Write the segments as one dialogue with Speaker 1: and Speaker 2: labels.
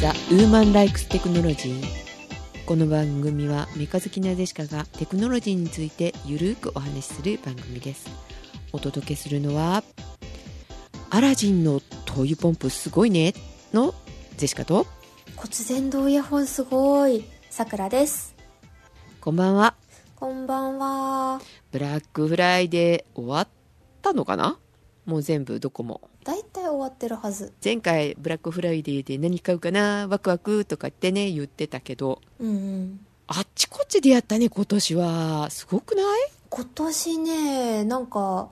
Speaker 1: ザ・ウーマン・ライクス・テクノロジーこの番組はメカ好きなデシカがテクノロジーについてゆるーくお話しする番組ですお届けするのはアラジンの灯油ポンプすごいねのジェシカと
Speaker 2: 骨伝導イヤホンすごいさくらです
Speaker 1: こんばんは
Speaker 2: こんばんは
Speaker 1: ブラックフライデー終わったのかなもう全部どこも
Speaker 2: だいたい終わってるはず
Speaker 1: 前回ブラックフライデーで何買うかなワクワクとかってね言ってたけど
Speaker 2: うんうん
Speaker 1: あっちこっちでやったね今年はすごくない
Speaker 2: 今年ねなんか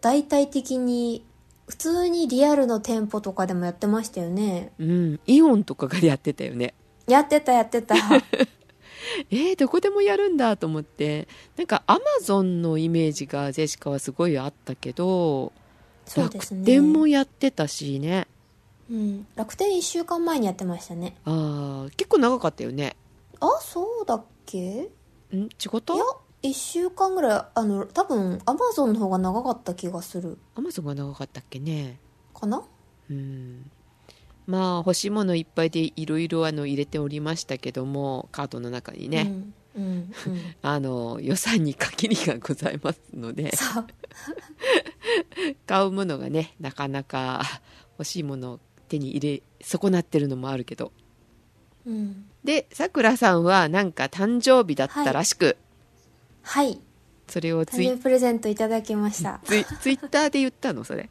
Speaker 2: 大体的に普通にリアルの店舗とかでもやってましたよね
Speaker 1: うんイオンとかがやってたよね
Speaker 2: やってたやって た
Speaker 1: えー、どこでもやるんだと思ってなんかアマゾンのイメージがジェシカはすごいあったけど、
Speaker 2: そうで
Speaker 1: 楽
Speaker 2: すね
Speaker 1: 天もやってたしね
Speaker 2: うん、楽天1週間前にやってましたね
Speaker 1: あー結構長かったよね
Speaker 2: あそうだっけい
Speaker 1: ん違った
Speaker 2: や1週間ぐらいあの多分アマゾンの方が長かった気がする
Speaker 1: アマゾンが長かったっけね
Speaker 2: かな
Speaker 1: うんまあ欲しいものいっぱいでいろいろあの入れておりましたけどもカートの中にね、
Speaker 2: うん うんうん
Speaker 1: あの予算に限りがございますので
Speaker 2: そう
Speaker 1: 買うものがねなかなか 欲しいものを手に入れ損なってるのもあるけど
Speaker 2: うん
Speaker 1: でさくらさんはなんか誕生日だったらしく、
Speaker 2: はい
Speaker 1: それをツ
Speaker 2: 誕生
Speaker 1: イ
Speaker 2: 日プレゼントいただきました
Speaker 1: ツイツイッターで言ったのそれ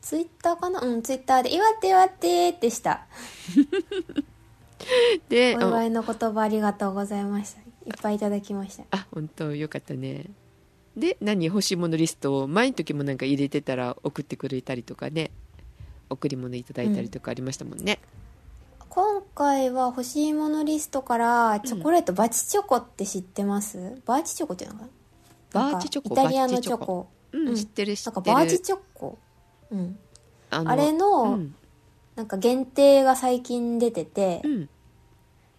Speaker 2: ツイッターかなうんツイッターで「祝って祝って」ってしたお
Speaker 1: で
Speaker 2: 祝
Speaker 1: あ
Speaker 2: いの言葉ありがとうございましたいっぱいいただきました
Speaker 1: あ本当よかったねで何欲しいものリストを前の時もなんか入れてたら送ってくれたりとかね贈り物いただいたりとかありましたもんね、
Speaker 2: 今回は欲しいものリストからチョコレート、バチチョコって知ってますバーチチョコっていうのかな
Speaker 1: バーチチョコ
Speaker 2: なんかイタリアのチョ
Speaker 1: バーチチョ
Speaker 2: コ
Speaker 1: うん
Speaker 2: うん
Speaker 1: 知ってる知
Speaker 2: な
Speaker 1: っ
Speaker 2: んか
Speaker 1: てる
Speaker 2: バーチチョコうん
Speaker 1: あ
Speaker 2: あれの、
Speaker 1: うん
Speaker 2: なんか限定が最近出てて、
Speaker 1: うん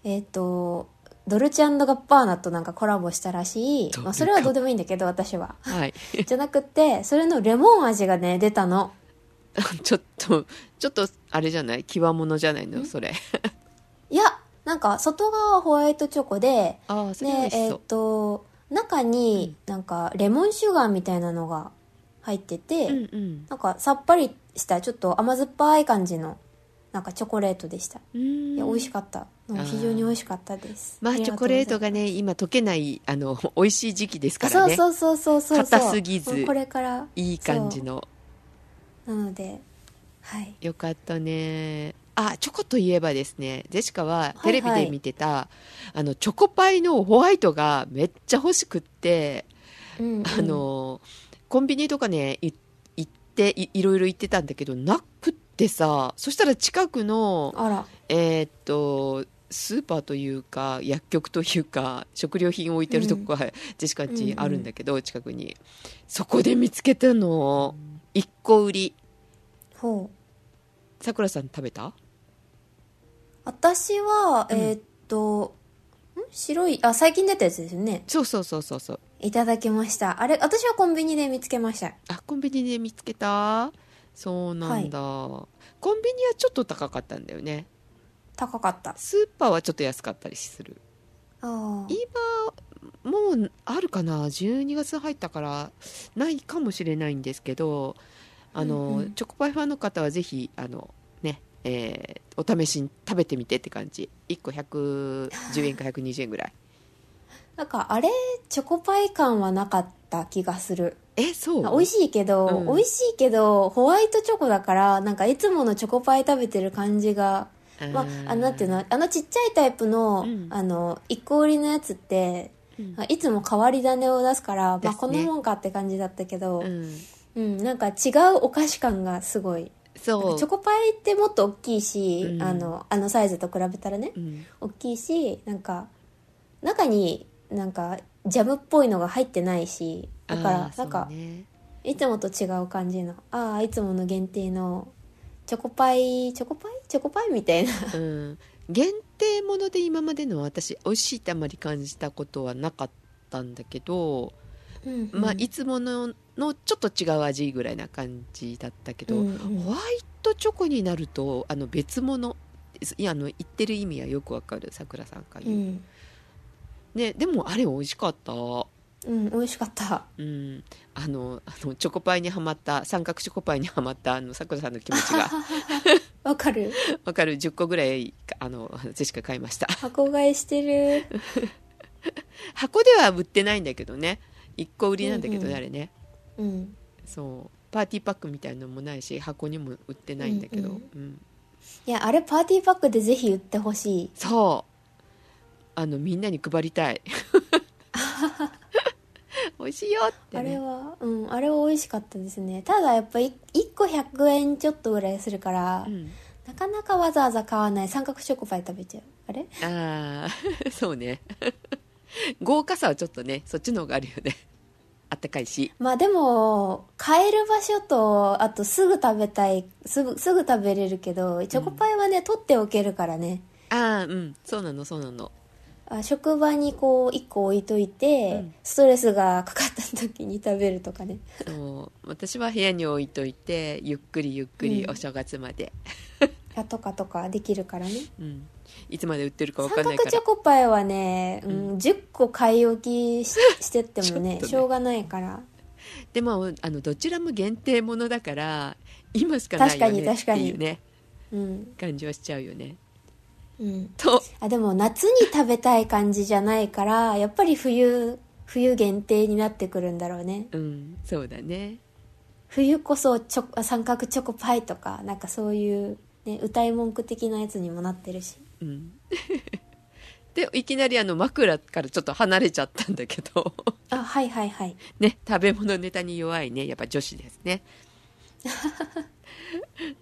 Speaker 2: えっ、とドルチェガッバーナとなんかコラボしたらしい
Speaker 1: ど、ういう
Speaker 2: まあ、それはどうでもいいんだけど私は
Speaker 1: はい
Speaker 2: じゃなくてそれのレモン味がね出たの
Speaker 1: ちょっと、ちょっと、あれじゃない際物じゃないの
Speaker 2: ん
Speaker 1: それ。
Speaker 2: いやなんか外側はホワイトチョコで
Speaker 1: ああ、そ
Speaker 2: で
Speaker 1: れ美味し
Speaker 2: え
Speaker 1: そ
Speaker 2: っ
Speaker 1: う。
Speaker 2: と中になんかレモンシュガーみたいなのが入ってて、
Speaker 1: うんうん。
Speaker 2: なんかさっぱりしたちょっと甘酸っぱい感じのなんかチョコレートでした
Speaker 1: うーん
Speaker 2: いや美味しかった
Speaker 1: ん
Speaker 2: 非常に美味しかったです
Speaker 1: まあ、チョコレート
Speaker 2: が
Speaker 1: がね、今溶けない、あの、 美味しい時期ですか
Speaker 2: と
Speaker 1: ら
Speaker 2: うございます
Speaker 1: ね。
Speaker 2: そうそうそうそうそう
Speaker 1: 硬すぎず
Speaker 2: うんこれから
Speaker 1: いい感じの。
Speaker 2: なのではい
Speaker 1: よかったね。あ、チョコといえばですね、ジェシカはテレビで見てた、あの、チョコパイのホワイトがめっちゃ欲しくって、
Speaker 2: うんうん
Speaker 1: あの、コンビニとかね、い行ってい、いろいろ行ってたんだけど、なくってさ、そしたら近くの、
Speaker 2: あら
Speaker 1: えーっとスーパーというか薬局という か食料品を置いてるとこが、ジェシカんちあるんだけど、近くにそこで見つけたの1個売り
Speaker 2: ほう
Speaker 1: さくらさん食べた
Speaker 2: 私は、
Speaker 1: うん
Speaker 2: えーっとん白いあ最近出たやつですよね
Speaker 1: そうそうそうそうそう
Speaker 2: いただきましたあれ私はコンビニで見つけました
Speaker 1: あコンビニで見つけたそうなんだ、コンビニはちょっと高かったんだよね
Speaker 2: 高かった
Speaker 1: スーパーはちょっと安かったりする
Speaker 2: あー
Speaker 1: 今もうあるかな12月入ったからないかもしれないんですけどあの、
Speaker 2: うんうん
Speaker 1: チョコパイファンの方はぜひあのねえーお試しに食べてみてって感じ1個110円か120円ぐら い
Speaker 2: なんかあれチョコパイ感はなかった気がする
Speaker 1: えそう
Speaker 2: あ美味しいけど、
Speaker 1: うん
Speaker 2: 美味しいけどホワイトチョコだからなんかいつものチョコパイ食べてる感じが
Speaker 1: あー
Speaker 2: まあ、あのなんていうのあのちっちゃいタイプの,、
Speaker 1: うん
Speaker 2: あの一個売りのやつって
Speaker 1: うん
Speaker 2: いつも変わり種を出すから、
Speaker 1: で
Speaker 2: ますあ、
Speaker 1: ね
Speaker 2: こんなもんかって感じだったけど、
Speaker 1: う
Speaker 2: うん
Speaker 1: ん
Speaker 2: なんか違うお菓子感がすごい
Speaker 1: そう
Speaker 2: チョコパイってもっと大きいし、
Speaker 1: うん
Speaker 2: あのあのサイズと比べたらね
Speaker 1: うん
Speaker 2: 大きいしなんか中になんかジャムっぽいのが入ってないしだか
Speaker 1: あ
Speaker 2: ら
Speaker 1: ー
Speaker 2: なんか、
Speaker 1: そうね
Speaker 2: いつもと違う感じのああいつもの限定のチョコパイチョコパイチョコパイみたいな
Speaker 1: うん、限定もので今までのは私美味しいってあまり感じたことはなかったんだけど、
Speaker 2: うんうん
Speaker 1: まあ、いつもののちょっと違う味ぐらいな感じだったけど、
Speaker 2: うんうん
Speaker 1: ホワイトチョコになるとあの別物いやあの言ってる意味はよくわかるさくらさんが
Speaker 2: う
Speaker 1: 言う、
Speaker 2: ん、
Speaker 1: ね、でもあれ美味しかった
Speaker 2: うん、美味しかった
Speaker 1: うん、あのあのチョコパイにはまった三角チョコパイにはまったあのさくらさんの気持ち が
Speaker 2: わかる
Speaker 1: わかる10個ぐらいあの私しか買いました
Speaker 2: 箱買いして る
Speaker 1: 箱では売ってないんだけどね1個売りなんだけどね、
Speaker 2: うんうん
Speaker 1: あれね
Speaker 2: うん
Speaker 1: そうパーティーパックみたいのもないし箱にも売ってないんだけど、
Speaker 2: うん
Speaker 1: うん
Speaker 2: いやあれパーティーパックでぜひ売ってほしい
Speaker 1: そうあのみんなに配りたい 美味しいよって
Speaker 2: あれ
Speaker 1: ね
Speaker 2: はうんあれは美味しかったですねただやっぱり1個100円ちょっとぐらいするから、
Speaker 1: うん、
Speaker 2: なかなかわざわざ買わない三角チョコパイ食べちゃうあれ
Speaker 1: ああ そうね豪華さはちょっとねそっちの方があるよねあったかいし
Speaker 2: まあでも買える場所とあとすぐ食べたいすぐすぐ食べれるけどチョコパイはね、取っておけるからね
Speaker 1: ああうんそうなのそうなの
Speaker 2: あ職場にこう1個置いといて、
Speaker 1: うん
Speaker 2: ストレスがかかった時に食べるとかね
Speaker 1: そう私は部屋に置いといてゆっくりゆっくり
Speaker 2: うん
Speaker 1: お正月まで、
Speaker 2: あとかとかできるからね
Speaker 1: うんいつまで売ってるか
Speaker 2: 三
Speaker 1: 分かん
Speaker 2: 角
Speaker 1: ないか
Speaker 2: チ
Speaker 1: ら
Speaker 2: ョコパイはね、う、
Speaker 1: うん
Speaker 2: 10個買い置きししてってもね
Speaker 1: ちょっとね
Speaker 2: しょうがないから
Speaker 1: でもあのどちらも限定ものだから今しかないよねっ
Speaker 2: 確か
Speaker 1: て
Speaker 2: に
Speaker 1: いうね
Speaker 2: うん
Speaker 1: 感じはしちゃうよね
Speaker 2: うん
Speaker 1: と
Speaker 2: あでも夏に食べたい感じじゃないからやっぱり冬冬限定になってくるんだろうね
Speaker 1: うんそうだね
Speaker 2: 冬こそチョコ三角チョコパイとかなんかそういう、ね、歌い文句的なやつにもなってるし
Speaker 1: うん でいきなりあの枕からちょっと離れちゃったんだけど
Speaker 2: あはいはいはい
Speaker 1: ね食べ物ネタに弱いねやっぱ女子ですね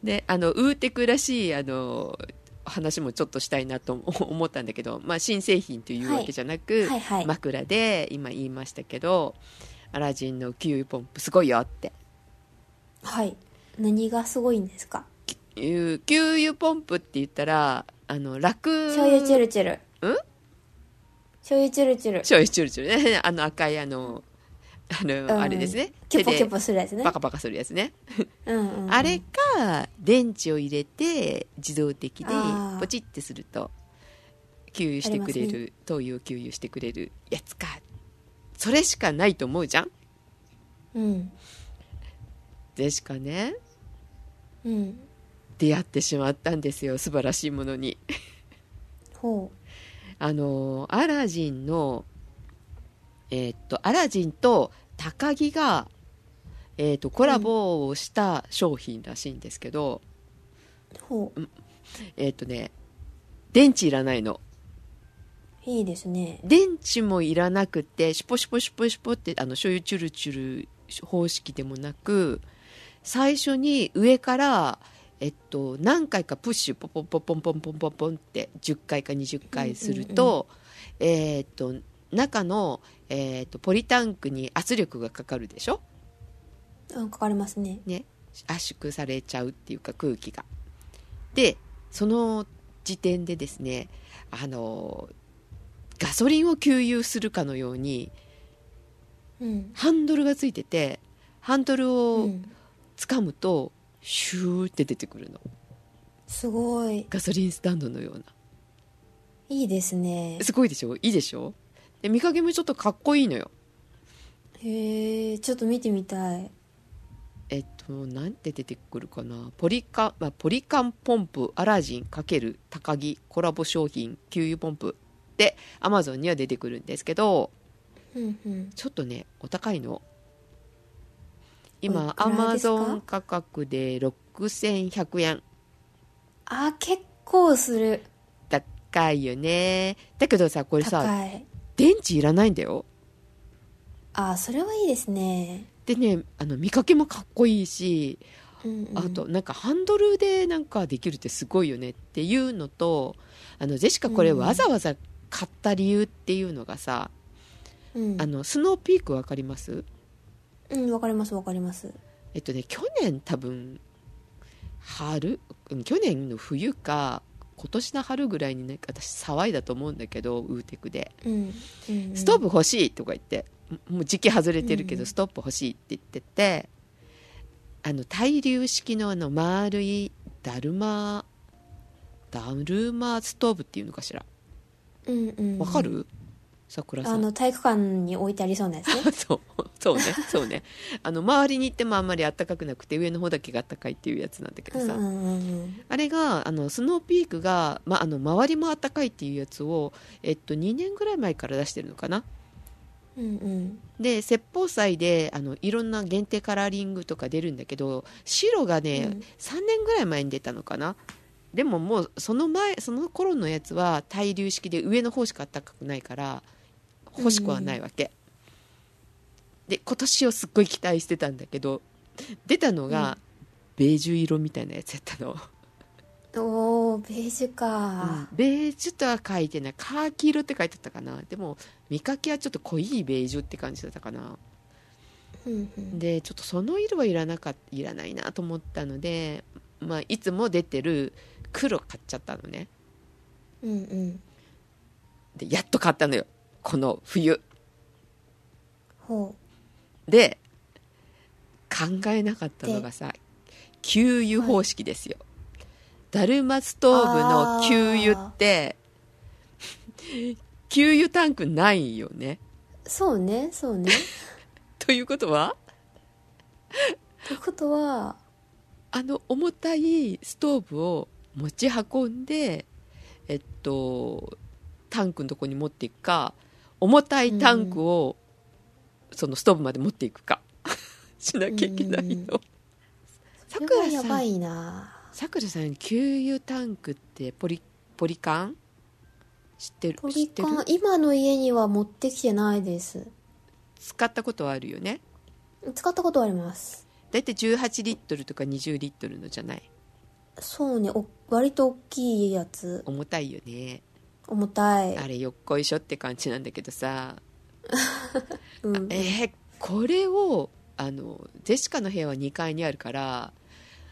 Speaker 1: であのウーテクらしいあの話もちょっとしたいなと 思ったんだけど、まあ、新製品というわけじゃなく、
Speaker 2: はいはい
Speaker 1: 枕で今言いましたけどアラジンのキウイポンプすごいよって
Speaker 2: はい何がすごいんですか
Speaker 1: いう給油ポンプって言ったらあの楽
Speaker 2: 醤油チュルチュル
Speaker 1: うん
Speaker 2: 醤油チュルチュル
Speaker 1: 醤油チュルチュルね あの赤いあのあの、
Speaker 2: うん
Speaker 1: あれですね
Speaker 2: キョポキョ
Speaker 1: 手
Speaker 2: ポするやつ
Speaker 1: で
Speaker 2: ね
Speaker 1: パカパカするやつね、
Speaker 2: うんうんうん
Speaker 1: あれか電池を入れて自動的で
Speaker 2: あー
Speaker 1: ポチってすると給油してくれる、灯油を給油してくれるやつかそれしかないと思うじゃん
Speaker 2: うん
Speaker 1: でしかね
Speaker 2: うん
Speaker 1: 出会ってしまったんですよ素晴らしいものに
Speaker 2: ほ
Speaker 1: あのアラジンのえーっとアラジンと高木が、えーっとコラボをした商品らしいんですけど、
Speaker 2: うほう
Speaker 1: えーっとね電池いらないの
Speaker 2: いいですね
Speaker 1: 電池もいらなくてシュポシュポシュポシュポってあの醤油チュルチュル方式でもなく最初に上からえっと何回かプッシュポンポンポンポンポンポンポンポンって10回か20回すると、えーっと中の、えーっとポリタンクに圧力がかかるでしょ
Speaker 2: あかかりますね
Speaker 1: 圧縮されちゃうっていうか空気が。でその時点でですねあのガソリンを給油するかのように
Speaker 2: うん
Speaker 1: ハンドルがついててハンドル
Speaker 2: う
Speaker 1: を
Speaker 2: ん
Speaker 1: 掴むと、シューって出てくるの
Speaker 2: すごい
Speaker 1: ガソリンスタンドのようない
Speaker 2: いですね
Speaker 1: すごいでしょいいでしょで見かけもちょっとかっこいいのよ
Speaker 2: へえちょっと見てみたい
Speaker 1: えっとなんて出てくるかなポリカン、まあ、ポリカンポンプアラジン×高木コラボ商品給油ポンプでアマゾンには出てくるんですけど
Speaker 2: うんうん
Speaker 1: ちょっとねお高いの
Speaker 2: おい
Speaker 1: 今
Speaker 2: く
Speaker 1: ア
Speaker 2: ら
Speaker 1: マ
Speaker 2: ですか
Speaker 1: ゾン価格で6100円
Speaker 2: あ結構する
Speaker 1: 高いよねだけどさこれさ
Speaker 2: 高い
Speaker 1: 電池いらないんだよ
Speaker 2: あそれはいいですね
Speaker 1: でねあの見かけもかっこいいし
Speaker 2: うんうん
Speaker 1: あとなんかハンドルでなんかできるってすごいよねっていうのとあのジェシカこれ
Speaker 2: うん
Speaker 1: わざわざ買った理由っていうのがさ、
Speaker 2: うん
Speaker 1: あのスノーピークわかります
Speaker 2: うんわかりますわかります
Speaker 1: えっとね去年多分春うん去年の冬か今年の春ぐらいにね私騒いだと思うんだけどウーテクで
Speaker 2: うんうん
Speaker 1: ストーブ欲しいとか言って、もう時期外れてるけ
Speaker 2: うん
Speaker 1: どストーブ欲しいって言ってて、あの対流式のあの丸いだるまダルマストーブっていうのかしら
Speaker 2: うんうん
Speaker 1: わかるさくらさ
Speaker 2: あ
Speaker 1: ん
Speaker 2: の体育館に置いてありそうなやつね
Speaker 1: そうそうねそうねあの周りに行ってもあんまり暖かくなくて上の方だけが暖かいっていうやつなんだけ
Speaker 2: う
Speaker 1: ど
Speaker 2: ん
Speaker 1: さ、
Speaker 2: うんうん
Speaker 1: あれがあのスノーピークが、ま、あの周りも暖かいっていうやつを、えっと、2年ぐらい前から出してるのかな
Speaker 2: うんうん
Speaker 1: で説法祭であのいろんな限定カラーリングとか出るんだけど白がね、
Speaker 2: うん
Speaker 1: 3年ぐらい前に出たのかなでももうその前その頃のやつは対流式で上の方しか暖かくないから欲しくはないわけ、で今年をすっごい期待してたんだけど出たのが、ベージュ色みたいなやつやったの、
Speaker 2: うんおーベージュか、
Speaker 1: ベージュとは書いてないカーキ色って書いてあったかなでも見かけはちょっと濃いベージュって感じだったかな
Speaker 2: うんうん
Speaker 1: でちょっとその色はいらなかいらないなと思ったので、まあ、いつも出てる黒買っちゃったのね
Speaker 2: うんうん
Speaker 1: でやっと買ったのよこの冬
Speaker 2: ほ
Speaker 1: で考えなかったのがさ給油方式ですよ、ダルマストーブの給油って 給油タンクないよね
Speaker 2: うそうねそうね
Speaker 1: ということは
Speaker 2: ってことは
Speaker 1: あの重たいストーブを持ち運んでえっとタンクのとこに持っていくか重たいタンクを、そのストーブまで持っていくか しなきゃいけない
Speaker 2: うん
Speaker 1: のさ
Speaker 2: そ
Speaker 1: く
Speaker 2: れは
Speaker 1: ら
Speaker 2: や
Speaker 1: さ
Speaker 2: ば
Speaker 1: ん
Speaker 2: いな
Speaker 1: さくらさん給油タンクってポリポリカン知ってる
Speaker 2: ポ
Speaker 1: 知
Speaker 2: リ
Speaker 1: って
Speaker 2: カ
Speaker 1: る
Speaker 2: ン今の家には持ってきてないです
Speaker 1: 使ったことはあるよね
Speaker 2: 使ったことはあります
Speaker 1: だいたい18リットルとか20リットルのじゃない
Speaker 2: そうねお割と大きいやつ
Speaker 1: 重たいよね
Speaker 2: 重たい
Speaker 1: あれよっこいしょって感じなんだけどさ
Speaker 2: うん
Speaker 1: えーこれをあのジェシカの部屋は2階にあるから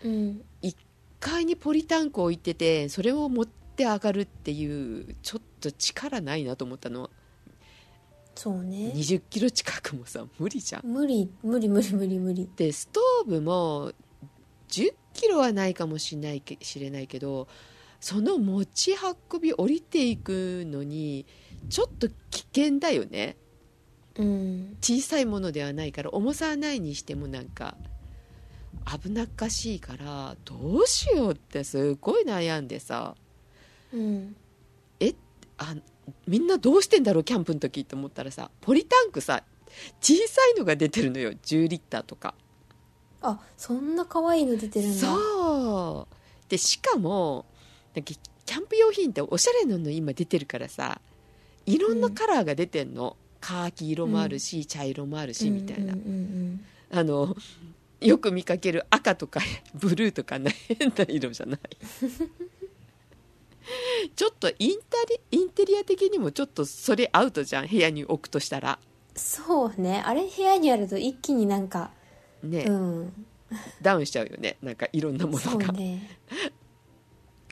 Speaker 2: うん
Speaker 1: 1階にポリタンク置いててそれを持って上がるっていうちょっと力ないなと思ったの
Speaker 2: そうね
Speaker 1: 2 0キロ近くもさ無理じゃん
Speaker 2: 無理無理無理無理無理
Speaker 1: でストーブも1 0キロはないかもしれないけ知れないけどその持ち運び降りていくのにちょっと危険だよね
Speaker 2: うん
Speaker 1: 小さいものではないから重さはないにしてもなんか危なっかしいからどうしようってすごい悩んでさ
Speaker 2: うん
Speaker 1: あみんなどうしてんだろうキャンプの時って思ったらさポリタンクさ小さいのが出てるのよ10リッターとか
Speaker 2: あそんな可愛いの出てるんだ
Speaker 1: そうでしかもなんかキャンプ用品っておしゃれなの今出てるからさいろんなカラーが出てんの、カーキ色もあるし、茶色もあるしみたいな
Speaker 2: うんうんうん
Speaker 1: あのよく見かける赤とか ブルーとかね変な色じゃない ちょっとインタリインテリア的にもちょっとそれアウトじゃん部屋に置くとしたら
Speaker 2: そうねあれ部屋にあると一気になんか
Speaker 1: ね、
Speaker 2: うん
Speaker 1: ダウンしちゃうよねなんかいろんなも
Speaker 2: そ
Speaker 1: の
Speaker 2: う
Speaker 1: が、
Speaker 2: ね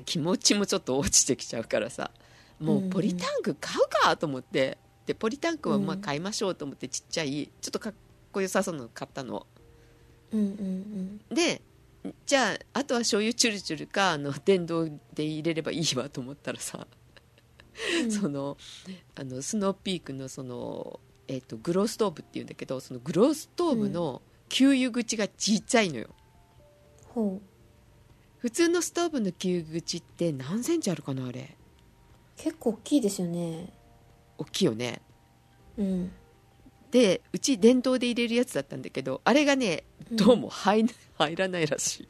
Speaker 1: 気持ちもちょっと落ちてきちゃうからさも
Speaker 2: んう
Speaker 1: うんポリタンク買うかと思ってでポリタンクはまあ
Speaker 2: うん
Speaker 1: 買いましょうと思ってちっちゃいちょっとかっこよさそうなの買ったの
Speaker 2: うんうん
Speaker 1: でじゃああとは醤油チュルチュルかあの電動で入れればいいわと思ったらさ、
Speaker 2: うん
Speaker 1: そのあのスノーピークのその、えっとグローストーブっていうんだけどそのグローストーブの給油口がちっちゃいのよ、
Speaker 2: ほう
Speaker 1: 普通のストーブの給油口って何センチあるかなあれ
Speaker 2: 結構大きいですよね
Speaker 1: 大きいよね
Speaker 2: うん
Speaker 1: でうち電動で入れるやつだったんだけどあれがねどうも入,、入らないらし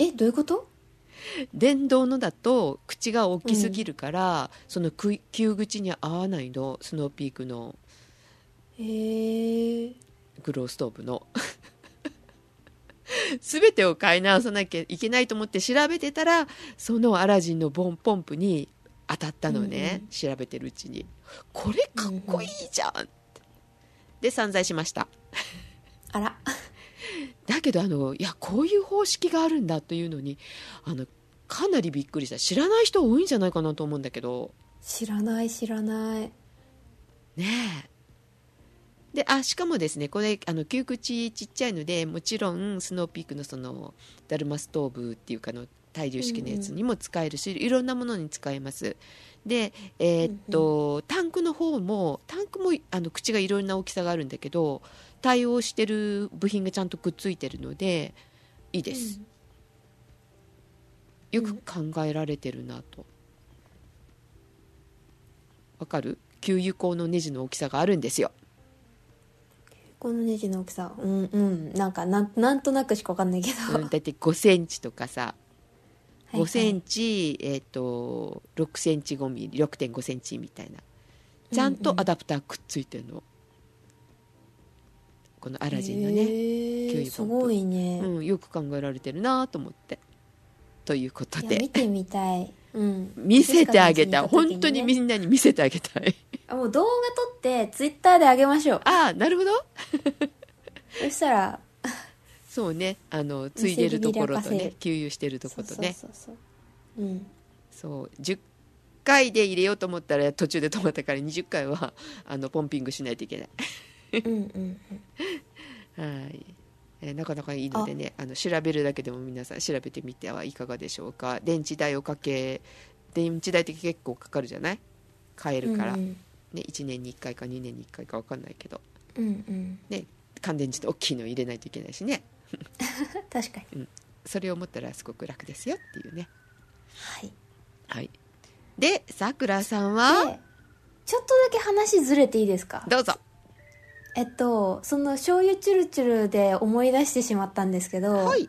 Speaker 1: い
Speaker 2: えどういうこと
Speaker 1: 電動のだと口が大きすぎるから、そのく吸口に合わないのスノーピークの
Speaker 2: へえ
Speaker 1: グローストーブの 全てを買い直さなきゃいけないと思って調べてたらそのアラジンのボンポンプに当たったのね、
Speaker 2: うんうん
Speaker 1: 調べてるうちにこれかっこいいじゃん、で散財しました
Speaker 2: あら
Speaker 1: だけどあのいやこういう方式があるんだというのにあのかなりびっくりした知らない人多いんじゃないかなと思うんだけど
Speaker 2: 知らない知らない
Speaker 1: ねえであしかもですねこれあの窮口ちっちゃいのでもちろんスノーピークのそのダルマストーブっていうかあの対流式のやつにも使えるし、いろんなものに使えますでえーっと、タンクの方もタンクもあの口がいろんな大きさがあるんだけど対応してる部品がちゃんとくっついてるのでいいです、よく考えられてるなとわかる給油口のネジの大きさがあるんですよ
Speaker 2: このネジの大きさうんうんなんかなんなんとなくしかわかんないけど、
Speaker 1: うんだって5センチとかさ
Speaker 2: はい
Speaker 1: 5センチ、えっ、と6センチ5ミリ6.5センチみたいなちゃん
Speaker 2: う
Speaker 1: と
Speaker 2: んうん
Speaker 1: アダプターくっついてるの、このアラジンの
Speaker 2: へ
Speaker 1: ね、給
Speaker 2: ー
Speaker 1: 油
Speaker 2: す
Speaker 1: ポンプ
Speaker 2: ごいね、
Speaker 1: うん、よく考えられてるなと思ってということ
Speaker 2: いや見
Speaker 1: で
Speaker 2: てみたい、うん、
Speaker 1: 見せてあげたい、
Speaker 2: 確かに
Speaker 1: 本当にみ
Speaker 2: ね
Speaker 1: んなに見せてあげたい
Speaker 2: あもう動画撮ってツイッターで上げましょう
Speaker 1: ああなるほど
Speaker 2: そしたら
Speaker 1: そうねあのついでるところと
Speaker 2: 見せびらかせ
Speaker 1: ね
Speaker 2: る
Speaker 1: 給油してるとことね
Speaker 2: そうそうそうそううん
Speaker 1: そう10回で入れようと思ったら途中で止まったから20回はあのポンピングしないといけない
Speaker 2: うんうん
Speaker 1: はい、えーなかなかいいのでねあの調べるだけでも皆さん調べてみてはいかがでしょうか電池代をかけ電池代って結構かかるじゃない買え
Speaker 2: うん
Speaker 1: るから、
Speaker 2: う
Speaker 1: ね、
Speaker 2: ん
Speaker 1: 1年に1回か2年に1回か分かんないけど
Speaker 2: うんうん
Speaker 1: 乾電池って大きいの入れないといけないしね
Speaker 2: 確かに
Speaker 1: それを持ったらすごく楽ですよっていうね
Speaker 2: はい
Speaker 1: はいでさくらさんは
Speaker 2: でちょっとだけ話ずれていいですか
Speaker 1: どうぞ
Speaker 2: えっとその醤油チュルチュルで思い出してしまったんですけど、
Speaker 1: はい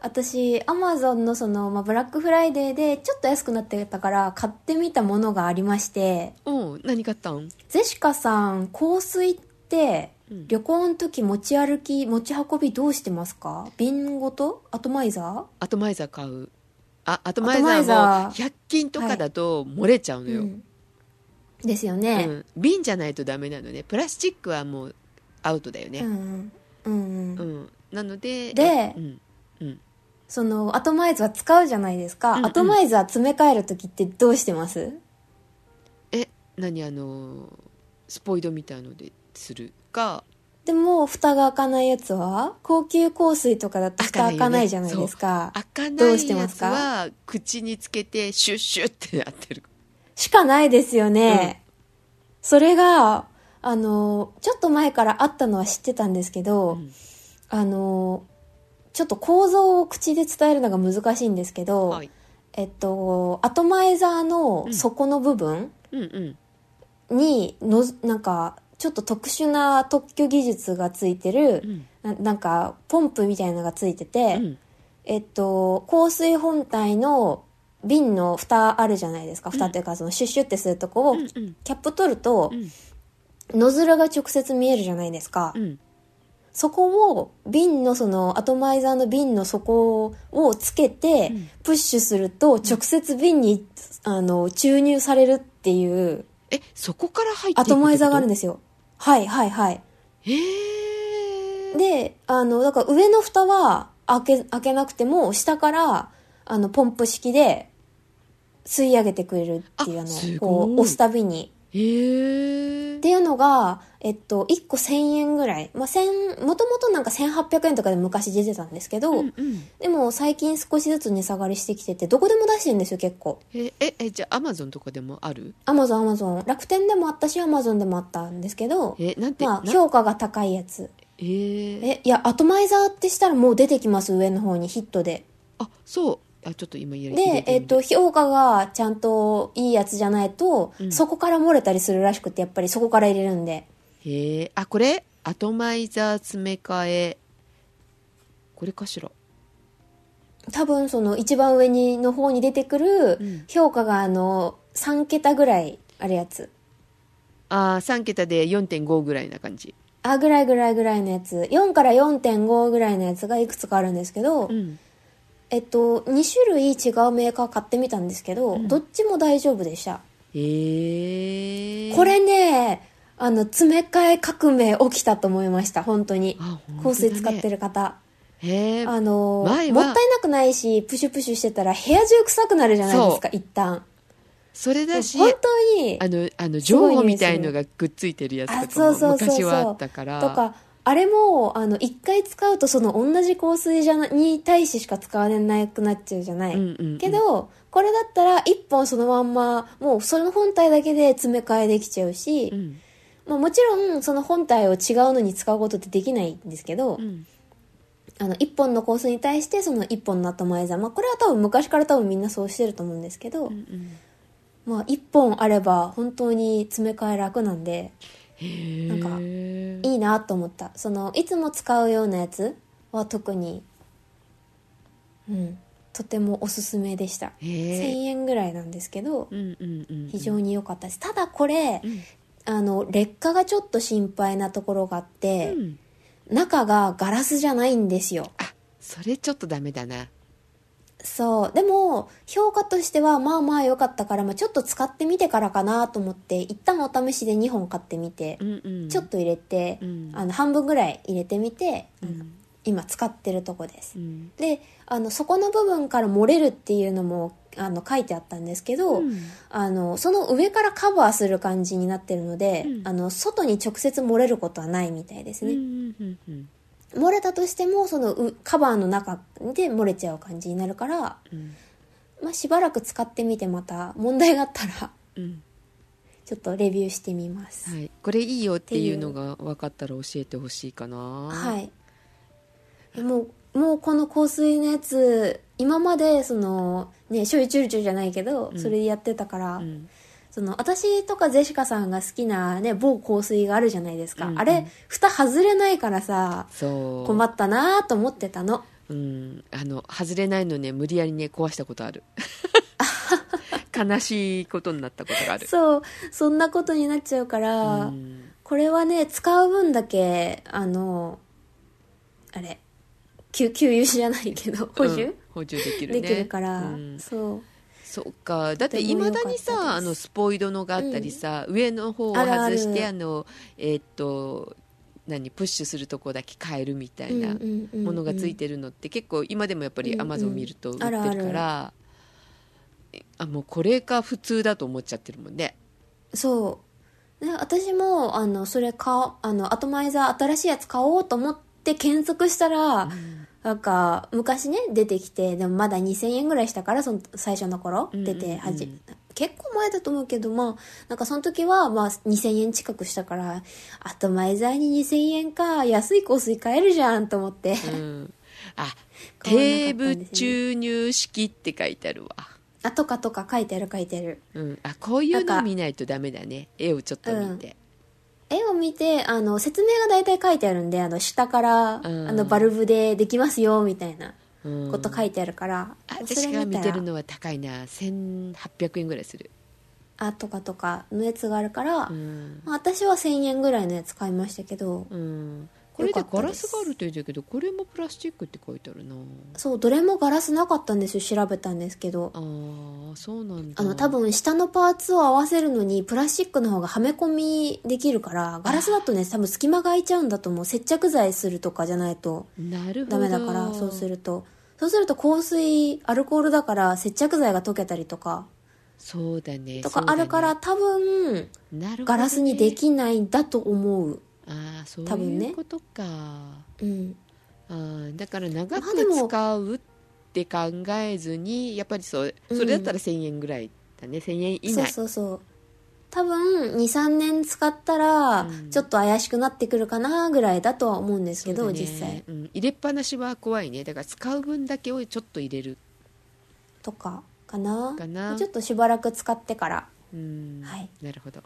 Speaker 2: 私アマゾンのその、まあ、ブラックフライデーでちょっと安くなってたから買ってみたものがありまして
Speaker 1: うん何買ったん
Speaker 2: ゼシカさん香水って
Speaker 1: うん
Speaker 2: 旅行の時持ち歩き持ち運びどうしてますか瓶ごとアトマイザ
Speaker 1: アトマイザー買うあアト
Speaker 2: マ
Speaker 1: マ
Speaker 2: イ
Speaker 1: イ
Speaker 2: ザ
Speaker 1: ザ
Speaker 2: ー
Speaker 1: ーも100均とかだと漏れちゃう
Speaker 2: ー、
Speaker 1: のよ、
Speaker 2: うんですよね、
Speaker 1: うん、瓶じゃないとダメなのねプラスチックはもうアウトだよ
Speaker 2: う
Speaker 1: ね、
Speaker 2: んうんう
Speaker 1: う
Speaker 2: ん
Speaker 1: んなので
Speaker 2: で
Speaker 1: えうん、
Speaker 2: そのアトマイザー使うじゃないですか、
Speaker 1: うんうん
Speaker 2: アトマイザー詰め替える時ってどうしてます
Speaker 1: え何あのースポイドみたいのでするか
Speaker 2: でも蓋が開かないやつは高級香水とかだと蓋開
Speaker 1: 開
Speaker 2: か
Speaker 1: か
Speaker 2: な
Speaker 1: ないよね
Speaker 2: いじゃないですか
Speaker 1: 開かな
Speaker 2: どうし
Speaker 1: い
Speaker 2: てま
Speaker 1: や
Speaker 2: す
Speaker 1: つ
Speaker 2: か
Speaker 1: は口につけてシュッシュッってやってる
Speaker 2: しかないですよね、それがあのちょっと前からあったのは知ってたんですけど、
Speaker 1: うん
Speaker 2: あのちょっと構造を口で伝えるのが難しいんですけど、
Speaker 1: はい
Speaker 2: えっとアトマイザーの底の部分
Speaker 1: うんうん
Speaker 2: にの、なんかちょっと特殊な特許技術がついてる
Speaker 1: う、ん
Speaker 2: ななんかポンプみたいなのがついて
Speaker 1: う
Speaker 2: て、
Speaker 1: ん
Speaker 2: えっと、香水本体の瓶の蓋あるじゃないですか。蓋っていうか、そのシュッシュってするとこを、
Speaker 1: うんうん
Speaker 2: キャップ取ると
Speaker 1: う、ん
Speaker 2: ノズルが直接見えるじゃないですか。
Speaker 1: うん
Speaker 2: そこを、瓶のその、アトマイザーの瓶の底をつけて
Speaker 1: うん、
Speaker 2: プッシュすると、直接瓶に、あの、注入されるっていう、
Speaker 1: えそこから入ってい
Speaker 2: ア
Speaker 1: くって
Speaker 2: ト
Speaker 1: こと
Speaker 2: マイザーがあるんですよ。はい、はい、はい。
Speaker 1: へえ
Speaker 2: で、あの、だから上の蓋は開け、開けなくても、下から、あの、ポンプ式で吸い上げてくれるっていう、
Speaker 1: あ
Speaker 2: あの、
Speaker 1: すごい
Speaker 2: こう、押すたびに。
Speaker 1: へえ
Speaker 2: っていうのが、えっと、1個1000円ぐらい。まあ、千もともとなんか1800円とかで昔出てたんですけど、
Speaker 1: うんうん
Speaker 2: でも最近少しずつ値下がりしてきてて、どこでも出してるんですよ、結構。
Speaker 1: えええじゃあアマゾンとかでもある
Speaker 2: アマゾン、アマゾン。楽天でもあったし、アマゾンでもあったんですけど、
Speaker 1: えなんて、
Speaker 2: まあ、
Speaker 1: な
Speaker 2: 評価が高いやつ。
Speaker 1: えー
Speaker 2: え、いや、アトマイザーってしたらもう出てきます、上の方にヒットで。
Speaker 1: あそうあちょっと今やり
Speaker 2: で、えっ、と、評価がちゃんといいやつじゃないと、
Speaker 1: うん
Speaker 2: そこから漏れたりするらしくて、やっぱりそこから入れるんで。
Speaker 1: へえあこれアトマイザー詰め替えこれかしら
Speaker 2: 多分、その、一番上に、の方に出てくる
Speaker 1: うん、
Speaker 2: 評価が、あの、3桁ぐらいあるやつ。
Speaker 1: あ3桁で4.5ぐらいな感じ
Speaker 2: あ、ぐらいぐらいぐらいのやつ。4から4.5ぐらいのやつがいくつかあるんですけど、
Speaker 1: うん
Speaker 2: えっと、2種類違うメーカー買ってみたんですけど、
Speaker 1: うん
Speaker 2: どっちも大丈夫でした。
Speaker 1: へえ
Speaker 2: これね、あの、詰め替え革命起きたと思いました、本当に。
Speaker 1: あ本当だね
Speaker 2: 香水使ってる方。
Speaker 1: へえ
Speaker 2: あの
Speaker 1: 前
Speaker 2: も
Speaker 1: は
Speaker 2: ったいなくないしプシュプシュしてたら部屋中臭くなるじゃないですか一旦
Speaker 1: それだし
Speaker 2: 本当に
Speaker 1: あのあの
Speaker 2: す
Speaker 1: 上
Speaker 2: ごい匂い
Speaker 1: みたいのがくっついてるや
Speaker 2: あ
Speaker 1: つと
Speaker 2: そう
Speaker 1: かも
Speaker 2: そうそう
Speaker 1: 昔はあ
Speaker 2: そう
Speaker 1: ったから
Speaker 2: とかあれも、あの、一回使うとその同じ香水じゃな、に対してしか使われなくなっちゃうじゃない。
Speaker 1: うんうんうん
Speaker 2: けど、これだったら一本そのまんま、もうその本体だけで詰め替えできちゃうし、
Speaker 1: うん
Speaker 2: まあもちろんその本体を違うのに使うことってできないんですけど、
Speaker 1: うん
Speaker 2: あの、一本の香水に対してその一本の後前座。まあこれは多分昔から多分みんなそうしてると思うんですけど、
Speaker 1: うんうん
Speaker 2: まあ一本あれば本当に詰め替え楽なんで、
Speaker 1: へ
Speaker 2: なんか
Speaker 1: え
Speaker 2: いいなと思ったそのいつも使うようなやつは特にうんとてもおすすめでした、
Speaker 1: へえ
Speaker 2: 1000円ぐらいなんですけど
Speaker 1: うんうんうん
Speaker 2: 非常に良かったですただこれ
Speaker 1: うん
Speaker 2: あの劣化がちょっと心配なところがあっ
Speaker 1: う
Speaker 2: て、
Speaker 1: ん
Speaker 2: 中がガラスじゃないんですよ
Speaker 1: あそれちょっとダメだな
Speaker 2: そうでも評価としてはまあまあ良かったから、まあ、ちょっと使ってみてからかなと思って一旦お試しで2本買ってみて、
Speaker 1: うんうん
Speaker 2: ちょっと入れて、
Speaker 1: うん
Speaker 2: あの半分ぐらい入れてみて、
Speaker 1: うん
Speaker 2: 今使ってるとこです
Speaker 1: う、ん
Speaker 2: であのそこの部分から漏れるっていうのもあの書いてあったんですけど、
Speaker 1: うん
Speaker 2: あのその上からカバーする感じになってるので、
Speaker 1: うん
Speaker 2: あの外に直接漏れることはないみたいです
Speaker 1: うんう
Speaker 2: ね、
Speaker 1: んうんうん
Speaker 2: 漏れたとしてもそのうカバーの中で漏れちゃう感じになるから、
Speaker 1: うん
Speaker 2: まあ、しばらく使ってみてまた問題があったら
Speaker 1: うん
Speaker 2: ちょっとレビューしてみます
Speaker 1: はいこれいいよっていうのが分かったら教えてほしいかな
Speaker 2: はいい、もうもうこの香水のやつ今までそのね醤油チュルチュルじゃないけど、
Speaker 1: うん
Speaker 2: それでやってたから、
Speaker 1: うん
Speaker 2: その私とかジェシカさんが好きなね某香水があるじゃないですか、
Speaker 1: うんうん
Speaker 2: あれ蓋外れないからさ
Speaker 1: そう
Speaker 2: 困ったなと思ってたの
Speaker 1: うん、あの外れないのね無理やりね壊したことあ る悲しいことになったことがある
Speaker 2: そうそんなことになっちゃうから、
Speaker 1: うん
Speaker 2: これはね使う分だけあのあれ給給油しじゃないけど補充、
Speaker 1: うん補充できるね
Speaker 2: できるから、
Speaker 1: うん
Speaker 2: そう
Speaker 1: そうかだって
Speaker 2: と
Speaker 1: い
Speaker 2: ても
Speaker 1: ま
Speaker 2: 良か
Speaker 1: だ
Speaker 2: った
Speaker 1: に
Speaker 2: です
Speaker 1: さあのスポイドのがあったりさ、上の方を
Speaker 2: あるあ
Speaker 1: 外
Speaker 2: る
Speaker 1: してあのえーっと何プッシュするとこだけ変えるみたいなも
Speaker 2: も
Speaker 1: のがついてるのって結構今でもやっぱり
Speaker 2: うん
Speaker 1: ア
Speaker 2: うん
Speaker 1: マゾン見ると売ってるから、
Speaker 2: ある
Speaker 1: あもうこれが普通だと思っちゃってるもんね
Speaker 2: そうね私もあのそれかあの後前座新しいやつ買おうと思って検索したら、なんか昔ね出てきてでもまだ2000円ぐらいしたからその最初の頃
Speaker 1: うんうんう
Speaker 2: 出
Speaker 1: ん
Speaker 2: てはじ、結構前だと思うけどまあなんかその時はまあ2000円近くしたから後前座に2000円か安い香水買えるじゃんと思って、
Speaker 1: うん あ
Speaker 2: 買わなか
Speaker 1: テ
Speaker 2: った
Speaker 1: ー
Speaker 2: んですね
Speaker 1: ブ注入式って書いてあるわ、
Speaker 2: あとかとか書いてある書いてある
Speaker 1: うん、あこういう
Speaker 2: な
Speaker 1: の
Speaker 2: んか
Speaker 1: 見ないとダメだね絵をちょっと見て、
Speaker 2: 絵を見てあの説明が大体書いてあるんであの下から、
Speaker 1: ん
Speaker 2: あのバルブでできますよみたいな
Speaker 1: うん
Speaker 2: こと書いてあるから、
Speaker 1: あ
Speaker 2: それ
Speaker 1: 私が見
Speaker 2: た
Speaker 1: て
Speaker 2: ら
Speaker 1: るのは高いな1800円ぐらいする、
Speaker 2: あとかとかのやつがあるから、
Speaker 1: うん
Speaker 2: まあ私は1000円ぐらいのやつ買いましたけど、
Speaker 1: うん、これで
Speaker 2: よか
Speaker 1: ガ
Speaker 2: った
Speaker 1: ラ
Speaker 2: で
Speaker 1: ス
Speaker 2: す
Speaker 1: があると言うんだけどこれもプラスチックって書いてあるな
Speaker 2: そうどれもガラスなかったんですよ調べたんですけど
Speaker 1: あーそうなんだ
Speaker 2: あの多分下のパーツを合わせるのにプラスチックの方がはめ込みできるからガラスだとね多分隙間が空いちゃうんだと思う接着剤するとかじゃないと
Speaker 1: なるほ
Speaker 2: ダ
Speaker 1: ど
Speaker 2: メだからそうするとそうすると香水アルコールだから接着剤が溶けたりとか
Speaker 1: そうだね
Speaker 2: とかあるから、多分
Speaker 1: そうだねなるほどね
Speaker 2: ガラスにできないんだと思う、
Speaker 1: ああそう
Speaker 2: 多分
Speaker 1: い
Speaker 2: ね
Speaker 1: うことか、
Speaker 2: うん、
Speaker 1: あーだから長
Speaker 2: まあでも
Speaker 1: く使うって考えずにやっぱりそうそれだったら1000円ぐらいだね、1000円以
Speaker 2: そう
Speaker 1: 内
Speaker 2: そうそう多分23年使ったら、
Speaker 1: うん
Speaker 2: ちょっと怪しくなってくるかなぐらいだとは思うんですけ
Speaker 1: そ
Speaker 2: ど、
Speaker 1: うだね
Speaker 2: 実際
Speaker 1: うん、入れっぱなしは怖いねだから使う分だけをちょっと入れる
Speaker 2: とかかな
Speaker 1: かな
Speaker 2: ちょっとしばらく使ってから
Speaker 1: うん、
Speaker 2: はい
Speaker 1: なるほど
Speaker 2: っ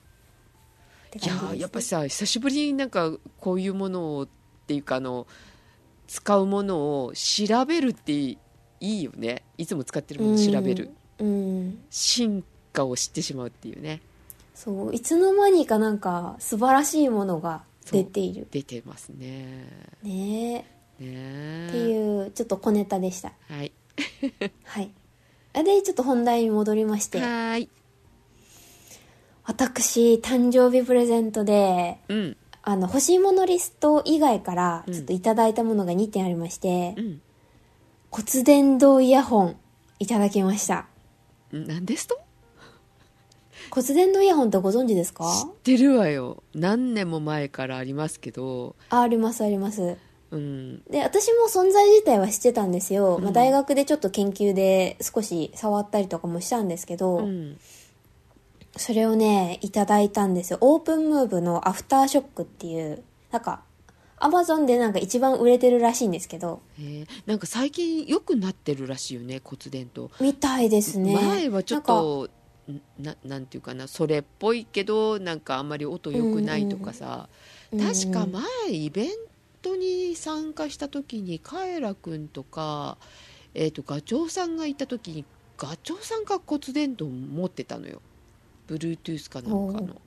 Speaker 2: て
Speaker 1: いや
Speaker 2: 感じです、
Speaker 1: ーやっぱ
Speaker 2: し
Speaker 1: さ久しぶりになんかこういうものをっていうかあの使うものを調べるっていいよねいつも使ってるものを調べる、
Speaker 2: うん
Speaker 1: 進化を知ってしまうっていうね
Speaker 2: そういつの間にかなんか素晴らしいものが出ている
Speaker 1: 出てますね
Speaker 2: ね
Speaker 1: ね
Speaker 2: えっていうちょっと小ネタでした
Speaker 1: はい
Speaker 2: はいあでちょっと本題に戻りまして
Speaker 1: はーい
Speaker 2: 私誕生日プレゼントで
Speaker 1: うん
Speaker 2: あの欲しいものリスト以外から
Speaker 1: うん
Speaker 2: ちょっといただいたものが2点ありまして、
Speaker 1: うん
Speaker 2: 骨伝導イヤホンいただきました
Speaker 1: 何ですと
Speaker 2: 骨伝導イヤホンってご存知ですか
Speaker 1: 知ってるわよ何年も前からありますけど
Speaker 2: あありますあります
Speaker 1: うん
Speaker 2: で私も存在自体は知ってたんですよ、
Speaker 1: うん
Speaker 2: まあ、大学でちょっと研究で少し触ったりとかもしたんですけど、
Speaker 1: うん
Speaker 2: それをねいただいたんですよオープンムーブのアフターショックっていうなんかアマゾンでなんか一番売れてるらしいんですけど
Speaker 1: へえなんか最近良くなってるらしいよね骨伝導
Speaker 2: みたいですね
Speaker 1: 前はちょっ
Speaker 2: なんか
Speaker 1: とななんていうかなそれっぽいけどなんかあんまり音良くないとかさ、
Speaker 2: うんうんうん
Speaker 1: 確か前イベントに参加した時にカエラくんとか、えー、とガチョウさんがいた時にガチョウさんが骨伝導持ってたのよ Bluetooth かなんか
Speaker 2: お
Speaker 1: の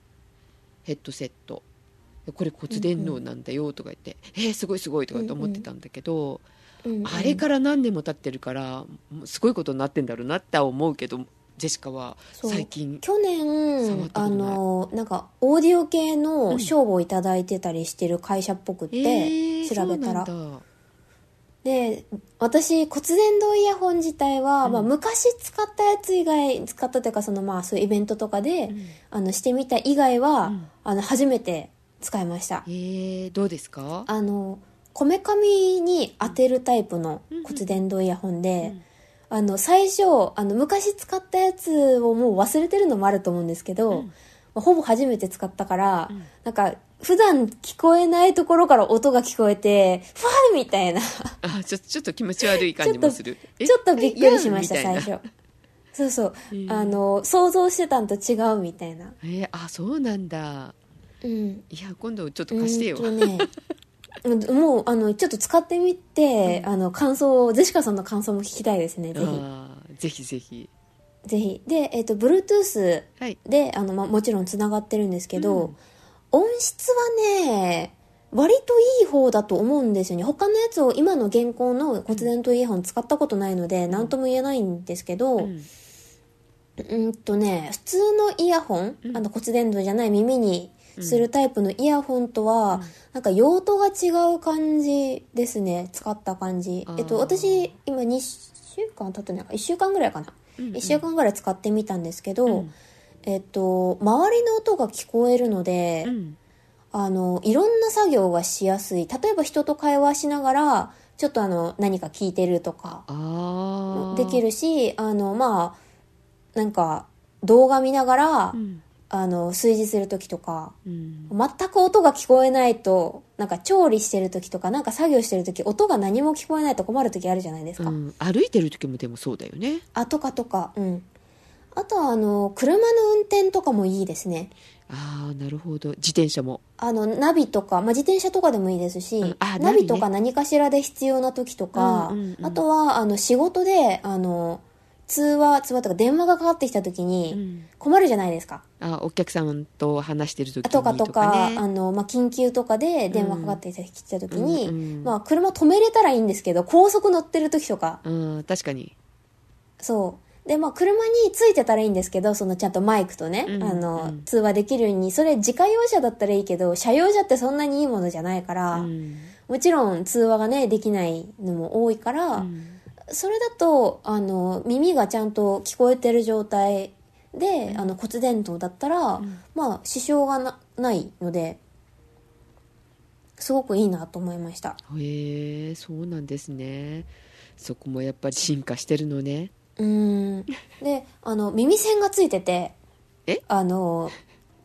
Speaker 1: ヘッドセットでこれ骨伝導なんだよとか言って、えーすごいすごいとかって思ってたんだけど、
Speaker 2: うんうん
Speaker 1: あれから何年も経ってるからもうすごいことになってんだろうなっては思うけどジェシカは
Speaker 2: そう
Speaker 1: 最近
Speaker 2: 去
Speaker 1: 触っ
Speaker 2: 年
Speaker 1: たことな
Speaker 2: あ
Speaker 1: い
Speaker 2: のなんかオーディオ系
Speaker 1: うん
Speaker 2: の賞をいただいてたりしてる会社っぽくって、
Speaker 1: えー
Speaker 2: 調べたら
Speaker 1: そうなんだ
Speaker 2: で私骨伝導イヤホン自体は、
Speaker 1: うん
Speaker 2: まあ、昔使ったやつ以外使ったというかそのまあそういうイベントとかで、
Speaker 1: うん
Speaker 2: あのしてみた以外は、
Speaker 1: うん
Speaker 2: あの初めて使いました
Speaker 1: えーどうですか
Speaker 2: あのこめかみに当てるタイプの骨伝導イヤホンで、
Speaker 1: うん
Speaker 2: あの最初あの昔使ったやつをもう忘れてるのもあると思うんですけど、
Speaker 1: うん
Speaker 2: まあほぼ初めて使ったから、
Speaker 1: うん
Speaker 2: なんか普段聞こえないところから音が聞こえてふわーみたいな
Speaker 1: あちょちょっと気持ち悪い感じもするえ
Speaker 2: ちょっとびっくりしました、
Speaker 1: えやん
Speaker 2: 最
Speaker 1: みいな
Speaker 2: 初。そうそう
Speaker 1: う。ん
Speaker 2: あの、想像してたんと違うみたいな。
Speaker 1: えーあそうなんだ
Speaker 2: うん。
Speaker 1: いや今度ちょっと貸してよ、
Speaker 2: うんとね、 うんもう、あの、ちょっと使ってみて、あの、感想を、ゼシカさんの感想も聞きたいですね、ぜ
Speaker 1: あーぜひぜひ
Speaker 2: ひ。ぜひ。で、えっ、と、Bluetooth
Speaker 1: はい
Speaker 2: で、あの、まあ、もちろん繋がってるんですけど、
Speaker 1: うん
Speaker 2: 音質はね、割といい方だと思うんですよね。他のやつを今の現行の骨伝導イヤホン使ったことないので、なんとも言えないんですけど、
Speaker 1: うん
Speaker 2: うんとね普通のイヤホン、
Speaker 1: うん
Speaker 2: あの骨伝導じゃない耳にするタイプのイヤホンとは、なんか用途が違う感じですね使った感じ
Speaker 1: あー
Speaker 2: えっと私今2週間経ってないか1週間ぐらいかな、
Speaker 1: うんうん
Speaker 2: 1週間ぐらい使ってみたんですけど、
Speaker 1: うん
Speaker 2: えっと周りの音が聞こえるので、
Speaker 1: うん
Speaker 2: あのいろんな作業がしやすい例えば人と会話しながらちょっとあの何か聞いてるとか
Speaker 1: あー
Speaker 2: できるしあのまあなんか動画見ながら、
Speaker 1: うん
Speaker 2: あの炊事する時とか
Speaker 1: うん
Speaker 2: 全く音が聞こえないとなんか調理してる時とかなんか作業してる時音が何も聞こえないと困る時あるじゃないです
Speaker 1: う
Speaker 2: か、
Speaker 1: ん、歩いてる時もでもそうだよね
Speaker 2: あとかとかうんあとはあの車の運転とかもいいですね
Speaker 1: ああなるほど自転車も
Speaker 2: あのナビとか、まあ、自転車とかでもいいですし、
Speaker 1: うんあ
Speaker 2: ナビ
Speaker 1: ナ
Speaker 2: と
Speaker 1: ビ
Speaker 2: か
Speaker 1: ね
Speaker 2: 何かしらで必要な時とか、
Speaker 1: うんうんうん
Speaker 2: あとはあの仕事であの通話通話とか電話がかかってきた時に、
Speaker 1: うん
Speaker 2: 困るじゃないですか。
Speaker 1: あお客さんと話してる時にと
Speaker 2: と
Speaker 1: かね
Speaker 2: かとか、あの、まあ、緊急とかで電話かかってきた時に、
Speaker 1: うんうん
Speaker 2: まあ、車止めれたらいいんですけど、高速乗ってる時とか、
Speaker 1: うん確かに
Speaker 2: そう。で、まあ、車についてたらいいんですけど、そのちゃんとマイクとね、
Speaker 1: うん
Speaker 2: あの、
Speaker 1: うん
Speaker 2: 通話できるように、それ自家用車だったらいいけど、車用車ってそんなにいいものじゃないから、
Speaker 1: うん
Speaker 2: もちろん通話がね、できないのも多いから、
Speaker 1: うん
Speaker 2: それだと、あの、耳がちゃんと聞こえてる状態で、あの、骨伝導だったら、
Speaker 1: ん
Speaker 2: まあ、支障がなないので、すごくいいなと思いました。
Speaker 1: へえそうなんですねそこもやっぱり進化してるのね
Speaker 2: う ーん。で、あの、耳栓がついてて、
Speaker 1: え
Speaker 2: あの、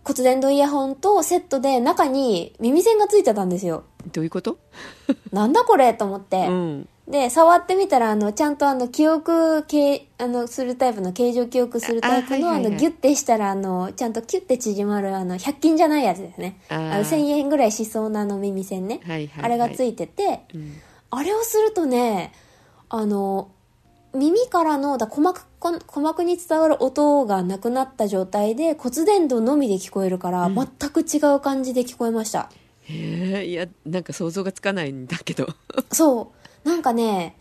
Speaker 2: 骨伝導イヤホンとセットで中に耳栓がついてたんですよ。
Speaker 1: どういうこと、
Speaker 2: なんだこれと思って。
Speaker 1: うん
Speaker 2: で、触ってみたら、あの、ちゃんとあの、記憶、けあの、するタイプの、形状記憶するタイプの、
Speaker 1: あ
Speaker 2: あ
Speaker 1: はいはいはい
Speaker 2: の、ギュッてしたら、あの、ちゃんとキュッて縮まる、あの、100均じゃないやつですね。
Speaker 1: あー
Speaker 2: あの、1000円ぐらいしそうなあの耳栓ね。
Speaker 1: はいはいはい
Speaker 2: あれがついてて、
Speaker 1: うん
Speaker 2: あれをするとね、あの、耳からの、だ鼓膜、こん鼓膜に伝わる音がなくなった状態で骨伝導のみで聞こえるから、
Speaker 1: うん
Speaker 2: 全く違う感じで聞こえました。
Speaker 1: へえいやなんか想像がつかないんだけど
Speaker 2: そう。なんかね、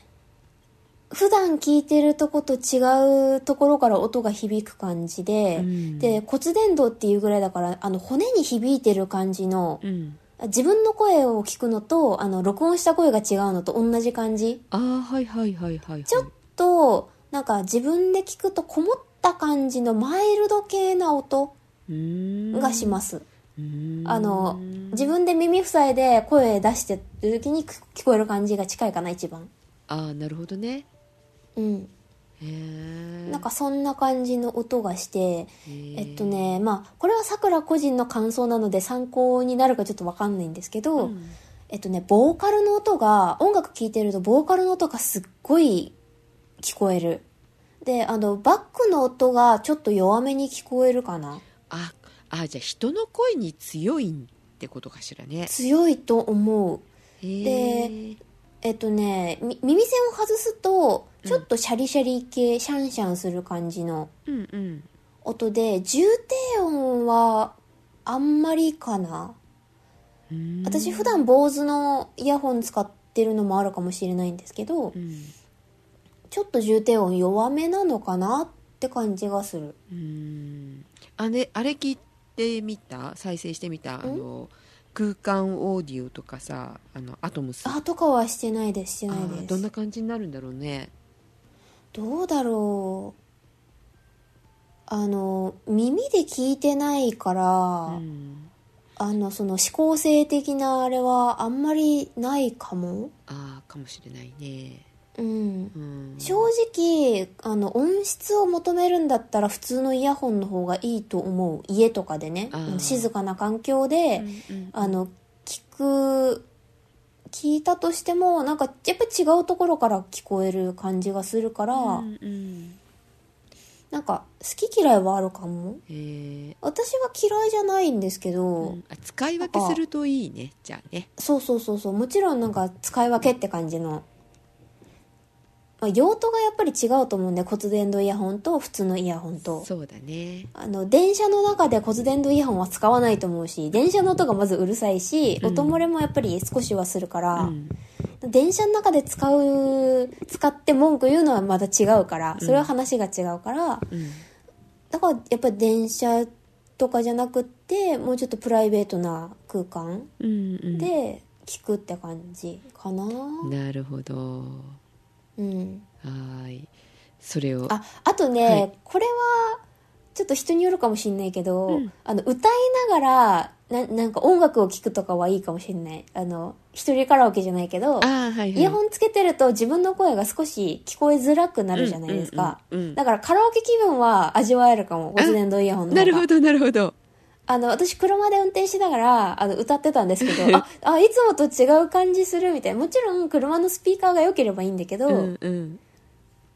Speaker 2: 普段聞いてるとこと違うところから音が響く感じで、
Speaker 1: うん
Speaker 2: で、骨伝導っていうぐらいだから、あの、骨に響いてる感じの、
Speaker 1: うん
Speaker 2: 自分の声を聞くのと、あの、録音した声が違うのと同じ感じ。
Speaker 1: ああはいはいはいはいはい
Speaker 2: ちょっと、なんか自分で聞くとこもったった感じのマイルド系な音が
Speaker 1: が
Speaker 2: します。あ
Speaker 1: あ
Speaker 2: の、自分で耳塞いで声出してる時に聞聞こえる感じが近いかな、一番。
Speaker 1: ああなるほどね
Speaker 2: うん。
Speaker 1: へえ
Speaker 2: なんかそんな感じの音がして、えっと
Speaker 1: ね
Speaker 2: ね、まあ、これは桜個人の感想なので参考になるかちょっとわかんないんですけど、えっとね、ボーカルの音が、音楽聴いてるとボーカルの音がすっごい聞こえる。で、あの、バックの音がちょっと弱めに聞こえるかな。
Speaker 1: ああじゃあ人の声に強いってことかしらね
Speaker 2: 強いと思う。
Speaker 1: へえ
Speaker 2: えっとね、み耳栓を外すと、ちょっとシャリシャリ系、シャンシャンする感じの
Speaker 1: うんうん
Speaker 2: 音で、重低音はあんまりかな。
Speaker 1: うーん
Speaker 2: 私普段坊主のイヤホン使ってるのもあるかもしれないんですけど
Speaker 1: う、ん
Speaker 2: ちょっと重低音弱めなのかなって感じがする。
Speaker 1: うーんあれあれ聞いてみた再生してみたあの空間オーディオとかさあのアトムス
Speaker 2: あとかはしてないです、してない
Speaker 1: あー
Speaker 2: です。
Speaker 1: どんな感じになるんだろうね
Speaker 2: どうだろう。あの、耳で聞いてないから、
Speaker 1: うん
Speaker 2: あの、その思考性的なあれはあんまりないかも。
Speaker 1: ああかもしれないね
Speaker 2: うん。
Speaker 1: うん
Speaker 2: 正直、あの、音質を求めるんだったら普通のイヤホンの方がいいと思う。家とかでね。
Speaker 1: あー
Speaker 2: 静かな環境で、
Speaker 1: うん
Speaker 2: あの、聞く、聞いたとしても、なんか、やっぱ違うところから聞こえる感じがするから、
Speaker 1: うんうん
Speaker 2: なんか、好き嫌いはあるかも。
Speaker 1: へー
Speaker 2: 私は嫌いじゃないんですけど、
Speaker 1: うんあ使い分けするといいねじゃあね
Speaker 2: そうそうそうそうもちろんなんか使い分けって感じの、まあ、用途がやっぱり違うと思うんで骨伝導イヤホンと普通のイヤホンと
Speaker 1: そうだね
Speaker 2: あの電車の中で骨伝導イヤホンは使わないと思うし電車の音がまずうるさいし、
Speaker 1: うん
Speaker 2: 音漏れもやっぱり少しはするから、
Speaker 1: うん
Speaker 2: 電車の中で使う使って文句言うのはまた違うからそれは話が違うから、
Speaker 1: うん
Speaker 2: だからやっぱり電車とかじゃなくってもうちょっとプライベートな空間
Speaker 1: うんうん
Speaker 2: で聞くって感じかな、
Speaker 1: なるほど
Speaker 2: うん、
Speaker 1: はーいそれを
Speaker 2: ああとね、
Speaker 1: はい
Speaker 2: これはちょっと人によるかもしんないけど、
Speaker 1: うん
Speaker 2: あの歌いながらななんか音楽を聴くとかはいいかもしんないあの一人カラオケじゃないけど
Speaker 1: あーはいはい
Speaker 2: イヤホンつけてると自分の声が少し聞こえづらくなるじゃないですか、
Speaker 1: うんうんうんうん
Speaker 2: だからカラオケ気分は味わえるかも骨伝導イヤホンの
Speaker 1: な
Speaker 2: 方
Speaker 1: る
Speaker 2: が
Speaker 1: ほどなるほど
Speaker 2: あの私車で運転しながらあの歌ってたんですけどああいつもと違う感じするみたいなもちろん車のスピーカーが良ければいいんだけど、
Speaker 1: うんうん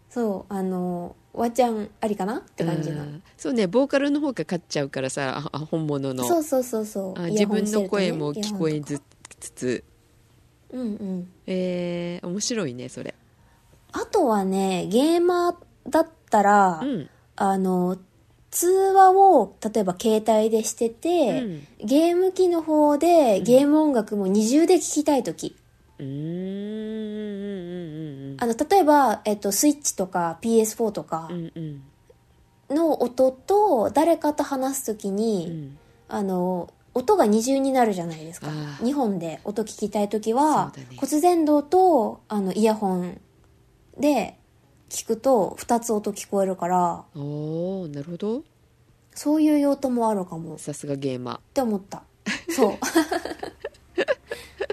Speaker 2: そうあのわちゃんありかなって感じの、
Speaker 1: うんそうねボーカルの方が勝っちゃうからさああ本物の
Speaker 2: そうそうそうそう
Speaker 1: あ
Speaker 2: イ
Speaker 1: 自
Speaker 2: ヤホン
Speaker 1: 分
Speaker 2: して
Speaker 1: の
Speaker 2: るとね
Speaker 1: 声も聞こえずつつ
Speaker 2: イヤホンとかうんうん
Speaker 1: えー、面白いねそれ
Speaker 2: あとはねゲーマーだったら、
Speaker 1: うん
Speaker 2: あの通話を例えば携帯でしてて、
Speaker 1: うん
Speaker 2: ゲーム機の方でゲーム音楽も二重で聞きたい時、
Speaker 1: うーんうんうんうん
Speaker 2: あの例えば、えっと、スイッチとか PS4 とか
Speaker 1: うんうん
Speaker 2: の音と誰かと話す時
Speaker 1: う
Speaker 2: に、
Speaker 1: ん
Speaker 2: あの音が二重になるじゃないですか
Speaker 1: あー
Speaker 2: 2本で音聞きたい時は、
Speaker 1: そうだね
Speaker 2: 骨伝導とあのイヤホンで聞くと2つ音聞こえるから
Speaker 1: おーなるほど
Speaker 2: そういう用途もあるかもっ
Speaker 1: さすがゲーマ
Speaker 2: て思 ったそう
Speaker 1: ー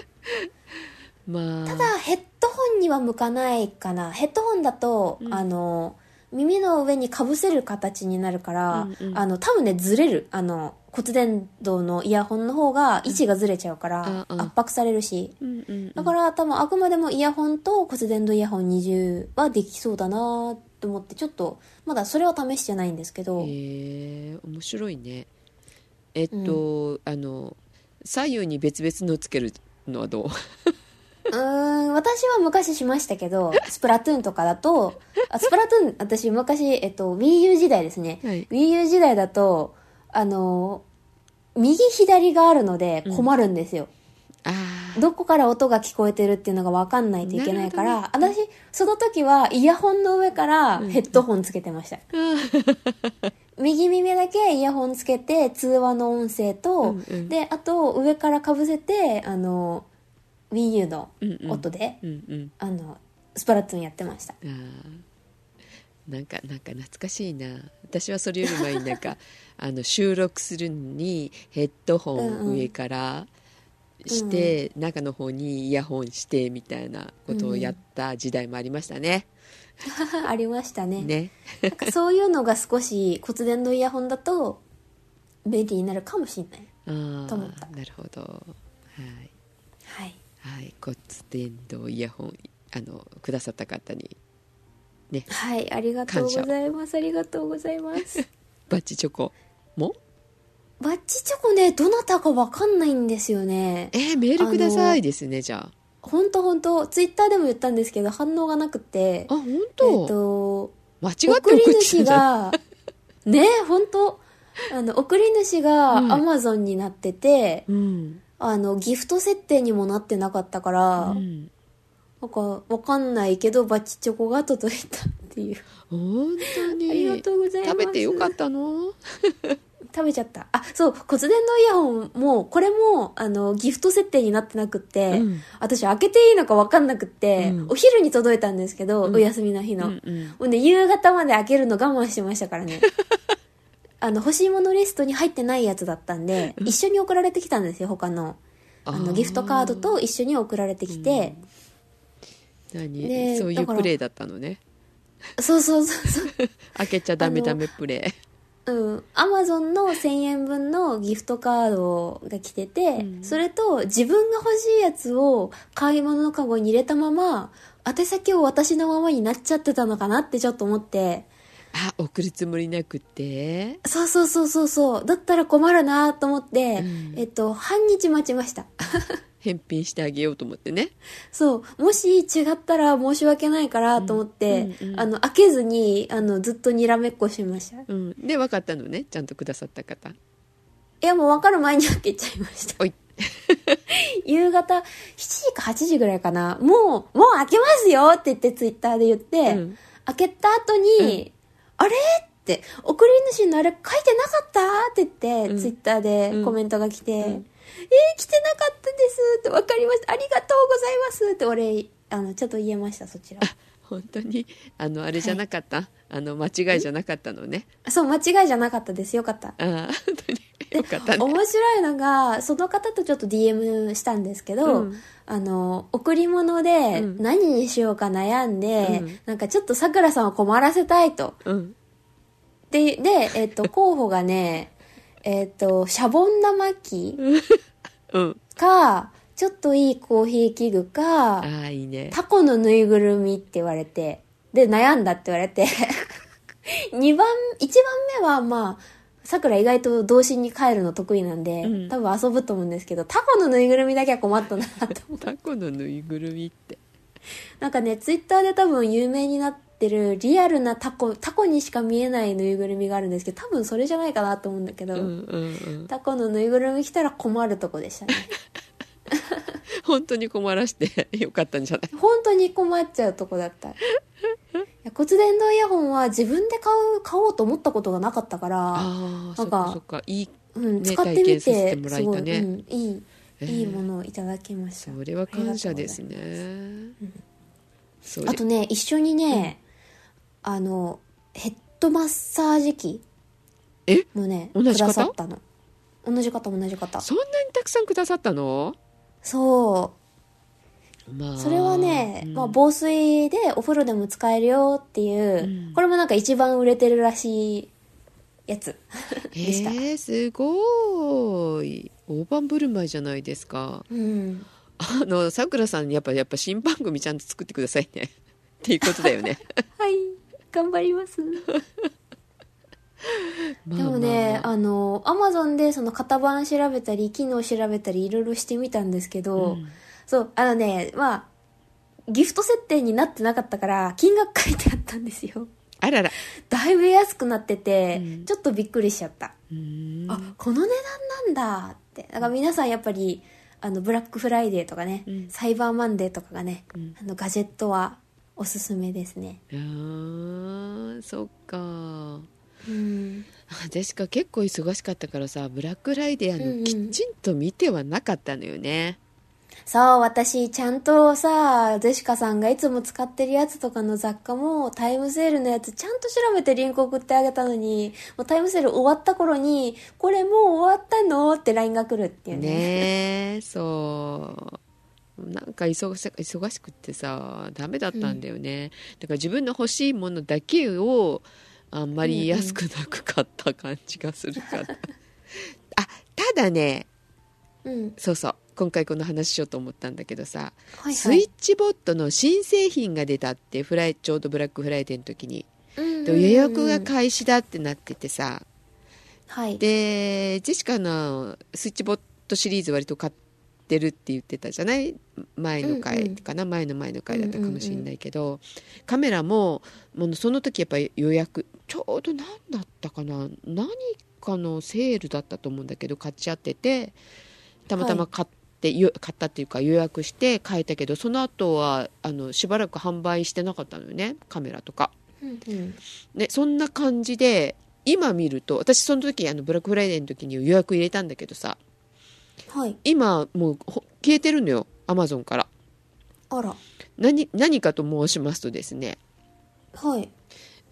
Speaker 1: まあ
Speaker 2: ただヘッドホンには向かないかなヘッドホンだと、
Speaker 1: うん
Speaker 2: あの耳の上にかぶせる形になるから、
Speaker 1: うんうん
Speaker 2: あの多分ねずれるあの骨伝導のイヤホンの方が位置がずれちゃうから、
Speaker 1: うんうん
Speaker 2: 圧迫されるし
Speaker 1: うんうんうん
Speaker 2: だから多分あくまでもイヤホンと骨伝導イヤホン20はできそうだなと思ってちょっとまだそれは試してないんですけど、
Speaker 1: へえ面白いねえっと、あの左右に別々のつけるのはどう
Speaker 2: うーん私は昔しましたけどスプラトゥーンとかだとあスプラトゥーン私昔、えっと、WiiU 時代ですね、
Speaker 1: はい
Speaker 2: WiiU 時代だとあの右左があるので困るんですよ、
Speaker 1: あ
Speaker 2: どこから音が聞こえてるっていうのが分かんないといけないから、私その時はイヤホンの上からヘッドホンつけてました、右耳だけイヤホンつけて通話の音声と、
Speaker 1: うんうん
Speaker 2: であと上からかぶせてあの WiiU の音で、
Speaker 1: うんうん
Speaker 2: あのスプラトゥーンやってました
Speaker 1: あーなんかなんか懐かしいな私はそれより前になん かあの収録するのにヘッドホ
Speaker 2: うんう
Speaker 1: ン
Speaker 2: ん
Speaker 1: 上からして、中の方にイヤホンしてみたいなことをやった時代もありましたね、
Speaker 2: ありましたね
Speaker 1: ね
Speaker 2: なんかそういうのが少し骨伝導イヤホンだと便利になるかもしれない
Speaker 1: あ
Speaker 2: と思っ
Speaker 1: あ
Speaker 2: た
Speaker 1: なるほどはい、
Speaker 2: はい
Speaker 1: はい、骨伝導イヤホンあのくださった方に
Speaker 2: はいありがとうございますありがとうございます
Speaker 1: バッチチョコも
Speaker 2: バッチチョコねどなたかわかんないんですよね
Speaker 1: えーメールくださいですねじゃ
Speaker 2: ほんとほんとツイッターでも言ったんですけど反応がなくて
Speaker 1: ああ本
Speaker 2: えっ
Speaker 1: 当、
Speaker 2: と
Speaker 1: 間違って
Speaker 2: 送
Speaker 1: 送っ
Speaker 2: り
Speaker 1: てた
Speaker 2: 主
Speaker 1: んじゃない
Speaker 2: がね本当あの送り主が
Speaker 1: うん
Speaker 2: アマゾンになってて、
Speaker 1: うん
Speaker 2: あのギフト設定にもなってなかったから、
Speaker 1: うん
Speaker 2: なんかわかんないけどバチチョコが届いたっていう
Speaker 1: 本当に
Speaker 2: ありがとうございます
Speaker 1: 食べてよかったの
Speaker 2: 食べちゃったあそう骨伝導イヤホンもこれもあのギフト設定になってなくって、
Speaker 1: うん
Speaker 2: 私開けていいのかわかんなくって、
Speaker 1: うん
Speaker 2: お昼に届いたんですけど、
Speaker 1: うん
Speaker 2: お休みの日
Speaker 1: う
Speaker 2: の、
Speaker 1: んうん
Speaker 2: ほんで夕方まで開けるの我慢してましたか らねあの欲しいものリストに入ってないやつだったんで一緒に送られてきたんですよ他のあ
Speaker 1: ー
Speaker 2: のギフトカードと一緒に送られてきて、
Speaker 1: 何、
Speaker 2: ね
Speaker 1: そういう
Speaker 2: だから
Speaker 1: プレーだったのね
Speaker 2: そうそうそうそう
Speaker 1: 開けちゃダメダメプレ
Speaker 2: うん、アマゾンの1000円分のギフトカードが来てて、
Speaker 1: うん
Speaker 2: それと自分が欲しいやつを買い物のカゴに入れたまま宛先を私のままになっちゃってたのかなってちょっと思って
Speaker 1: ーあ送るつもりなくて
Speaker 2: そうそうそうそうそうだったら困るなと思って、
Speaker 1: うん
Speaker 2: えっと半日待ちました
Speaker 1: 返品してあげようと思ってね
Speaker 2: そうもし違ったら申し訳ないからと思って、
Speaker 1: うんうんうん
Speaker 2: あの開けずにあのずっとにらめっこしましたい
Speaker 1: うんで分かったのねちゃんとくださった方
Speaker 2: やもう分かる前に開けちゃいました
Speaker 1: おい
Speaker 2: 夕方7時か8時ぐらいかなもうもう開けますよって言ってツイッターで言って、
Speaker 1: うん
Speaker 2: 開けた後に、あれって送り主のあれ書いてなかったって言って、
Speaker 1: うん
Speaker 2: ツイッター
Speaker 1: う
Speaker 2: で
Speaker 1: ん
Speaker 2: コメントが来て、
Speaker 1: ん
Speaker 2: えー、来てなかったですって分かりましたありがとうございますってお礼あのちょっと言えましたそちら
Speaker 1: 本当にあのあれじゃなかった、あの間違いじゃなかったのね
Speaker 2: そう間違いじゃなかったですよかった
Speaker 1: あー本当によかったね
Speaker 2: 面白いのがその方とちょっと DM したんですけど、
Speaker 1: うん
Speaker 2: あの贈り物で
Speaker 1: うん
Speaker 2: 何にしようか悩んで、
Speaker 1: うん
Speaker 2: なんかちょっとさくらさんを困らせたいと
Speaker 1: うん
Speaker 2: でで、え っと候補がねえっとシャボン玉機
Speaker 1: うん
Speaker 2: かちょっといいコーヒー器具
Speaker 1: あ
Speaker 2: か
Speaker 1: あいいね
Speaker 2: タコのぬいぐるみって言われてで悩んだって言われて 二番1番目はまあさくら意外と童心に帰るの得意なんで、
Speaker 1: うん
Speaker 2: 多分遊ぶと思うんですけどタコのぬいぐるみだけは困ったなと 思って
Speaker 1: タコのぬいぐるみって
Speaker 2: なんかねツイッターで多分有名になってるリアルなタコタコにしか見えないぬいぐるみがあるんですけど多分それじゃないかなと思うんだけど、
Speaker 1: うんうんうん
Speaker 2: タコのぬいぐるみ来たら困るとこでしたね
Speaker 1: 本当に困らしてよかったんじゃない
Speaker 2: 本当に困っちゃうとこだったいや骨伝導イヤホンは自分で買う買おうと思ったことがなかったから、
Speaker 1: ああ
Speaker 2: な
Speaker 1: そっ
Speaker 2: ん
Speaker 1: か
Speaker 2: か
Speaker 1: そっかいい
Speaker 2: う
Speaker 1: ね
Speaker 2: ん、使ってみ
Speaker 1: 体験
Speaker 2: て
Speaker 1: させてもらえ
Speaker 2: すご
Speaker 1: た
Speaker 2: い、
Speaker 1: ね
Speaker 2: うん、いい、
Speaker 1: えー
Speaker 2: いいものをいただきました
Speaker 1: それは感謝ですねそれ
Speaker 2: あとね一緒にね、あのヘッドマッサージ機
Speaker 1: え
Speaker 2: もね
Speaker 1: 同
Speaker 2: く
Speaker 1: じ
Speaker 2: だ
Speaker 1: 方
Speaker 2: さったの同じ方同じ方
Speaker 1: そんなにたくさんくださったの
Speaker 2: そう
Speaker 1: まあ
Speaker 2: それはね、
Speaker 1: うん
Speaker 2: まあ、防水でお風呂でも使えるよっていう、
Speaker 1: うん
Speaker 2: これもなんか一番売れてるらしいやつ
Speaker 1: へ
Speaker 2: でした、
Speaker 1: えすごい大盤振る舞いじゃないですか
Speaker 2: うん、
Speaker 1: あのさくらさんやっぱやっぱ新番組ちゃんと作ってくださいね っていうことだ よね
Speaker 2: はい頑張ります
Speaker 1: まあ
Speaker 2: でもね、
Speaker 1: まあまあ
Speaker 2: あのアマゾンでその型番調べたり機能調べたりいろいろしてみたんですけど、
Speaker 1: うん
Speaker 2: そうあのねまあギフト設定になってなかったから金額書いてあったんですよ
Speaker 1: あらら
Speaker 2: だいぶ安くなってて、
Speaker 1: うん
Speaker 2: ちょっとびっくりしちゃった
Speaker 1: うーん
Speaker 2: あこの値段なんだってだから皆さんやっぱりあのブラックフライデーとかね、
Speaker 1: うん
Speaker 2: サイバーマンデーとかがね、
Speaker 1: うん
Speaker 2: あのガジェットはおすすめですね
Speaker 1: あーそっか
Speaker 2: うん
Speaker 1: 私が結構忙しかったからさブラックフライデーあの、
Speaker 2: うんうん
Speaker 1: きちんと見てはなかったのよね
Speaker 2: そう、私、ちゃんとさ、ゼシカさんがいつも使ってるやつとかの雑貨も、タイムセールのやつ、ちゃんと調べてリンク送ってあげたのに、もうタイムセール終わった頃に、これもう終わったのって LINE が来るっていうね。
Speaker 1: ねえそうなんか忙し忙しくってさダメだったんだよね、だから自分の欲しいものだけをあんまり安くなく買った感じがする から、あただね
Speaker 2: うん。
Speaker 1: そうそう今回この話しようと思ったんだけどさ、
Speaker 2: はい
Speaker 1: ス
Speaker 2: は
Speaker 1: イ
Speaker 2: い
Speaker 1: ッ。チボットの新製品が出たってフライちょうどブラックフライデーの時に
Speaker 2: うん
Speaker 1: で予約が開始だってなっててさ、
Speaker 2: はい。
Speaker 1: でジェシカのスイッチボットシリーズ割と買ってるって言ってたじゃない前の回かな、前の前の回だったかもしれないけど、カメラももうその時やっぱり予約ちょうど何だったかな何かのセールだったと思うんだけど買っちゃっててたまたま買って、よ買ったっていうか予約して買えたけどその後はあのしばらく販売してなかったのよねカメラとか。
Speaker 2: うんうん。
Speaker 1: ね、そんな感じで今見ると私その時あのブラックフライデーの時に予約入れたんだけどさ
Speaker 2: はい。
Speaker 1: 今もうほ消えてるのよアマゾンから
Speaker 2: あら。
Speaker 1: 何何かと申しますとですね
Speaker 2: はい。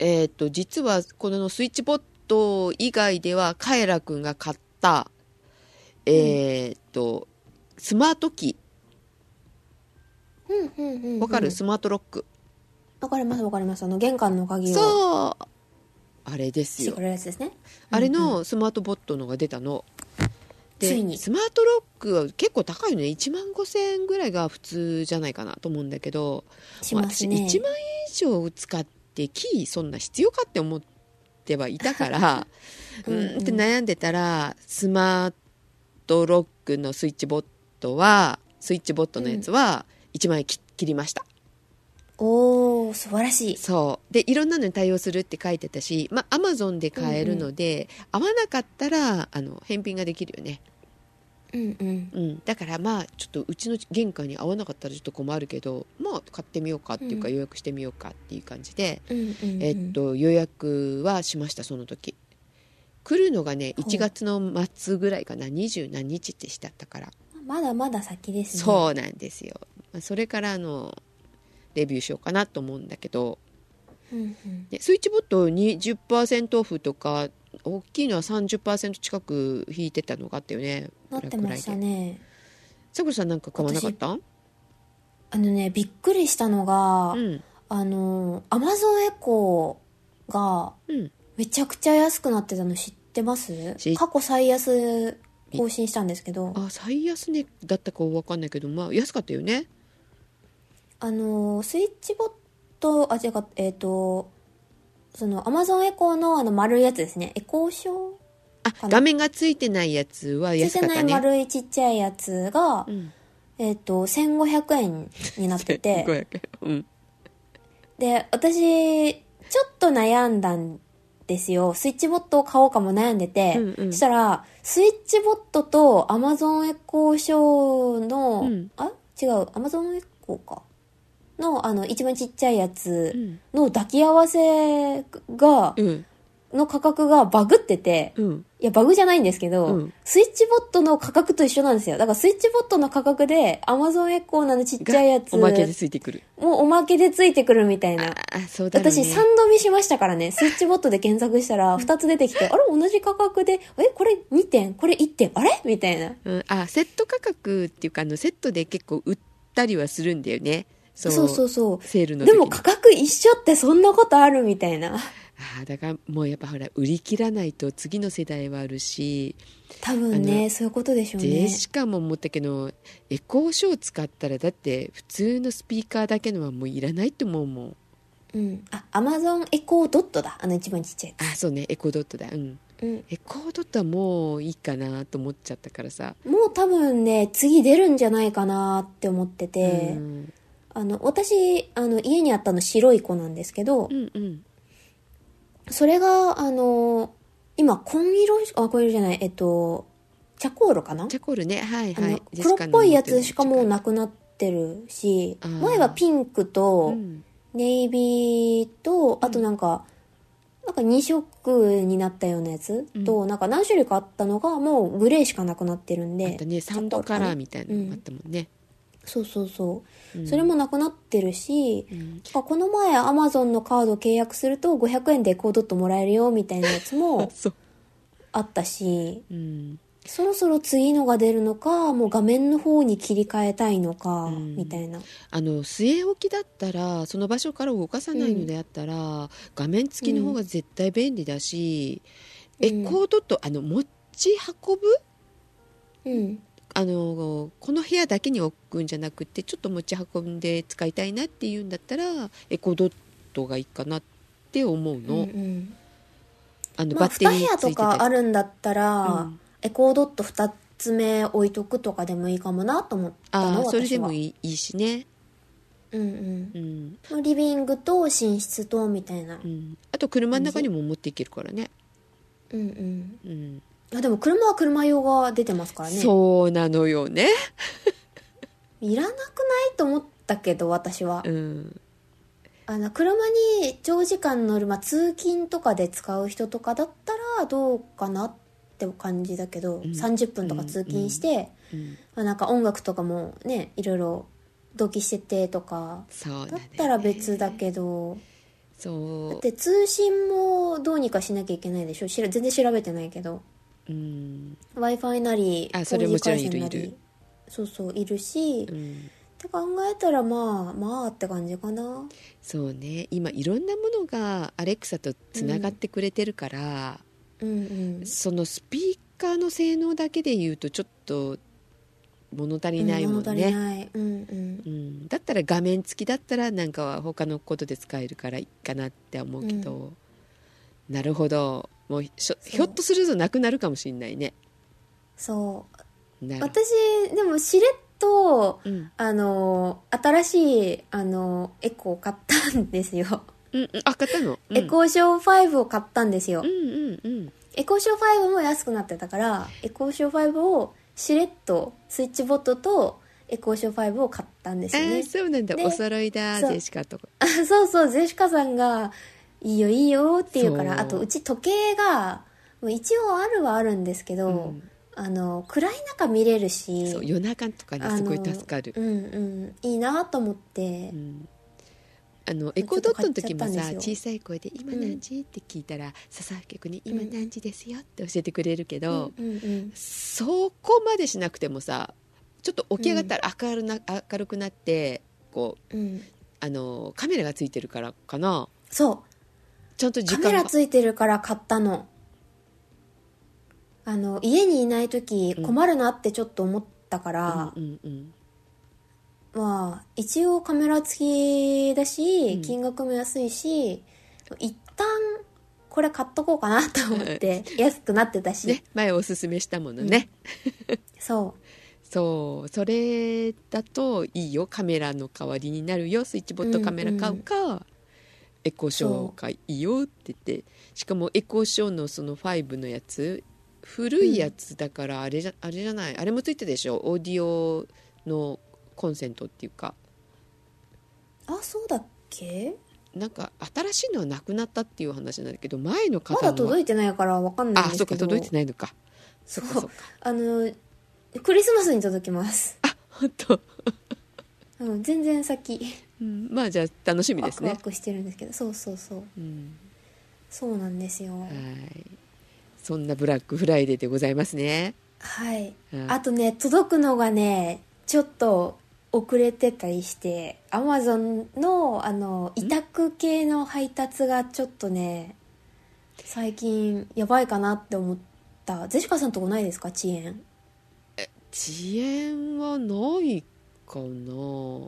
Speaker 1: えっ、と実はこのスイッチボット以外ではカエラくんが買ったえっ、と、スマートキ
Speaker 2: うんうんうんう
Speaker 1: ー
Speaker 2: ん。
Speaker 1: わかる、スマートロック
Speaker 2: わかりますわかります。あの、玄関の鍵を。う。
Speaker 1: そうあれです
Speaker 2: して
Speaker 1: よ
Speaker 2: くれるやつですね。
Speaker 1: あれ
Speaker 2: うんうん、
Speaker 1: のスマートボットのが出たの。で
Speaker 2: ついに
Speaker 1: スマートロックは結構高いのね1万5000円ぐらいが普通じゃないかなと思うんだけど、
Speaker 2: しますね。
Speaker 1: 私1万円以上使ってキーそんな必要かって思ってはいたからう
Speaker 2: うんうん
Speaker 1: んって悩んでたらスマートロックのスイッチボットはスイッチボットのやつは1万円切切りました。
Speaker 2: おー、素晴らしい。
Speaker 1: そうでいろんなのに対応するって書いてたし、まあ、アマゾンで買えるので、合わなかったらあの返品ができるよね、
Speaker 2: うんうん。
Speaker 1: うん、だからまあちょっとうちの玄関に合わなかったらちょっと困るけどまあ買ってみようかっていうか、
Speaker 2: う
Speaker 1: 予約してみようかっていう感じで、
Speaker 2: うんうんうん。
Speaker 1: えっと、予約はしましたその時来るのがね
Speaker 2: ほう
Speaker 1: 1月の末ぐらいかな二十何日ってしたったから、
Speaker 2: まだまだ先ですね。
Speaker 1: そうなんですよまあそれからあのレビューしようかなと思うんだけど
Speaker 2: うんうん。
Speaker 1: ね、スイッチボット20%オフとか大きいのは30%近く引いてたのがあったよね
Speaker 2: なってましたね。
Speaker 1: さくらさんなんか買わなかった
Speaker 2: あのね、びっくりしたのが、
Speaker 1: うん
Speaker 2: あの、アマゾンエコーが
Speaker 1: うん
Speaker 2: めちゃくちゃ安くなってたの知ってます
Speaker 1: 知っ
Speaker 2: 過去最安更新したんですけど、
Speaker 1: あ最安値だったかわかんないけどまあ安かったよね
Speaker 2: あの、スイッチボット、あ、違う、えっ、と、その、アマゾンエコーのあの丸いやつですね。エコー賞
Speaker 1: あ
Speaker 2: な
Speaker 1: 画面がついてないやつは
Speaker 2: つい
Speaker 1: 安
Speaker 2: て
Speaker 1: かっ
Speaker 2: な
Speaker 1: た
Speaker 2: い
Speaker 1: ね
Speaker 2: 丸いちっちゃいやつが、
Speaker 1: うん
Speaker 2: えっ、と、1500円にな ってて、
Speaker 1: 500円うん
Speaker 2: で、私、ちょっと悩んだんですよ。スイッチボットを買おうかも悩んでて、
Speaker 1: うんうん
Speaker 2: そしたら、スイッチボットとアマゾンエコーショーの、
Speaker 1: うん
Speaker 2: あ違う、アマゾンエコーか。の、あの、一番ちっちゃいや
Speaker 1: う
Speaker 2: つ
Speaker 1: ん
Speaker 2: の抱き合わせが、
Speaker 1: うん
Speaker 2: の価格がバグってて、
Speaker 1: うん
Speaker 2: いや、バグじゃないんですけど、
Speaker 1: うん
Speaker 2: スイッチボットの価格と一緒なんですよ。だからスイッチボットの価格で、アマゾンエコーのあのちっちゃいやつ
Speaker 1: おまけでついてくる
Speaker 2: もうおまけでついてくるみた
Speaker 1: あ
Speaker 2: いな。
Speaker 1: あそうだろうね
Speaker 2: 私3度見しましたからね、スイッチボットで検索したら2つ出てきて、あれ同じ価格で、え、これ2点、これ1点、あれみたいな。
Speaker 1: うん、あセット価格っていうかあのセットで結構売ったりはするんだよねそ
Speaker 2: そううそうそ
Speaker 1: セール
Speaker 2: う。
Speaker 1: の時に
Speaker 2: でも価格一緒ってそんなことあるみたいな。
Speaker 1: ああだからもうやっぱほら売り切らないと次の世代はあるし、
Speaker 2: 多分
Speaker 1: あ
Speaker 2: ね、そういうことでしょう
Speaker 1: で
Speaker 2: ね。
Speaker 1: しかも思ったけどエコーショー使ったらだって普通のスピーカーだけのはもういらないと思うもん
Speaker 2: うん。あ、アマゾンエコードットだ。あの一番ちっちゃいや
Speaker 1: あそうねエコードットだうん
Speaker 2: つ。うん。
Speaker 1: エコードットはもういいかなと思っちゃったからさ、
Speaker 2: もう多分ね、次出るんじゃないかなって思ってて、
Speaker 1: うん
Speaker 2: あの、私、あの、家にあったの白い子なんですけど、
Speaker 1: うんうん
Speaker 2: それが、あの、今、紺色し、あ、紺色じゃない、えっと、チャコールかな
Speaker 1: チャコールねはい
Speaker 2: あ
Speaker 1: は
Speaker 2: の
Speaker 1: い
Speaker 2: 黒っぽいやつしかもう
Speaker 1: な
Speaker 2: なくなってるし
Speaker 1: あー、
Speaker 2: 前はピンクと、
Speaker 1: ん、
Speaker 2: ネイビーと、あとなんか、なんか2色になったようなやつと、なんか何種類かあったのが、もうグレーしかなくなってるん
Speaker 1: あ
Speaker 2: で
Speaker 1: と。ねサンドカラーみたいなのもあったもんね、
Speaker 2: そうそうそうう、
Speaker 1: ん
Speaker 2: それもなくなってるし、
Speaker 1: うん
Speaker 2: あこの前アマゾンのカード契約すると500円でコードットもらえるよみたいなや つも
Speaker 1: そう
Speaker 2: あったし
Speaker 1: うん
Speaker 2: そろそろ次のが出るのかもう画面の方に切り替えたいのか、
Speaker 1: うん
Speaker 2: みたいな
Speaker 1: あの据え置きだったらその場所から動かさないのであったら、画面付きの方が絶対便利だし、エ
Speaker 2: うん
Speaker 1: コードットあの持ち運ぶ
Speaker 2: うん
Speaker 1: あのこの部屋だけに置くんじゃなくてちょっと持ち運んで使いたいなっていうんだったらエコドットがいいかなって思うの,、
Speaker 2: うんうん
Speaker 1: あの
Speaker 2: ま
Speaker 1: バ
Speaker 2: あ
Speaker 1: ッテリ
Speaker 2: 2部
Speaker 1: ー
Speaker 2: 屋
Speaker 1: つい
Speaker 2: と
Speaker 1: てたり
Speaker 2: かあるんだったら、
Speaker 1: うん
Speaker 2: エコードット2つ目置いとくとかでもいいかもなと思った
Speaker 1: あ
Speaker 2: の
Speaker 1: あ
Speaker 2: 私は
Speaker 1: それでもいいいいしね、
Speaker 2: うんうん
Speaker 1: うん
Speaker 2: まあリビングと寝室とみたいな、
Speaker 1: うん、あと車の中にも持っていけるからね、
Speaker 2: うんうん
Speaker 1: うん、
Speaker 2: あでも車は車用が出てますからね
Speaker 1: そうなのよね、
Speaker 2: いらなくないと思ったけど私は、
Speaker 1: うん、
Speaker 2: あの車に長時間乗る、まあ、通勤とかで使う人とかだったらどうかなって感じだけど、
Speaker 1: ん
Speaker 2: 30分とか通勤して、
Speaker 1: うん、
Speaker 2: まあ、なんか音楽とかもねいろいろ同期しててとか
Speaker 1: そうなのよ
Speaker 2: だ
Speaker 1: ね
Speaker 2: ったら別だけど、
Speaker 1: そう
Speaker 2: だって通信もどうにかしなきゃいけないでしょしら全然調べてないけど
Speaker 1: うん、
Speaker 2: w i f i なり
Speaker 1: あそれもちろんいる
Speaker 2: 4G 回線ない
Speaker 1: る
Speaker 2: そうそういるし、
Speaker 1: う
Speaker 2: っ
Speaker 1: ん、
Speaker 2: て考えたらまあまあって感じかな
Speaker 1: そうね今いろんなものがアレクサとつながってくれてるから、
Speaker 2: うんうん
Speaker 1: そのスピーカーの性能だけで言うとちょっと物足りないもん
Speaker 2: 物足り
Speaker 1: ね、
Speaker 2: ないうんうん
Speaker 1: うんだったら画面付きだったらなんかは他のことで使えるからいいかなって思うけど、なるほどもうひょ
Speaker 2: そう
Speaker 1: ひょっとするとなくなるかもしれないね
Speaker 2: そう
Speaker 1: なるほど
Speaker 2: 私でもしれっと
Speaker 1: うん、
Speaker 2: あの新しいあのエコー買ったんですよ、
Speaker 1: うんうん、あ買ったの、うん
Speaker 2: エコーショー5を買ったんですよ、
Speaker 1: うんうんうん
Speaker 2: エコーショー5も安くなってたからエコーショー5をしれっとスイッチボットとエコーショー5を買ったんです
Speaker 1: あ
Speaker 2: よね
Speaker 1: ーそうなんだ
Speaker 2: で
Speaker 1: お揃いだ
Speaker 2: そう
Speaker 1: ジェシカとか
Speaker 2: あそうそうゼシカさんが「いいよいいよ」って言うか
Speaker 1: そう
Speaker 2: らあとうち時計がもう一応あるはあるんですけど、
Speaker 1: うん
Speaker 2: あの暗い中見れるし
Speaker 1: そう夜中とかにすごい助かる
Speaker 2: あのうんうんいいなと思って、
Speaker 1: うんあの
Speaker 2: ち
Speaker 1: エ
Speaker 2: ょっと
Speaker 1: コードットの時も
Speaker 2: 買っちゃ
Speaker 1: さ
Speaker 2: ったんです
Speaker 1: 小
Speaker 2: よ
Speaker 1: さい声で「今
Speaker 2: うん
Speaker 1: 何時?」って聞いたら笹原局に「今
Speaker 2: うん
Speaker 1: 何時ですよ」って教えてくれるけど、
Speaker 2: うんうん
Speaker 1: そこまでしなくてもさちょっと起き上がったら明るな明るくなってこう
Speaker 2: うんうん
Speaker 1: あのカメラがついてるからかな
Speaker 2: そ
Speaker 1: ちゃんと
Speaker 2: う
Speaker 1: 時
Speaker 2: カメ
Speaker 1: 間
Speaker 2: ラ
Speaker 1: が
Speaker 2: ついてるから買ったのあの家にいない時
Speaker 1: うん
Speaker 2: 困るなってちょっと思ったから、
Speaker 1: うんうん
Speaker 2: まあ一応カメラ付きだし、
Speaker 1: うん
Speaker 2: 金額も安いし一旦これ買っとこうかなと思 って安くなってたし、
Speaker 1: ね前おすすめしたものね、
Speaker 2: そ
Speaker 1: そうそれだといいよカメラの代わりになるよスイッチボットカメラ買うか、エコーショーがいいよって言ってしかもエコーショーのその5のやつ古いやつだからあれじゃ,、あれじゃないあれもついてたでしょオーディオのコンセントっていうか
Speaker 2: うあそうだっけ
Speaker 1: なんか新しいのはなくなったっていう話なんだけど前の方
Speaker 2: まだ
Speaker 1: のは
Speaker 2: 届いてないからわかんないん
Speaker 1: あ
Speaker 2: で
Speaker 1: そ
Speaker 2: す
Speaker 1: うか
Speaker 2: けど
Speaker 1: 届いてないのかそ
Speaker 2: そ
Speaker 1: ううかそうか
Speaker 2: あのクリスマスに届きます、
Speaker 1: 本当、
Speaker 2: うん、全然先
Speaker 1: うん、まあじゃあ楽しみで
Speaker 2: ワ
Speaker 1: す
Speaker 2: ク
Speaker 1: ね
Speaker 2: ワクしてるんですけどそうそうそう
Speaker 1: うん
Speaker 2: そうなんですよ
Speaker 1: はい。そんなブラックフライデーでございますね。
Speaker 2: はい
Speaker 1: うん
Speaker 2: あとね届くのがねちょっと遅れてたりしてアマゾンのあの委託系の配達がちょっとね最近やばいかなって思ったゼシカさんとこないですか遅延
Speaker 1: 遅延はないかな。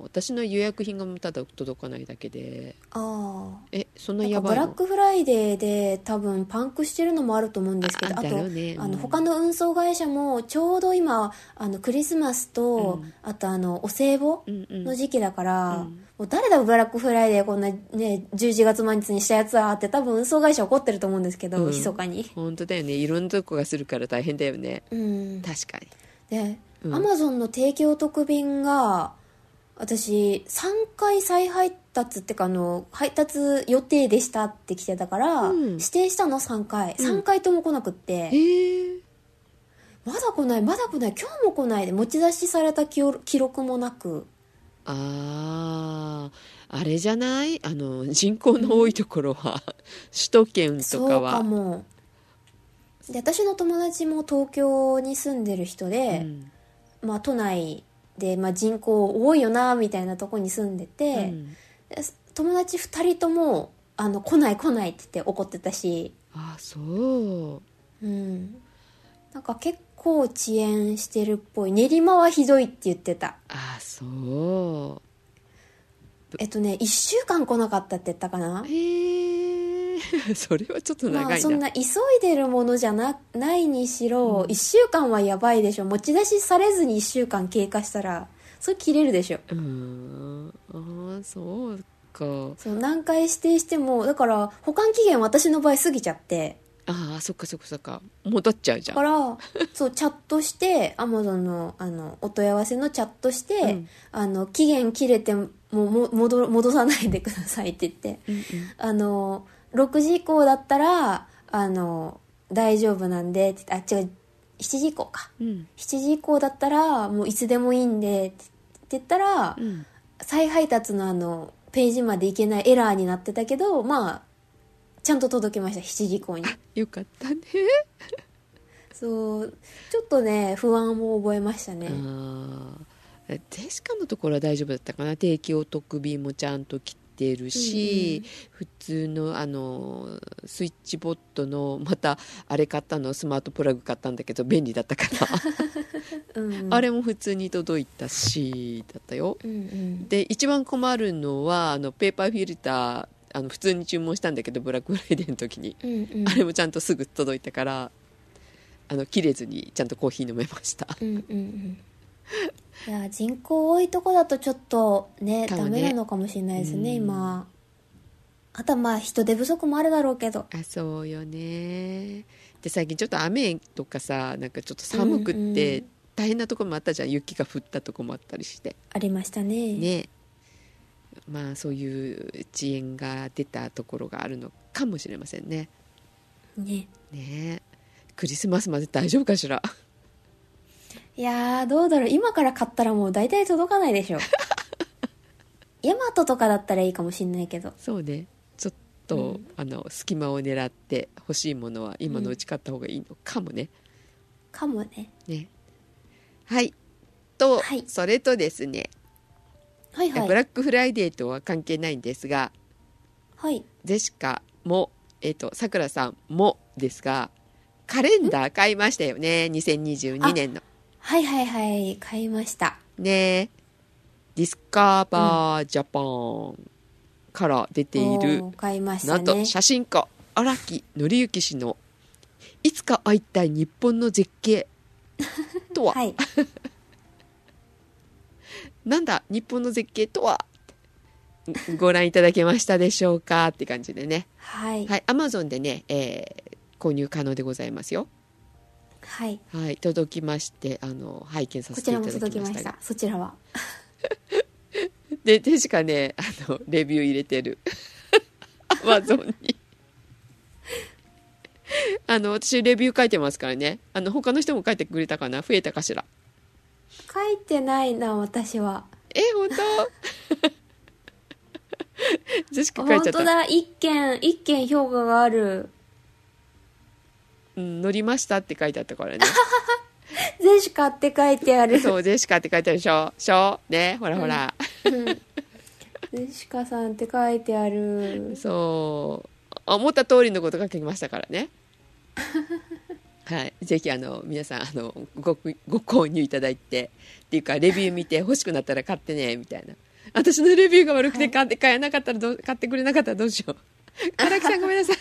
Speaker 1: 私の予約品がただ届かないだけで。
Speaker 2: ああ
Speaker 1: え、そんな
Speaker 2: なん
Speaker 1: やば
Speaker 2: かブ
Speaker 1: いの
Speaker 2: ラックフライデーで多分パンクしてるのもあると思うんですけどあ
Speaker 1: あだ
Speaker 2: と
Speaker 1: よね
Speaker 2: あ
Speaker 1: う
Speaker 2: の
Speaker 1: ん
Speaker 2: 他の運送会社もちょうど今あのクリスマスと、
Speaker 1: うん
Speaker 2: あとあのお歳暮
Speaker 1: うんうん
Speaker 2: の時期だから、
Speaker 1: うん
Speaker 2: もう誰だブラックフライデーこんなね11月満日にしたやつはって多分運送会社怒ってると思うんですけど、
Speaker 1: うん
Speaker 2: 密かに
Speaker 1: 本当だよね。いろんなとこがするから大変だよね。
Speaker 2: うん
Speaker 1: 確かに。
Speaker 2: で、
Speaker 1: うん
Speaker 2: アマゾンの提供特便が私3回再配達ってかあの配達予定でしたって来てたから、
Speaker 1: うん
Speaker 2: 指定したの3回
Speaker 1: うん
Speaker 2: 3回とも来なくって、
Speaker 1: へえ。
Speaker 2: まだ来ないまだ来ない今日も来ないで持ち出しされた記記録もなく
Speaker 1: あああれじゃないあの人口の多いところは首都圏とか
Speaker 2: そうか
Speaker 1: は
Speaker 2: もで私の友達も東京に住んでる人で、
Speaker 1: うん
Speaker 2: まあ、都内で、まあ、人口多いよなみたいなとこに住んでて、
Speaker 1: うん
Speaker 2: 友達2人ともあの来ない来ないって言って怒ってたし、
Speaker 1: あそう
Speaker 2: うん、なんか結構遅延してるっぽい練馬はひどいって言ってた
Speaker 1: あそ
Speaker 2: えっとね1週間来なかったって言ったかな
Speaker 1: うへえ それはちょっと長いな、
Speaker 2: まあそんな急いでるものじゃなないにしろ、
Speaker 1: うん
Speaker 2: 1週間はやばいでしょ持ち出しされずに1週間経過したらそれ切れるでしょ
Speaker 1: うーんあーそうか
Speaker 2: そう何回指定してもだから保管期限私の場合過ぎちゃって
Speaker 1: ああそっかそっかそっか戻っちゃうじ
Speaker 2: だ
Speaker 1: ゃ
Speaker 2: か
Speaker 1: ん
Speaker 2: らそうチャットしてアマゾンのあのお問い合わせのチャットして、
Speaker 1: うん
Speaker 2: あの期限切れてもも戻戻さないでくださいって言っ
Speaker 1: う
Speaker 2: て
Speaker 1: んうん
Speaker 2: あの6時以降だったらあの大丈夫なんでって言ってあ違う7時以降か
Speaker 1: うん
Speaker 2: 7時以降だったらもういつでもいいんでって言ったら、
Speaker 1: うん
Speaker 2: 再配達のあのページまで行けないエラーになってたけどまあちゃんと届きました7時以降に
Speaker 1: よかったね
Speaker 2: そうちょっとね不安も覚えましたね、
Speaker 1: ああジェシカのところは大丈夫だったかな定期お得便もちゃんと来てるし、普通のあのスイッチボットのまたあれ買ったのスマートプラグ買ったんだけど便利だったから
Speaker 2: うん
Speaker 1: あれも普通に届いたしだったよ
Speaker 2: うんうん
Speaker 1: で一番困るのはあのペーパーフィルターあの普通に注文したんだけどブラックフライデーの時に、
Speaker 2: うんうん
Speaker 1: あれもちゃんとすぐ届いたからあの切れずにちゃんとコーヒー飲めま した
Speaker 2: うんうんうんいや人口多いとこだとちょっとね
Speaker 1: か
Speaker 2: ダ
Speaker 1: もね
Speaker 2: メなのかもしれないですね
Speaker 1: うん
Speaker 2: 今あとはまあ人手不足もあるだろうけど
Speaker 1: あそうよねで最近ちょっと雨とかさなんかちょっと寒くっ
Speaker 2: う
Speaker 1: て
Speaker 2: んうん
Speaker 1: 大変なとこもあったじゃん、雪が降ったとこもあったりして
Speaker 2: ありましたね
Speaker 1: ねまあそういう遅延が出たところがあるのかもしれませんね
Speaker 2: ね
Speaker 1: ねクリスマスまで大丈夫かしら
Speaker 2: いやーどうだろう今から買ったらもう大体届かないでしょ ヤマトとかだったらいいかもしれないけど
Speaker 1: そうねちょっと、
Speaker 2: うん
Speaker 1: あの隙間を狙って欲しいものは今のうち買った方がいいのかもね、
Speaker 2: かもね
Speaker 1: ねはいと、
Speaker 2: はい
Speaker 1: それとですね
Speaker 2: はいは
Speaker 1: ブ
Speaker 2: い
Speaker 1: ラックフライデーとは関係ないんですが
Speaker 2: はい
Speaker 1: ジェシカもえっ、とさくらさんもですがカレンダー買いましたよね2022年の
Speaker 2: はいはいはい買いました
Speaker 1: ねディスカバージャパンから出ている、
Speaker 2: おー買いました
Speaker 1: なんと
Speaker 2: ね
Speaker 1: 写真家荒木紀之氏の「いつか会いたい日本の絶景」 とは、
Speaker 2: はい
Speaker 1: なんだ日本の絶景とはご覧いただけましたでしょうかって感じでね
Speaker 2: はい
Speaker 1: はい、アマゾンでね、えー購入可能でございますよ。
Speaker 2: はい
Speaker 1: はい、届きまして、あの拝見さ
Speaker 2: こ
Speaker 1: せ
Speaker 2: ち
Speaker 1: てい
Speaker 2: ら
Speaker 1: ただ
Speaker 2: も届
Speaker 1: き
Speaker 2: き
Speaker 1: ま
Speaker 2: ま
Speaker 1: し
Speaker 2: した
Speaker 1: が
Speaker 2: た。そちらは
Speaker 1: で、でしかね、あのレビュー入れてる。 アマゾンに。あの私レビュー書いてますからね。あの他の人も書いてくれたかな、増えたかしら。
Speaker 2: 書いてないな私は
Speaker 1: え、本当。 ジェシカ書い
Speaker 2: 本
Speaker 1: ちゃ
Speaker 2: 当
Speaker 1: った。
Speaker 2: だ一件一件評価がある
Speaker 1: うん、乗りましたって書いてあったからね。
Speaker 2: ゼシカって書いてある
Speaker 1: そう、ジェシカって書いてあるでしょ。しょ、ね、ほらほら。
Speaker 2: うんゼシカさんって書いてある
Speaker 1: そうあ思った通りのことが書きましたからね はいぜひあの皆さんあのごご購入いただいてっていうかレビュー見て欲しくなったら買ってねみたいな私のレビューが悪くて買って買えなかったらどう買ってくれなかったらどう しよう荒木さんごめんなさ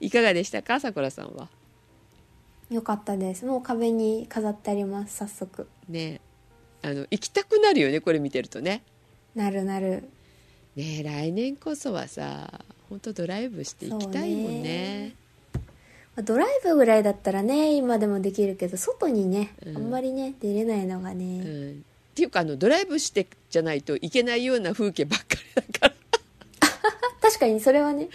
Speaker 1: いいかがでしたかさくらさんは
Speaker 2: よかったですもう壁に飾ってあります早速
Speaker 1: ねあの行きたくなるよねこれ見てるとね
Speaker 2: なるなる
Speaker 1: ね来年こそはさ本当ドライブしていきたいも
Speaker 2: そう
Speaker 1: ね
Speaker 2: んねまあドライブぐらいだったらね今でもできるけど外にね、
Speaker 1: うん
Speaker 2: あんまりね出れないのが
Speaker 1: う
Speaker 2: ね、
Speaker 1: んっていうかあのドライブしてじゃないといけないような風景ばっかりだから
Speaker 2: 確かにそれはね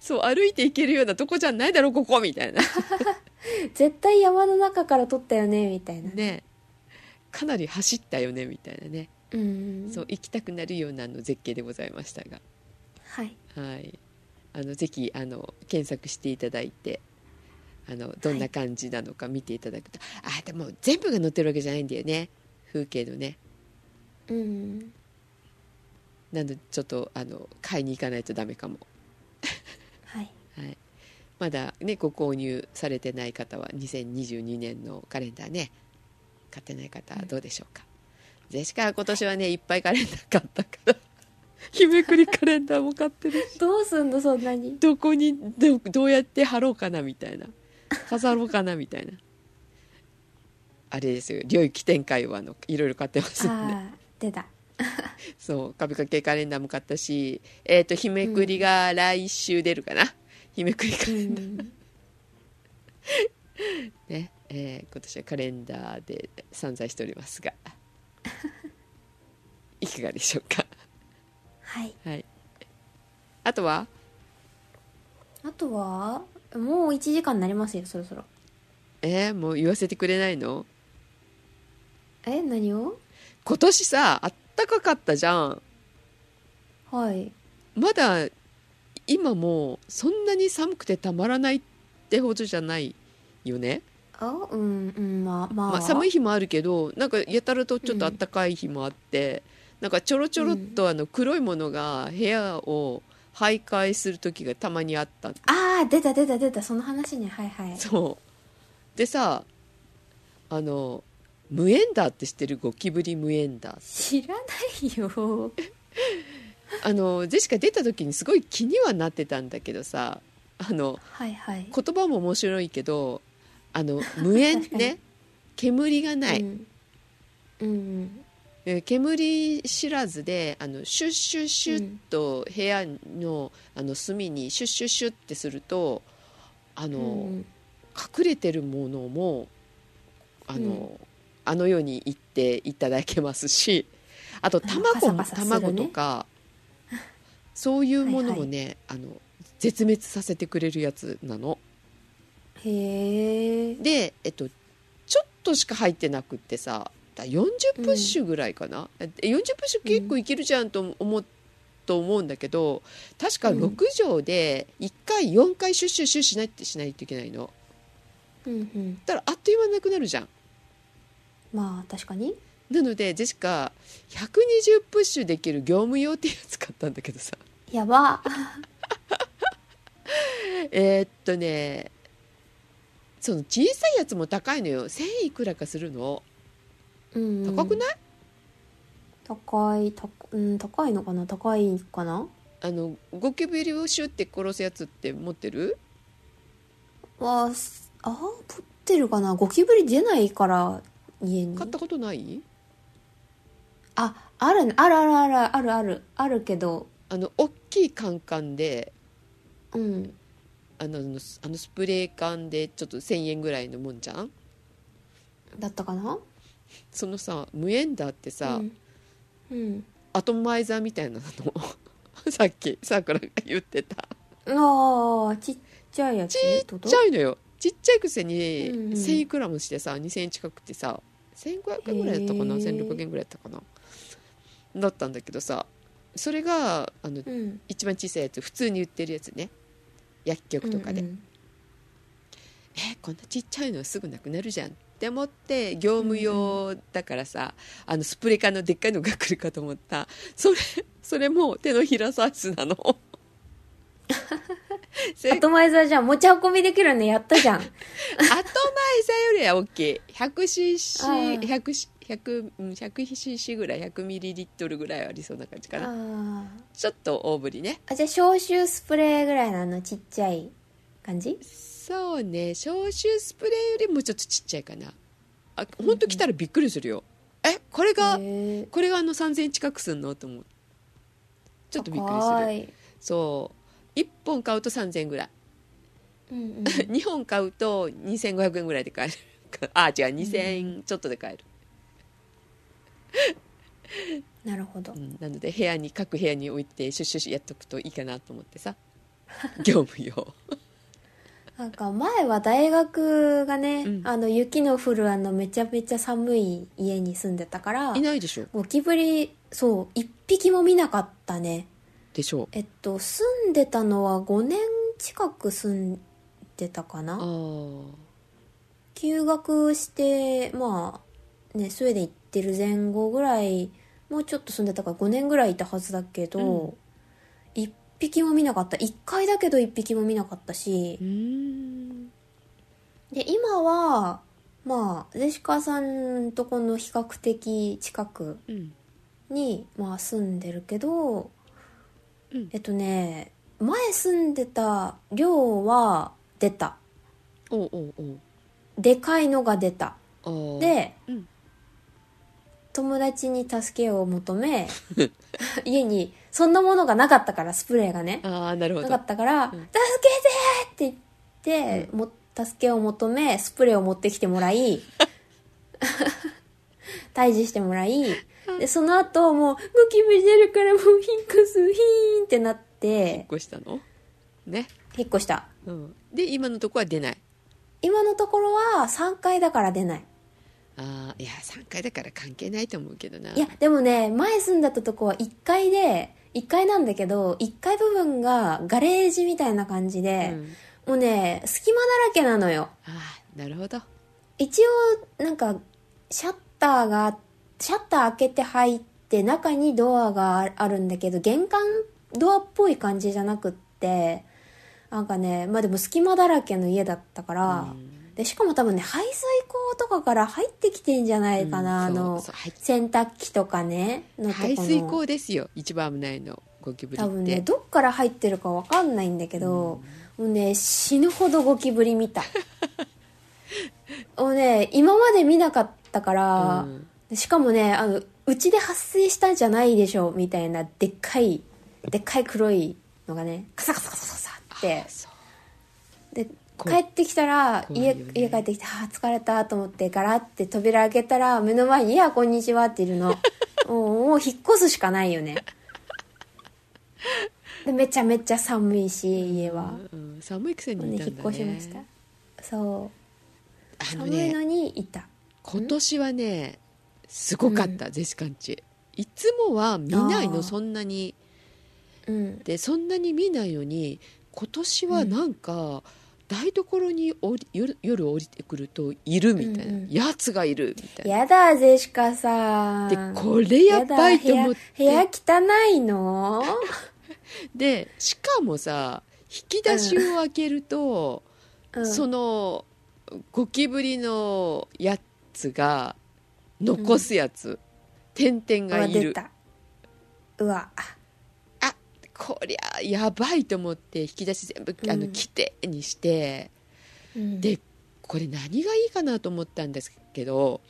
Speaker 1: そう歩いて行けるようなとこじゃないだろここみたいな
Speaker 2: 絶対山の中から撮ったよねみたいな、
Speaker 1: ねかなり走ったよねみたいなね、
Speaker 2: うん
Speaker 1: そう行きたくなるようなあの絶景でございましたが
Speaker 2: はい
Speaker 1: はい、あのぜひあの検索していただいてあのどんな感じなのか見ていただくと、あでも全部が載ってるわけじゃないんだよね風景のね
Speaker 2: うん
Speaker 1: なのでちょっとあの買いに行かないとダメかも、
Speaker 2: はい
Speaker 1: はい、まだねご購入されてない方は2022年のカレンダーね買ってない方はどうでしょうか、ジェシカは今年はねいっぱいカレンダー買ったから 日めくりカレンダーも買って るし
Speaker 2: どうすんのそんなに
Speaker 1: どこにどどうやって貼ろうかなみたいな飾ろうかなみたいなあれですよ領域展開はあのいろいろ買ってますんで、ね、
Speaker 2: ああ出た
Speaker 1: そう壁掛けカレンダーも買ったしえっ、と日めくりが来週出るかな、日めくりカ
Speaker 2: う
Speaker 1: レンダー
Speaker 2: ん
Speaker 1: ね、えー今年はカレンダーで散財しておりますがいかがでしょうか
Speaker 2: はい
Speaker 1: はいあとは
Speaker 2: あとはもう1時間になりますよそろそろ
Speaker 1: えーもう言わせてくれないの
Speaker 2: え何を
Speaker 1: 今年さあったかかったじゃん
Speaker 2: はい
Speaker 1: まだ今もうそんなに寒くてたまらないってほどじゃないよね、
Speaker 2: あうんうんまあまあ、
Speaker 1: まあ、寒い日もあるけどなんかやたらとちょっと暖かい日もあって、なんかちょろちょろっとあの黒いものが部屋を徘徊する時がたまにあった、
Speaker 2: ああ出た出た出たその話ねはいはい
Speaker 1: そうでさあの無縁ダーって知ってるゴキブリ無縁ダー
Speaker 2: 知らないよ
Speaker 1: あのジェシカ出た時にすごい気にはなってたんだけどさあの
Speaker 2: はいはい
Speaker 1: 言葉も面白いけどあの無縁
Speaker 2: 確か
Speaker 1: ね
Speaker 2: に
Speaker 1: 煙がない、
Speaker 2: うん、うん
Speaker 1: えー煙知らずであのシュッシュッシュッと部屋のあの隅にシュッシュッシュッってするとあの、
Speaker 2: うん
Speaker 1: 隠れてるものもあの,、あの世に行っていただけますしあと卵
Speaker 2: うん
Speaker 1: も
Speaker 2: パサパサするね
Speaker 1: 卵とかそういうものもね、あの絶滅させてくれるやつなの。
Speaker 2: へえ
Speaker 1: で、えっと、ちょっとしか入ってなくってさだ40プッシュぐらいかな、え40プッシュ結構いけるじゃんと思うと思うんだけど確か
Speaker 2: うん
Speaker 1: 6畳で1回4回シュッシュッシュッしないってしないといけないの
Speaker 2: うんうん
Speaker 1: だからあっという間になくなるじゃん
Speaker 2: まあ確かに
Speaker 1: なのでジェシカ120プッシュできる業務用っていうやつ買ったんだけどさ
Speaker 2: やば
Speaker 1: えーっとねその小さいやつも高いのよ1000いくらかするの
Speaker 2: うん
Speaker 1: 高くない、
Speaker 2: 高いたうん高いのかな高いかな
Speaker 1: あのゴキブリをシュって殺すやつって持ってる
Speaker 2: わあすあー取ってるかなゴキブリ出ないから家に
Speaker 1: 買ったことない
Speaker 2: ああるねあるあるあるあるあるあるけど
Speaker 1: あの大きいカンカンで
Speaker 2: うん
Speaker 1: あのあのスあのスプレー缶でちょっと1,000円ぐらいのもんじゃん
Speaker 2: だったかな
Speaker 1: そのさ無縁だってさ、
Speaker 2: うんうん
Speaker 1: アトマイザーみたいなの さっきさくらが言ってた
Speaker 2: ああちっちゃいやつ
Speaker 1: ち
Speaker 2: ってこ
Speaker 1: っ
Speaker 2: と
Speaker 1: ちゃいのよちっちゃいくせに
Speaker 2: うんうん
Speaker 1: 1000いくらもしてさ2000円近くてさ1500円ぐらいだったかな
Speaker 2: へー
Speaker 1: 1600円ぐらいだったかなだったんだけどさそれがあの
Speaker 2: うん
Speaker 1: 一番小さいやつ普通に売ってるやつね薬局とかで、
Speaker 2: うんうん
Speaker 1: えこんなちっちゃいのすぐなくなるじゃんって思って業務用だからさ、あのスプレー缶のでっかいのが来るかと思ったそれそれも手のひらサイズなのせ
Speaker 2: アトマイザーじゃん持ち運びできるねやったじ ゃん
Speaker 1: 後前さよりは大きい
Speaker 2: ああ
Speaker 1: 100cc100cc ぐらい 100ml ぐらいはありそうな感じかな
Speaker 2: あ
Speaker 1: ちょっと大ぶりね
Speaker 2: あじゃあ消臭スプレーぐらいのあのちっちゃい感じ
Speaker 1: そうね消臭スプレーよりもちょっとちっちゃいかなあ本当来たらびっくりするよ、えこれが、
Speaker 2: へえ
Speaker 1: これがあの3000円近くすんのと思うちょっとびっくりす
Speaker 2: 高
Speaker 1: る
Speaker 2: い
Speaker 1: そう1本買うと3000円ぐらい、
Speaker 2: うんうん
Speaker 1: 2本買うと2500円ぐらいで買える あ違う2000円ちょっとで買える、
Speaker 2: なるほど
Speaker 1: うんなので部屋に各部屋に置いてシュッシュッシュやっとくといいかなと思ってさ業務用
Speaker 2: なんか前は大学がね、
Speaker 1: うん
Speaker 2: あの雪の降るあのめちゃめちゃ寒い家に住んでたから
Speaker 1: いないでしょ
Speaker 2: ゴキブリそう一匹も見なかったね
Speaker 1: でしょう
Speaker 2: えっと住んでたのは5年近く住んでたか
Speaker 1: あ
Speaker 2: な
Speaker 1: ー
Speaker 2: 休学してまあねスウェーデン行ってる前後ぐらいもうちょっと住んでたから5年ぐらいいたはずだけど、一匹も見なかった1回だけど一匹も見なかったし
Speaker 1: うーん
Speaker 2: で今はまあジェシカさんとこの比較的近く
Speaker 1: うん
Speaker 2: に、まあ、住んでるけど、
Speaker 1: うん
Speaker 2: えっとね前住んでた寮は出た
Speaker 1: おうおうおう
Speaker 2: でかいのが出た
Speaker 1: あー
Speaker 2: で、
Speaker 1: うん
Speaker 2: 友達に助けを求め 家にそんなものがなかったからスプレーがね
Speaker 1: ああなるほ
Speaker 2: な
Speaker 1: ど
Speaker 2: かったから「
Speaker 1: うん
Speaker 2: 助けて!」って言って、
Speaker 1: う
Speaker 2: も助けを求めスプレーを持ってきてもらい 退治してもらいでその後もうゴキブリ出るからもうヒンクスヒーンってなっ
Speaker 1: 引って越したのね、
Speaker 2: 引っ越した
Speaker 1: うん、で今のとこは出ない
Speaker 2: 今のところは3階だから出ない
Speaker 1: あーいや3階だから関係ないと思うけどない
Speaker 2: やでもね前住んだとこは1階で1階なんだけど1階部分がガレージみたいな感じ
Speaker 1: う
Speaker 2: で、
Speaker 1: ん、
Speaker 2: もうね隙間だらけなのよ
Speaker 1: ああなるほど
Speaker 2: 一応なんかシャッターがシャッター開けて入って中にドアがあるんだけど玄関ドアっぽい感じじゃなくってなんかねまあでも隙間だらけの家だったから、
Speaker 1: うん
Speaker 2: でしかも多分ね排水溝とかから入ってきてんじゃないか
Speaker 1: う
Speaker 2: な、
Speaker 1: ん
Speaker 2: あの
Speaker 1: そうそうはい
Speaker 2: 洗濯機とかねのとこ
Speaker 1: 排
Speaker 2: の
Speaker 1: 水溝ですよ一番危ないのゴキブリ
Speaker 2: 多
Speaker 1: って
Speaker 2: 分ねどっから入ってるかわかんないんだけど、もうね死ぬほどゴキブリ見た もうね今まで見なかったか
Speaker 1: う
Speaker 2: ら、
Speaker 1: ん
Speaker 2: しかもねあのうちで発生したんじゃないでしょうみたいなでっかいでっかい黒いのがねカサカサカサカサって
Speaker 1: あそう
Speaker 2: で
Speaker 1: こ
Speaker 2: 帰ってきたら
Speaker 1: 怖い
Speaker 2: 家,、
Speaker 1: よね
Speaker 2: 家帰ってきて「あー疲れた」と思ってガラって扉開けたら目の前に「いやこんにちは」ってい るのもうもう引っ越すしかないよねでめちゃめちゃ寒いし家は、
Speaker 1: うんうん寒いくせにい
Speaker 2: ね
Speaker 1: たんだ、ね
Speaker 2: 引っ、越しましたそう
Speaker 1: あの
Speaker 2: 寒い
Speaker 1: ね
Speaker 2: のにいた
Speaker 1: 今年はねすごかった、ゼシカンチいつもは見ない
Speaker 2: あ
Speaker 1: の
Speaker 2: ー
Speaker 1: そんなに
Speaker 2: うん
Speaker 1: でそんなに見ないのに今年はなんか、台所におり夜夜降りてくるといるみたいな、
Speaker 2: うんうん
Speaker 1: やつがいるみたいな
Speaker 2: やだゼシカさ
Speaker 1: で
Speaker 2: ん
Speaker 1: これやばいと思っ
Speaker 2: 部屋
Speaker 1: て
Speaker 2: 部屋汚いの
Speaker 1: でしかもさ引き出しを開けると、
Speaker 2: うん
Speaker 1: そのゴキブリのやつが残すやつ、点々が
Speaker 2: あ
Speaker 1: い
Speaker 2: 出
Speaker 1: る
Speaker 2: たうわ
Speaker 1: こりゃやばいと思って引き出し全部あの
Speaker 2: うん
Speaker 1: きれいにして、
Speaker 2: うん
Speaker 1: でこれ何がいいかなと思ったんですけど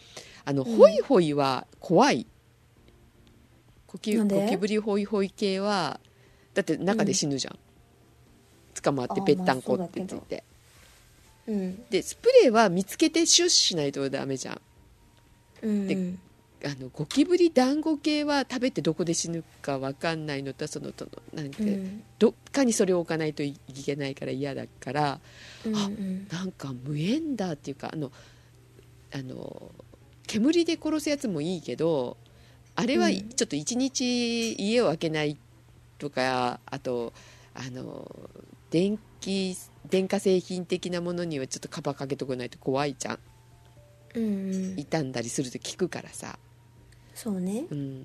Speaker 1: あの
Speaker 2: うん
Speaker 1: ホイホイは怖い、ゴキ
Speaker 2: なんで
Speaker 1: ゴキブリホイホイ系はだって中で死ぬじゃん、捕まって
Speaker 2: あー
Speaker 1: ぺったんこ
Speaker 2: まあ
Speaker 1: っ
Speaker 2: そ
Speaker 1: て
Speaker 2: うだ
Speaker 1: つ
Speaker 2: け
Speaker 1: い
Speaker 2: ど
Speaker 1: て
Speaker 2: うん
Speaker 1: でスプレーは見つけてシュッしないとダメじゃん
Speaker 2: うん
Speaker 1: であのゴキブリ団子系は食べてどこで死ぬか分かんないのとそのとのなんて、
Speaker 2: うん
Speaker 1: どっかにそれを置かないといけないから嫌だから
Speaker 2: うん
Speaker 1: あ
Speaker 2: うん
Speaker 1: なんか無縁だっていうかあのあの煙で殺すやつもいいけどあれは
Speaker 2: うん
Speaker 1: ちょっと一日家を開けないとかあとあの電気電化製品的なものにはちょっとカバーかけとかないと怖いじゃん
Speaker 2: うんうん
Speaker 1: 傷んだりすると聞くからさ、
Speaker 2: そうね
Speaker 1: うん、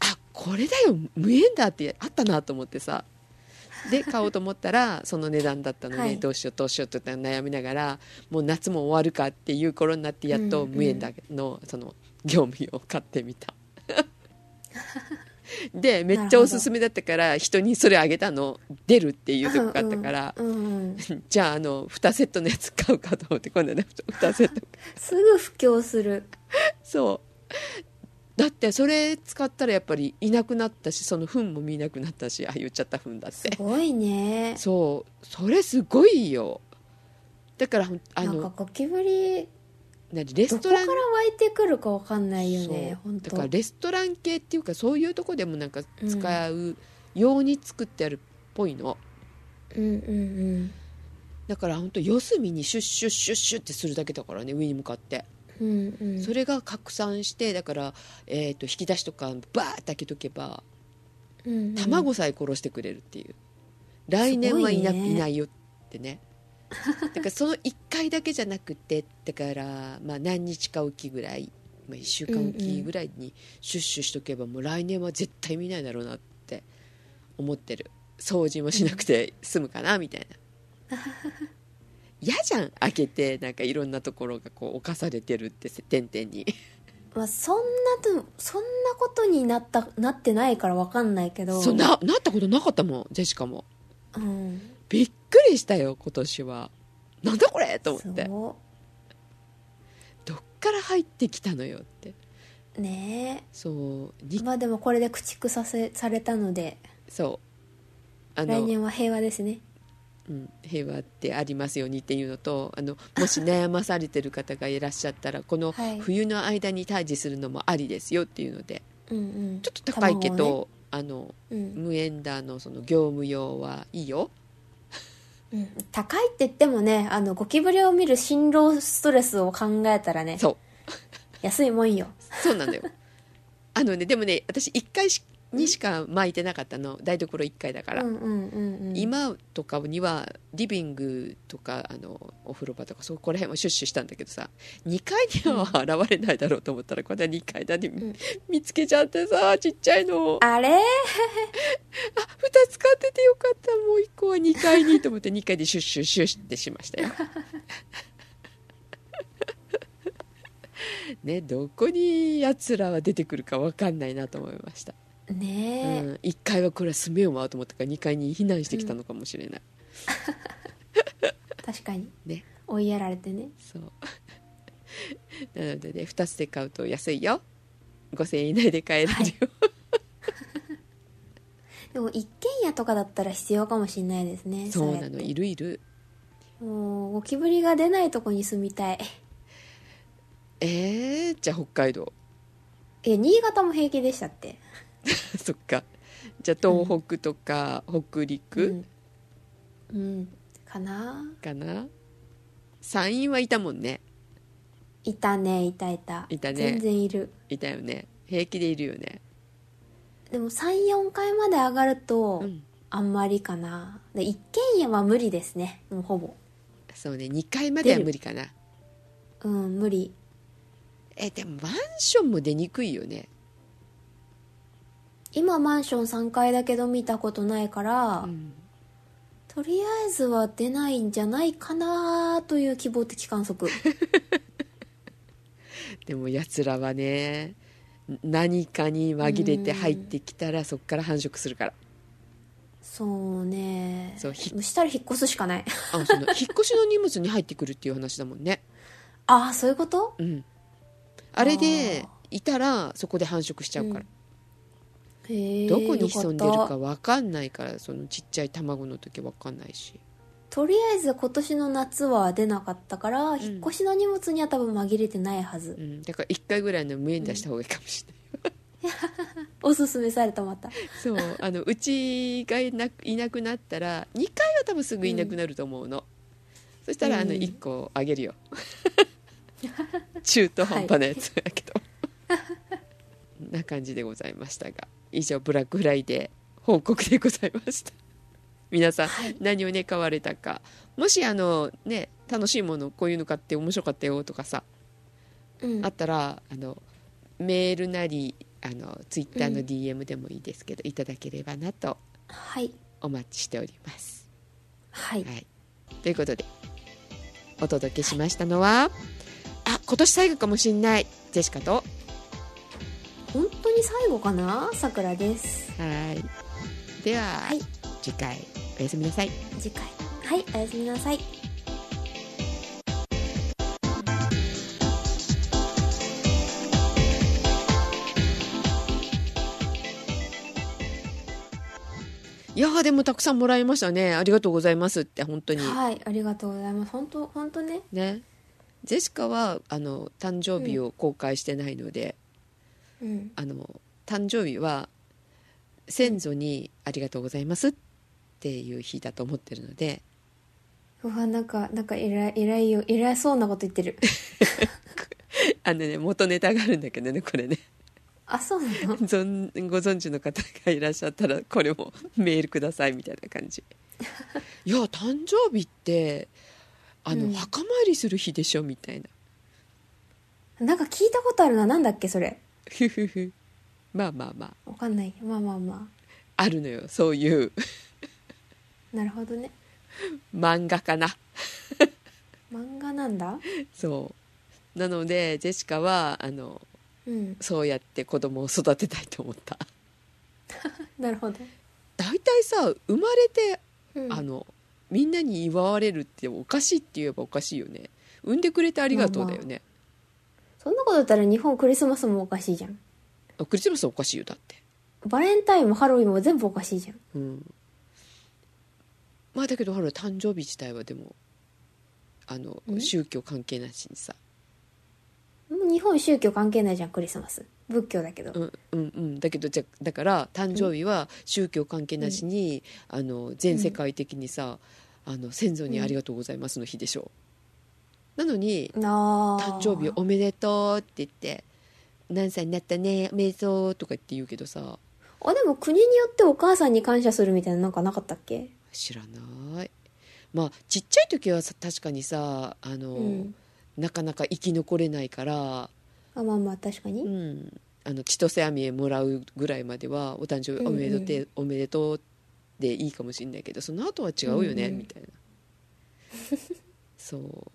Speaker 1: あこれだよ無縁だってあったなと思ってさで買おうと思ったら その値段だったので、
Speaker 2: はい
Speaker 1: どうしようどうしようって悩みながらもう夏も終わるかっていう頃になってやっと
Speaker 2: うんうん
Speaker 1: 無縁だの、その業務用を買って みたでめっちゃおすすめだったから人にそれあげたの出るっていうとこがあったから、
Speaker 2: うんうんうんうん
Speaker 1: じゃああの2セットのやつ買うかと思って今度ね2セット
Speaker 2: すぐ布教する
Speaker 1: そうだってそれ使ったらやっぱりいなくなったしその糞も見なくなったしあ言っちゃった糞だっ
Speaker 2: す
Speaker 1: て
Speaker 2: ごいね
Speaker 1: そうそれすごいよだからほんあ
Speaker 2: なんか
Speaker 1: の
Speaker 2: ゴキブリ
Speaker 1: 何レ
Speaker 2: ど
Speaker 1: ス
Speaker 2: こ
Speaker 1: ト
Speaker 2: から
Speaker 1: ラン
Speaker 2: 湧いてくるかわかんないよね
Speaker 1: そう
Speaker 2: 本
Speaker 1: だ
Speaker 2: 当
Speaker 1: からレストラン系っていうかそういうとこでもなんか使うように作ってあるっぽいの、
Speaker 2: うんうん
Speaker 1: だから本当四隅にシュッシュッシュッシュッってするだけだからね上に向かって、
Speaker 2: うんうんうん
Speaker 1: それが拡散してだから、えー、と引き出しとかバーって開けとけば
Speaker 2: うんうん
Speaker 1: 卵さえ殺してくれるっていう、来年はいな
Speaker 2: すごいね
Speaker 1: いないよってねだからその1回だけじゃなくてだから、まあ、何日かおきぐらい、まあ、1週間おきぐらいにシュッシュしとけばもう来年は絶対見ないだろうなって思ってる掃除もしなくて済むかなみたいな嫌じゃん開けてなんかいろんなところがこう侵されてるって点々に
Speaker 2: まあ、そんなとそんなことになったなってないからわかんないけど
Speaker 1: そうななったことなかったもんジェシカも
Speaker 2: うん
Speaker 1: びっくりしたよ今年はなんだこれと思って
Speaker 2: すご
Speaker 1: どっから入ってきたのよって
Speaker 2: っね
Speaker 1: そう
Speaker 2: え
Speaker 1: に
Speaker 2: まあでもこれで駆逐させされたので
Speaker 1: そうあ
Speaker 2: 来
Speaker 1: の、
Speaker 2: 年は平和ですね
Speaker 1: うん、平和ってありますようにっていうのとあのもし悩まされてる方がいらっしゃったらこの
Speaker 2: はい
Speaker 1: 冬の間に退治するのもありですよっていうので
Speaker 2: うんうん
Speaker 1: ちょっと高いけ
Speaker 2: 卵をね
Speaker 1: ど、あの
Speaker 2: うん
Speaker 1: 無縁ダーのその業務用はいいよ
Speaker 2: うん、高いって言ってもねあのゴキブリを見る辛労ストレスを考えたらね
Speaker 1: そう
Speaker 2: 安いもんよ
Speaker 1: そう なんだよあのねでもね私1回しにしか巻いてなかったの台所1回だから
Speaker 2: う、んうんうんうん
Speaker 1: 今とかにはリビングとかあのお風呂場とかそこら辺はシュッシュしたんだけどさ2階には現れないだろうと思ったらこれは2階だに、
Speaker 2: ん
Speaker 1: 見つけちゃってさちっちゃいのあ
Speaker 2: あれ
Speaker 1: 2つ買っててよかったもう1個は2階にと思って2階でシュッシュッシュッってしました よ。ねどこにやつらは出てくるか分かんないなと思いました、
Speaker 2: ねえ、
Speaker 1: うん、1階はこれは住めようわと思ったから2階に避難してきたのかもしれない。
Speaker 2: 確かに、
Speaker 1: ね
Speaker 2: 追いやられてね
Speaker 1: そう なのでね2つで買うと安いよ5000円以内で買えるよ、
Speaker 2: でも一軒家とかだったら必要かもしれないですね
Speaker 1: そうな
Speaker 2: やっ
Speaker 1: の
Speaker 2: て
Speaker 1: いるいる
Speaker 2: もうゴキブリが出ないとこに住みたい
Speaker 1: えー、じゃあ北海道
Speaker 2: いや新潟も平気でしたって
Speaker 1: そっかじゃあ東北とか北陸
Speaker 2: うん、うんかな
Speaker 1: かな、山陰はいたもんね
Speaker 2: いたねいたいた
Speaker 1: いたね
Speaker 2: 全然いる
Speaker 1: いたよね平気でいるよね
Speaker 2: でも34階まで上がると、
Speaker 1: うん
Speaker 2: あんまりかなで一軒家は無理ですねもうほぼ
Speaker 1: そうね2階までは無理かな
Speaker 2: うん無理
Speaker 1: えでもマンションも出にくいよね
Speaker 2: 今マンション3階だけど見たことないから、
Speaker 1: うん
Speaker 2: とりあえずは出ないんじゃないかなという希望的観 測
Speaker 1: でもやつらはね何かに紛れて入ってきたらそこから繁殖するから
Speaker 2: そうね
Speaker 1: そうひ
Speaker 2: もしたら引っ越すしかない
Speaker 1: あその引っ越しの荷物に入ってくるっていう話だもんね
Speaker 2: ああそういうこと
Speaker 1: うんあれで
Speaker 2: あ
Speaker 1: いたらそこで繁殖しちゃうから、
Speaker 2: へえ
Speaker 1: どこに潜んでる
Speaker 2: よ
Speaker 1: か
Speaker 2: っ
Speaker 1: 分かんないからそのちっちゃい卵の時分かんないした
Speaker 2: とりあえず今年の夏は出なかったから、引っ越しの荷物には多分紛れてないはず
Speaker 1: うんだから1回ぐらいの無縁出した方がいいかもしれない、
Speaker 2: おすすめされたまた
Speaker 1: そうあのうちがいなくいなくなったら2回は多分すぐいなくなると思うの、そしたらあの
Speaker 2: うん
Speaker 1: 1個あげるよ 中途半端なやつやけど、な感じでございましたが以上ブラックフライデー報告でございました皆さん、何をね買われたかもしあのね楽しいものこういうの買って面白かったよとかさ
Speaker 2: うん
Speaker 1: あったらあのメールなりあのツイッターの
Speaker 2: うん
Speaker 1: DM でもいいですけど、いただければなと
Speaker 2: はい
Speaker 1: お待ちしております。
Speaker 2: はい
Speaker 1: はい、ということでお届けしましたのは、あ今年最後かもしんないジェシカと
Speaker 2: 本当に最後かなさくらです
Speaker 1: はいでは、
Speaker 2: はい
Speaker 1: 次回おやすみなさい。
Speaker 2: 次回はいおやすみなさい
Speaker 1: いやーでもたくさんもらいましたねありがとうございますって本当に、
Speaker 2: はいありがとうございます本当本当ね
Speaker 1: ねジェシカはあの誕生日を公開してないので、
Speaker 2: うん
Speaker 1: あの誕生日は先祖に「ありがとうございます」っっていう日だと思ってるので
Speaker 2: うわなんかなんか偉い偉いよ偉そうなこと言ってる
Speaker 1: あのね元ネタがあるんだけどねこれね
Speaker 2: あそうなの
Speaker 1: 存ご存知の方がいらっしゃったらこれも メールくださいみたいな感 じいや誕生日ってあの、
Speaker 2: うん
Speaker 1: 墓参りする日でしょみたいな
Speaker 2: なんか聞いたことあるななんだっけそれ
Speaker 1: ふふふまあまあまあ
Speaker 2: わかんないまあまあま
Speaker 1: あるのよそういう
Speaker 2: あなるほどね
Speaker 1: 漫画かな
Speaker 2: 漫画なんだ
Speaker 1: そうなのでジェシカはあの
Speaker 2: うん
Speaker 1: そうやって子供を育てたいと思った
Speaker 2: なるほど、
Speaker 1: 大体さ生まれて
Speaker 2: うん、
Speaker 1: あのみんなに祝われるっておかしいって言えばおかしいよね産んでくれてありがとうだよね、
Speaker 2: そんなことだったら日本クリスマスもおかしいじゃん
Speaker 1: あクリスマスおかしいよだって
Speaker 2: バレンタインもハロウィンも全部おかしいじゃん
Speaker 1: うんまあだけどほら誕生日自体はでもあの
Speaker 2: ん
Speaker 1: 宗教関係なしにさ
Speaker 2: もう日本宗教関係ないじゃんクリスマス仏教だけど、
Speaker 1: うんうんうんだけどじゃだから誕生日は宗教関係なしに、あの全世界的にさ、あの先祖にありがとうございますの日でしょう、なのに
Speaker 2: なあ
Speaker 1: 誕生日おめでとうって言って何歳になったねおめでとうとかって言うけどさ
Speaker 2: あでも国によってお母さんに感謝するみたいななんかなかったっけ
Speaker 1: 知らないまあちっちゃい時はさ確かにさあの、
Speaker 2: うん
Speaker 1: なかなか生き残れないから、
Speaker 2: あまあまあ確かに、
Speaker 1: うん、あの千歳網へもらうぐらいまではお誕生日おめでとうって、
Speaker 2: うん
Speaker 1: おめでとうでいいかもしれないけどその後は違うよね、
Speaker 2: うんうん
Speaker 1: みたいなそう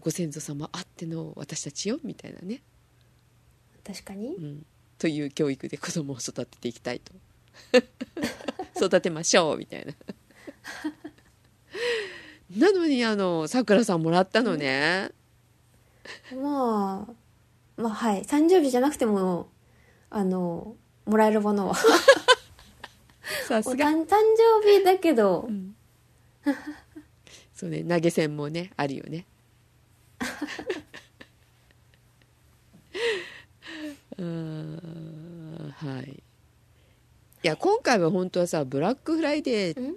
Speaker 1: ご先祖様あっての私たちよみたいなね、
Speaker 2: 確かに
Speaker 1: うん、という教育で子供を育てていきた いと育てましょうみたい ななのにあのさくらさんもらったのね、
Speaker 2: まあまあはい誕生日じゃなくてもあのもらえるものは
Speaker 1: さ
Speaker 2: お
Speaker 1: すが
Speaker 2: 誕誕生日だけど
Speaker 1: うんそうね投げ銭もねあるよね うーんはいいや今回は本当はさブラックフライデー
Speaker 2: うん
Speaker 1: っ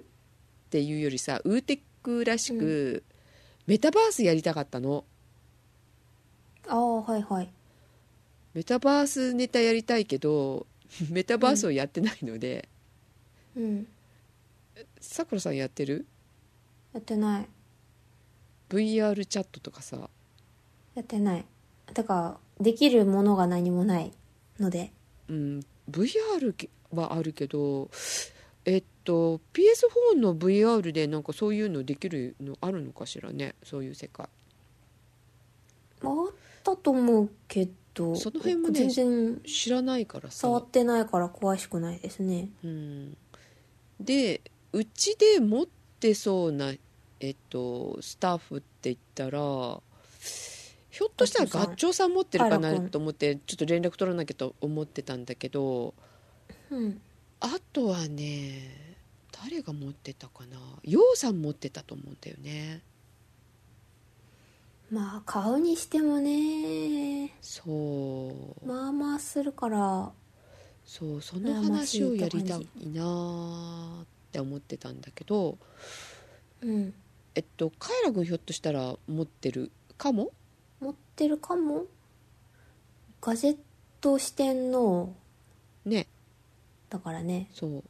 Speaker 1: ていうよりさウーテックらしく、メタバースやりたかったの
Speaker 2: ああはいはい
Speaker 1: メタバースネタやりたいけどメタバースをやってないので
Speaker 2: うん
Speaker 1: さくらさんやってる
Speaker 2: やってない
Speaker 1: VR チャットとかさ
Speaker 2: やってないだからできるものが何もないので
Speaker 1: うん、VR はあるけどえっと PS4 の VR でなんかそういうのできるのあるのかしらねそういう世界
Speaker 2: あったと思うけど
Speaker 1: その辺もね
Speaker 2: 全然
Speaker 1: 知らないからさ
Speaker 2: 触ってないから詳しくないですね
Speaker 1: うん、でうちで持ってそうな、えっと、スタッフって言ったらひょっとしたら
Speaker 2: ガッチョ
Speaker 1: ガッチョ
Speaker 2: ウさん
Speaker 1: ウさん持ってるか
Speaker 2: あ
Speaker 1: な
Speaker 2: らうん
Speaker 1: と思ってちょっと連絡取らなきゃと思ってたんだけど
Speaker 2: うん
Speaker 1: あとはね誰が持ってたかなようさん持ってたと思うんだよね
Speaker 2: まあ買うにしてもね
Speaker 1: そう、
Speaker 2: まあまあするから
Speaker 1: そうその
Speaker 2: 悩ま
Speaker 1: 話
Speaker 2: しい
Speaker 1: をやり
Speaker 2: って
Speaker 1: た
Speaker 2: 感
Speaker 1: い
Speaker 2: じ
Speaker 1: なーって思ってたんだけど
Speaker 2: うん
Speaker 1: えっとカイラ君ひょっとしたら持ってるかも
Speaker 2: 持ってるかもガジェット四天王
Speaker 1: ね
Speaker 2: だからね
Speaker 1: そう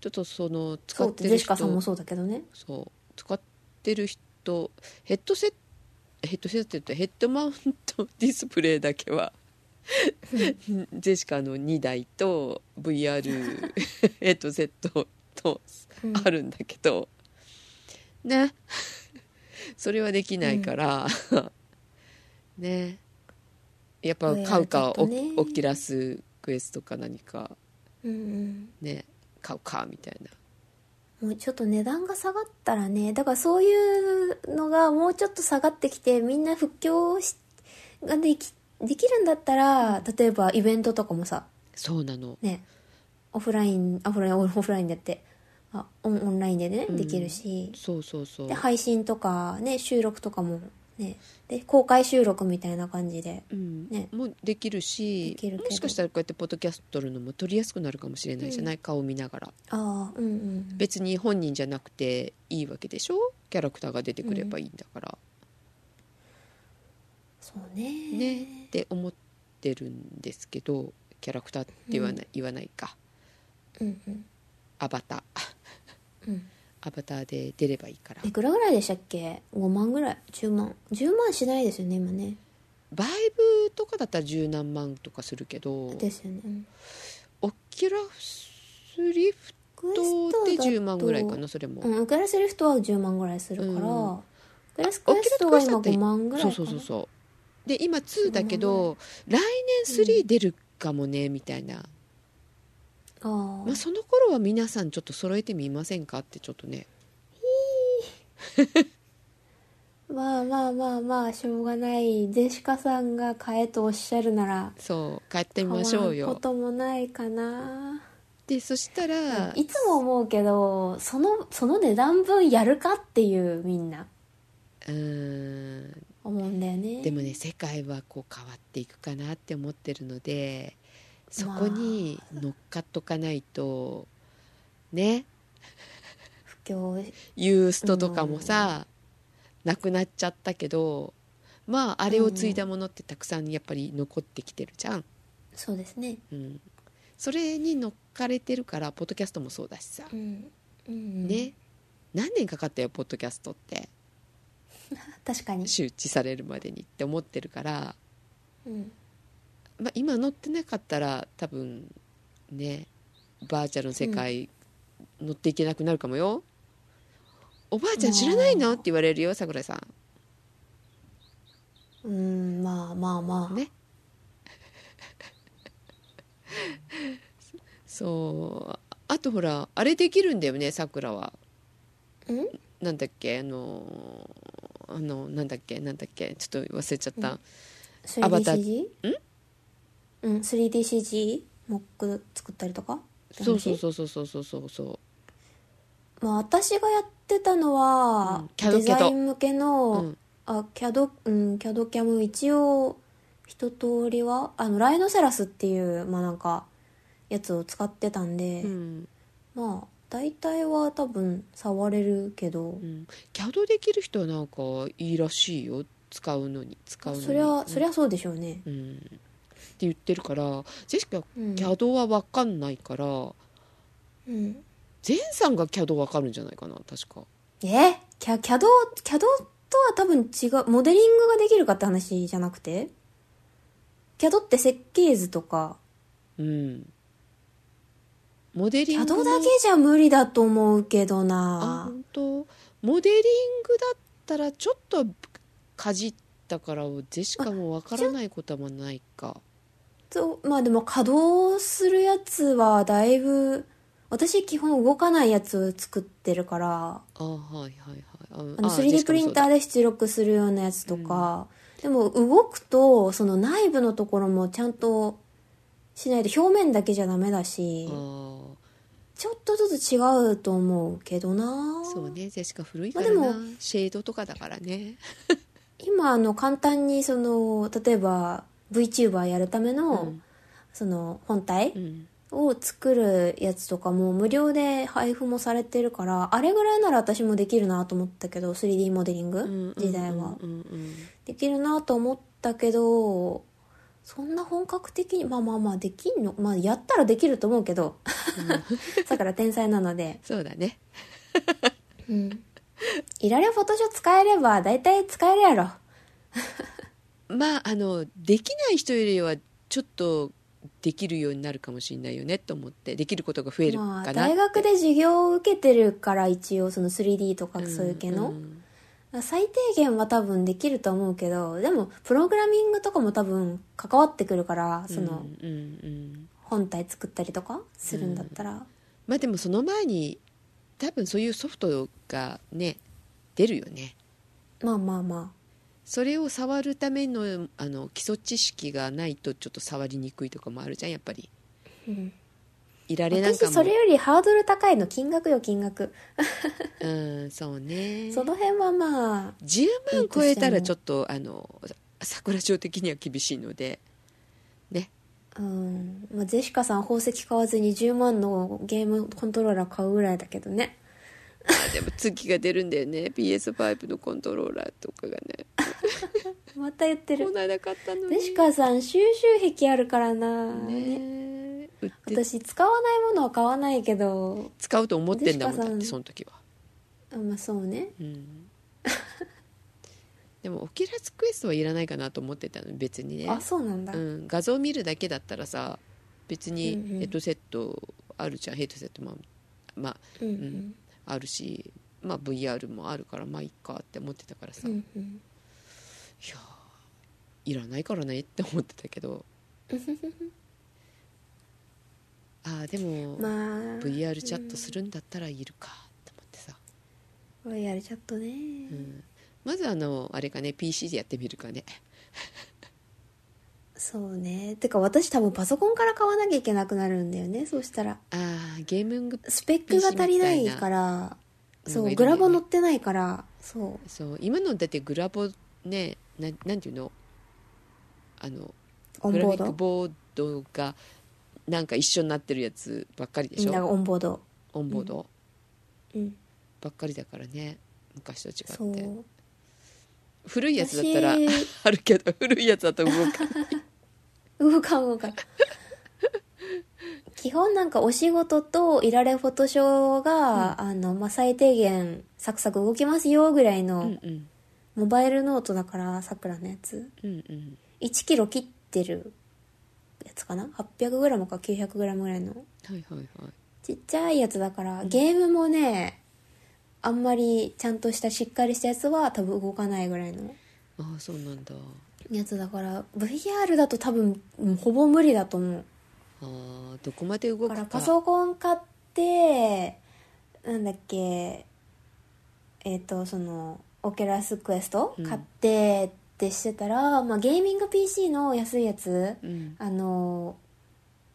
Speaker 1: ちょっとその使
Speaker 2: そう
Speaker 1: っ
Speaker 2: ってて
Speaker 1: る
Speaker 2: ジェ
Speaker 1: 人
Speaker 2: シカさんもそうだけどね
Speaker 1: そう使ってる人ヘッドセットヘッドセットってヘッドマウントディスプレイだけはジェシカの2台と VR ヘッドセットと
Speaker 2: うん
Speaker 1: あるんだけど、ねそれはできないから、ねやっぱ買うか、
Speaker 2: これはちょっとね
Speaker 1: オオキラスクエストか何か
Speaker 2: うん
Speaker 1: ね買うかみたいな
Speaker 2: うんもうちょっと値段が下がったらねだからそういうのがもうちょっと下がってきてみんな復興しができできるんだったら例えばイベントとかもさ
Speaker 1: そうなの
Speaker 2: ねオフラインオフラインオフラインだってあオンオンラインでね、
Speaker 1: うん
Speaker 2: できるし
Speaker 1: そうそうそう
Speaker 2: で配信とかね収録とかもね、で公開収録みたいな感じで
Speaker 1: うん
Speaker 2: ね
Speaker 1: もうできるし
Speaker 2: できるけ
Speaker 1: も
Speaker 2: ど
Speaker 1: しかしたらこうやってポッドキャスト撮るのも撮りやすくなるかもしれないじゃない、顔見ながら
Speaker 2: ああうんうん
Speaker 1: 別に本人じゃなくていいわけでしょキャラクターが出てくればいいんだから、
Speaker 2: そうね
Speaker 1: ねって思ってるんですけどキャラクターって言わない,、言わないか
Speaker 2: うんうん
Speaker 1: アバター
Speaker 2: うん
Speaker 1: アバターで出ればいいから
Speaker 2: いくらぐらいでしたっけ5万ぐらい10万10万しないですよね今ね
Speaker 1: バイブとかだったら十何万とかするけど
Speaker 2: ですよねうん
Speaker 1: オキュラスリフ
Speaker 2: クエ
Speaker 1: トで
Speaker 2: ストだと
Speaker 1: 10万ぐらいかなそれも、
Speaker 2: うんウクラスリフトは10万ぐらいするから、
Speaker 1: うん
Speaker 2: ウクラスクエストが今5万ぐらい
Speaker 1: そ
Speaker 2: か
Speaker 1: う
Speaker 2: な
Speaker 1: そうそうそうで今2だけど来
Speaker 2: う
Speaker 1: 年
Speaker 2: ん
Speaker 1: 3出るかもね、みたいな、
Speaker 2: あ
Speaker 1: まあ、
Speaker 2: あ
Speaker 1: その頃は皆さんちょっと揃えてみませんかってちょっとね
Speaker 2: まあまあまあまあしょうがないジェシカさんが買えとおっしゃるなら
Speaker 1: そう買って
Speaker 2: 買
Speaker 1: み
Speaker 2: わ
Speaker 1: ましょうん
Speaker 2: こ
Speaker 1: よ
Speaker 2: ともないかな
Speaker 1: でそしたら
Speaker 2: いつも思うけどそのその値段分やるかっていうみんな
Speaker 1: うーん
Speaker 2: 思うんだよね
Speaker 1: でもね世界はこう変わっていくかなって思ってるのでそこに乗っかっとかないとね
Speaker 2: 不況
Speaker 1: ユーストとかもさ、なくなっちゃったけどまああれを継いだものってたくさんやっぱり残ってきてるじゃん、
Speaker 2: そうですね
Speaker 1: うん、それに乗っかれてるからポッドキャストもそうだしさ、
Speaker 2: うん、うん、
Speaker 1: ね何年かかったよポッドキャストって
Speaker 2: 確かに、
Speaker 1: 周知されるまでにって思ってるから、
Speaker 2: うん、
Speaker 1: まあ、今乗ってなかったら多分ねバーチャルの世界、乗っていけなくなるかもよおばあちゃん知らないのって言われるよ桜井さん
Speaker 2: うんまあまあまあ、
Speaker 1: ねそうあとほらあれできるんだよねさくらは
Speaker 2: うん
Speaker 1: なんだっけあのーあのなんだっけなんだっけちょっと忘れちゃった、アバタ
Speaker 2: 3DCG? うん 3DCG モック作ったりとか
Speaker 1: そうそうそうそうそうそうそうそう
Speaker 2: まあ私がやってたのは、
Speaker 1: うん CAD
Speaker 2: デザイン向けの、
Speaker 1: うん
Speaker 2: あ CAD うん CAD キャム一応一通りはあのライノセラスっていうまあなんかやつを使ってたんで、
Speaker 1: うん
Speaker 2: まあ大体は多分触れるけど
Speaker 1: う、ん CAD できる人はなんかいいらしいよ使うのに使うのに
Speaker 2: そりゃそりゃそうでしょうね、
Speaker 1: うんって言ってるからジェシカ
Speaker 2: うん
Speaker 1: CAD は分かんないから、
Speaker 2: うん、
Speaker 1: ゼンさんが CAD 分かるんじゃないかな確か
Speaker 2: えキャ CAD, CAD とは多分違うモデリングができるかって話じゃなくて CAD って設計図とか
Speaker 1: うんモデリン
Speaker 2: CAD
Speaker 1: グも
Speaker 2: だけじゃ無理だと思うけど
Speaker 1: あ
Speaker 2: な
Speaker 1: 本当モデリングだったらちょっとかじったからジェシカもわからないことはないか
Speaker 2: とまあでも稼働するやつはだいぶ私基本動かないやつを作ってるから
Speaker 1: あはいはいはい
Speaker 2: あの 3D プリンター
Speaker 1: で
Speaker 2: で出力するようなやつとか、でも動くとその内部のところもちゃんとしないと表面だけじゃダメだし
Speaker 1: あー
Speaker 2: ちょっとずつ違うと思うけどな
Speaker 1: そうねジェシカ古いか
Speaker 2: まあ
Speaker 1: らな、
Speaker 2: でも
Speaker 1: シェードとかだからね
Speaker 2: 今あの簡単にその例えば VTuber やるための、
Speaker 1: うん
Speaker 2: その本体
Speaker 1: うん
Speaker 2: を作るやつとかも無料で配布もされてるからあれぐらいなら私もできるなと思ったけど 3D モデリ
Speaker 1: う
Speaker 2: ン
Speaker 1: んうんうん
Speaker 2: グ
Speaker 1: うん
Speaker 2: 時
Speaker 1: う
Speaker 2: 代は、
Speaker 1: んうん
Speaker 2: できるなと思ったけどそんな本格的にまあまあまあできんのまあやったらできると思うけどだから天才なので
Speaker 1: そうだね
Speaker 2: うんいられフォトショー使えれば大体使えるやろ
Speaker 1: まああのできない人よりはちょっとできるようになるかもしれないよねと思ってできることが増えるかな
Speaker 2: ま
Speaker 1: っ
Speaker 2: あ、
Speaker 1: て、
Speaker 2: 大学で授業を受けてるから一応その 3D とかそういう系の、
Speaker 1: ん
Speaker 2: 最低限は多分できると思うけどでもプログラミングとかも多分関わってくるからその
Speaker 1: うんうんうん
Speaker 2: 本体作ったりとかするんだったら、
Speaker 1: まあでもその前に多分そういうソフトがね出るよね
Speaker 2: まあまあま
Speaker 1: それを触るためのあの基礎知識がないとちょっと触りにくいとかもあるじゃんやっぱり
Speaker 2: あ、うん、
Speaker 1: いられな
Speaker 2: 私
Speaker 1: かも
Speaker 2: それよりハードル高いの金額よ金額
Speaker 1: うんそうね
Speaker 2: その辺はまあ
Speaker 1: 10
Speaker 2: い
Speaker 1: 万
Speaker 2: いとしても
Speaker 1: 超えたらちょっとあのさ桜町的には厳しいのでね
Speaker 2: うん、まあ、ゼシカさん宝石買わずに10万のゲームコントローラー買うぐらいだけどね
Speaker 1: あでも月が出るんだよね PS5 のコントローラーとかがね
Speaker 2: また言って
Speaker 1: こ
Speaker 2: る
Speaker 1: ないだ買ったの
Speaker 2: ゼ
Speaker 1: に
Speaker 2: シカさん収集癖あるからな、
Speaker 1: ね売って
Speaker 2: 私使わないものは買わないけど
Speaker 1: 使うと思ってんだもん
Speaker 2: ジェシカ
Speaker 1: だ
Speaker 2: さん
Speaker 1: ってその時は
Speaker 2: あまあそうね
Speaker 1: うんでもオキュラスクエストはいらないかなと思ってたの別にね
Speaker 2: あそうなんだ、
Speaker 1: うん、画像見るだけだったらさ別に
Speaker 2: うんうん
Speaker 1: ヘッドセットあるじゃん、ヘッドセットもまあ
Speaker 2: うんう
Speaker 1: うん
Speaker 2: ん
Speaker 1: あるし、まあ、VR もあるからまあいいかって思ってたからさ、
Speaker 2: う
Speaker 1: いや
Speaker 2: んうん
Speaker 1: ーいらないからねって思ってたけ どあーでも、
Speaker 2: まあ
Speaker 1: VR チャットするんだったらいるかって思ってさ、
Speaker 2: VR チャットね、
Speaker 1: うんまずあのあれかね PC でやってみるかね
Speaker 2: そうねてか私多分パソコンから買わなきゃいけなくなるんだよねそうしたら
Speaker 1: あーゲーミング
Speaker 2: スペックが足りないから
Speaker 1: いな
Speaker 2: そ
Speaker 1: のが
Speaker 2: う
Speaker 1: いるんだよね
Speaker 2: グラボ乗ってないからそ
Speaker 1: そう今のだってグラボねななんていうのあの
Speaker 2: うオ
Speaker 1: グ
Speaker 2: ン
Speaker 1: ラフィ
Speaker 2: ボー
Speaker 1: ック
Speaker 2: ド
Speaker 1: ボードがなんか一緒になってるやつばっかりで
Speaker 2: み
Speaker 1: し
Speaker 2: んなが
Speaker 1: ょ
Speaker 2: オンボード
Speaker 1: オンボード
Speaker 2: うん
Speaker 1: ばっかりだからね昔と
Speaker 2: そ
Speaker 1: 違って
Speaker 2: う
Speaker 1: 古いやつだったら
Speaker 2: 私
Speaker 1: あるけど古いやつだと動 かない
Speaker 2: 動かん動かん 基本なんかお仕事といられフォトショーが、あのまあ、最低限サクサク動きますよぐらい
Speaker 1: うんう
Speaker 2: の
Speaker 1: ん
Speaker 2: モバイルノートだからさくらのやつ
Speaker 1: うんうん
Speaker 2: 1キロ切ってるやつかな 800g か 900g ぐらいの
Speaker 1: はいはいはい
Speaker 2: ちっちゃいやつだからゲームもねあんまりちゃんとしたしっかりしたやつは多分動かないぐらいの
Speaker 1: ああそうなんだ
Speaker 2: やつだから VR だと多分うんほぼ無理だと思う
Speaker 1: あーどこまで動く
Speaker 2: だから
Speaker 1: か
Speaker 2: パソコン買ってなんだっけえっ、とそのオケラスクエスト
Speaker 1: うん
Speaker 2: 買ってってしてたら、まあ、ゲーミング PC の安いやつ
Speaker 1: うん
Speaker 2: あの、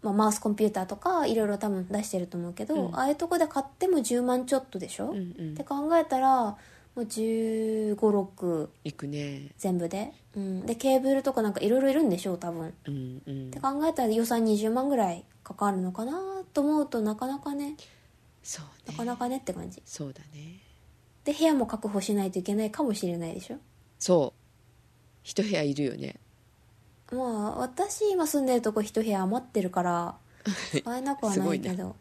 Speaker 2: まあ、マウスコンピューターとかいろいろ多分出してると思うけど、
Speaker 1: うん
Speaker 2: ああいうとこで買っても10万ちょっとでしょ、
Speaker 1: うんう
Speaker 2: っ
Speaker 1: ん
Speaker 2: て考えたらもう1 5 6
Speaker 1: 行くね
Speaker 2: 全部で、うん、でケーブルとかなんかいろいろいるんでしょう多分っ
Speaker 1: うんうん
Speaker 2: て考えたら予算20万ぐらいかかるのかなと思うとなかなかね
Speaker 1: そう
Speaker 2: な
Speaker 1: ね
Speaker 2: かなかねって感じ
Speaker 1: そうだね
Speaker 2: で部屋も確保しないといけないかもしれないでしょ
Speaker 1: そう一部屋いるよ ね
Speaker 2: まあ私今住んでるとこ一部屋余ってる から使えなくはないけ
Speaker 1: す
Speaker 2: ど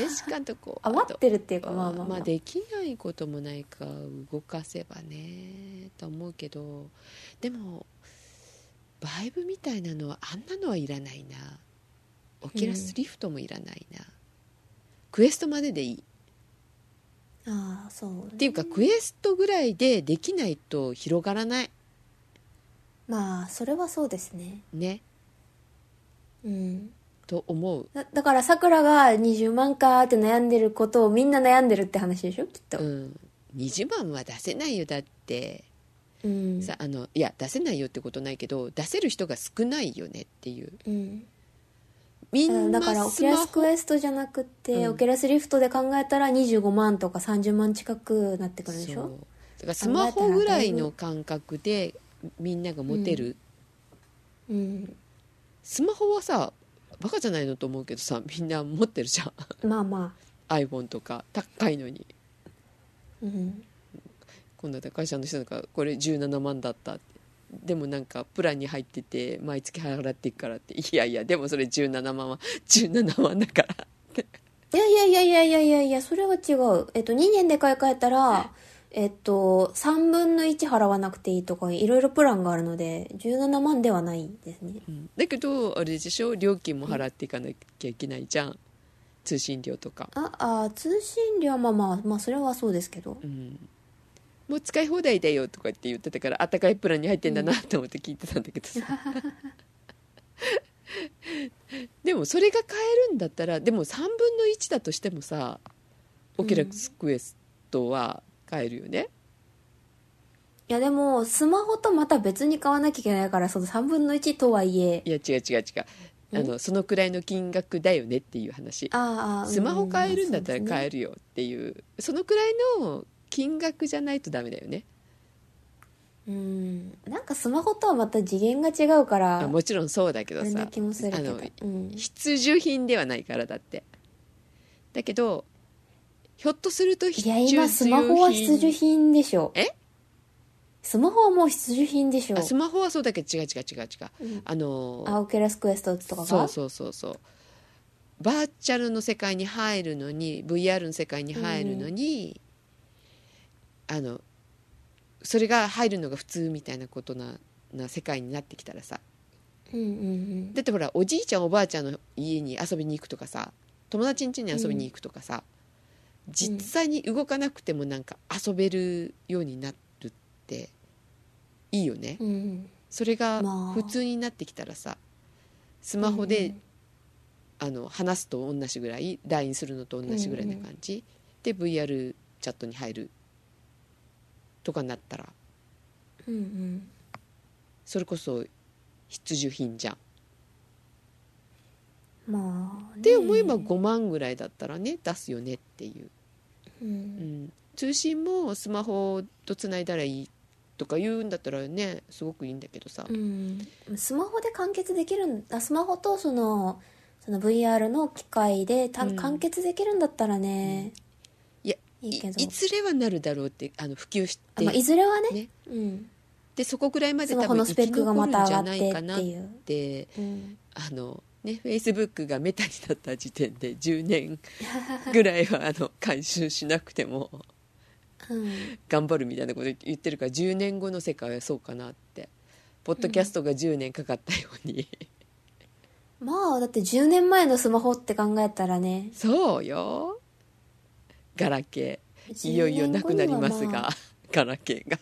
Speaker 1: でしかんとこ
Speaker 2: 余ってるっていうかまあまあ、
Speaker 1: まあできないこともないか動かせばねと思うけどでもバイブみたいなのはあんなのはいらないなオキュラスリフトもいらないな、クエストまででいい
Speaker 2: ああそうね、
Speaker 1: っていうかクエストぐらいでできないと広がらない
Speaker 2: まあそれはそうですね
Speaker 1: ね
Speaker 2: うん
Speaker 1: と思う
Speaker 2: だだからさくらが20万かって悩んでることをみんな悩んでるって話でしょきっと
Speaker 1: うん20万は出せないよだって
Speaker 2: うん
Speaker 1: さあのいや出せないよってことないけど出せる人が少ないよねっていう
Speaker 2: うん、
Speaker 1: み
Speaker 2: うん
Speaker 1: ん
Speaker 2: だから
Speaker 1: な
Speaker 2: オ
Speaker 1: ス
Speaker 2: キ
Speaker 1: マ
Speaker 2: ュラス
Speaker 1: ホ
Speaker 2: クエストじゃなくて、
Speaker 1: うん
Speaker 2: オキュラスリフトで考えたら25万とか30万近くなってくるでし
Speaker 1: そう
Speaker 2: ょ
Speaker 1: だからスマホぐらいの感覚でみんなが持てる、
Speaker 2: うん
Speaker 1: スマホはさバカじゃないのと思うけどさみんな持ってるじゃん
Speaker 2: まあまあ
Speaker 1: iPhone とか高いのに
Speaker 2: うん
Speaker 1: こんな高い社の人なんかこれ17万だったってでもなんかプランに入ってて毎月払っていくからっていやいやでもそれ17万は17万だから
Speaker 2: いやいやいやいやいやいやいやそれは違うえっと2年で買い替え たらえっと3分の1払わなくていいとかいろいろプランがあるので17万ではないですね
Speaker 1: うんだけどあれでしょ料金も払っていかなきゃいけないじゃん通信料とか、
Speaker 2: ああ通信料はまあまあまあそれはそうですけど
Speaker 1: うん、もう使い放題だよとかって言ってたからあったかいプランに入ってんだなと思って聞いてたんだけどさ、 でもそれが買えるんだったらでも3分の1だとしてもさオキュラスクエストは買えるよね、
Speaker 2: いやでもスマホとまた別に買わなきゃいけないからその3分の1とはいえ
Speaker 1: いや違う違う違うあのそのくらいの金額だよねっていう話
Speaker 2: ああ
Speaker 1: スマホ買えるんだったら買え
Speaker 2: る
Speaker 1: るよっていうそのくらいの金額じゃないとダメだよね
Speaker 2: うんなんかスマホとはまた次元が違うから
Speaker 1: あもちろんそうだけ
Speaker 2: あ
Speaker 1: ど
Speaker 2: れな
Speaker 1: さ
Speaker 2: 気もするけど
Speaker 1: あの
Speaker 2: うん
Speaker 1: 必需品ではないからだってだけどひょっとすると
Speaker 2: い
Speaker 1: 必
Speaker 2: や
Speaker 1: 需
Speaker 2: 今スマホは必需品でしょ
Speaker 1: え
Speaker 2: スマホはもう必需品でしょ
Speaker 1: あスマホはそうだけど違う違う違う違う
Speaker 2: うん
Speaker 1: あの
Speaker 2: あオキュラスクエストとかが
Speaker 1: そうそうそうそうバーチャルの世界に入るのに VR の世界に入るのに、あのそれが入るのが普通みたいなことなな世界になってきたらさ
Speaker 2: うんうん
Speaker 1: だってほらおじいちゃんおばあちゃんの家に遊びに行くとかさ友達ん家に遊びに行くとかさ、実際に動かなくてもなんか遊べるようになるっていいよね、
Speaker 2: うんうん
Speaker 1: それが
Speaker 2: まあ
Speaker 1: 普通になってきたらさスマホで、
Speaker 2: うん
Speaker 1: あの話すと同じぐらい LINE するのと同じぐらいな感じ、で VR チャットに入るとかになったら
Speaker 2: うんうん
Speaker 1: それこそ必需品じゃん。
Speaker 2: まあ
Speaker 1: っ
Speaker 2: ね
Speaker 1: て思えば5万ぐらいだったらね出すよねっていう、
Speaker 2: う
Speaker 1: うんん、通信もスマホとつないだらいいとか言うんだったらねすごくいいんだけどさ、
Speaker 2: うんスマホで完結できるんあスマホとそのその VR の機械でた、
Speaker 1: うん
Speaker 2: 完結できるんだったらね、
Speaker 1: うんいや
Speaker 2: いいけど
Speaker 1: いいずれはなるだろうってあの普及し
Speaker 2: あ
Speaker 1: て、
Speaker 2: まあ、いずれはね
Speaker 1: ね
Speaker 2: うん、
Speaker 1: でそこぐらいま
Speaker 2: ス
Speaker 1: で
Speaker 2: マ
Speaker 1: 多
Speaker 2: ホ
Speaker 1: 分
Speaker 2: の
Speaker 1: 生
Speaker 2: スペ
Speaker 1: き
Speaker 2: ックが
Speaker 1: 残
Speaker 2: ま
Speaker 1: る
Speaker 2: た
Speaker 1: ん
Speaker 2: 上
Speaker 1: じ
Speaker 2: が
Speaker 1: ゃ
Speaker 2: っ
Speaker 1: な
Speaker 2: て
Speaker 1: い
Speaker 2: っ
Speaker 1: かなって
Speaker 2: いう、
Speaker 1: て
Speaker 2: うん、
Speaker 1: あのねフェイスブックがメタになった時点で10年ぐらいはあの回収しなくても
Speaker 2: うん
Speaker 1: 頑張るみたいなこと言ってるから10年後の世界はそうかなってポッドキャストが10年かかったように、
Speaker 2: まあだって10年前のスマホって考えたらね
Speaker 1: そうよガラケーいよいよなくなりますが、
Speaker 2: 10年後にはまあ
Speaker 1: ガラケーが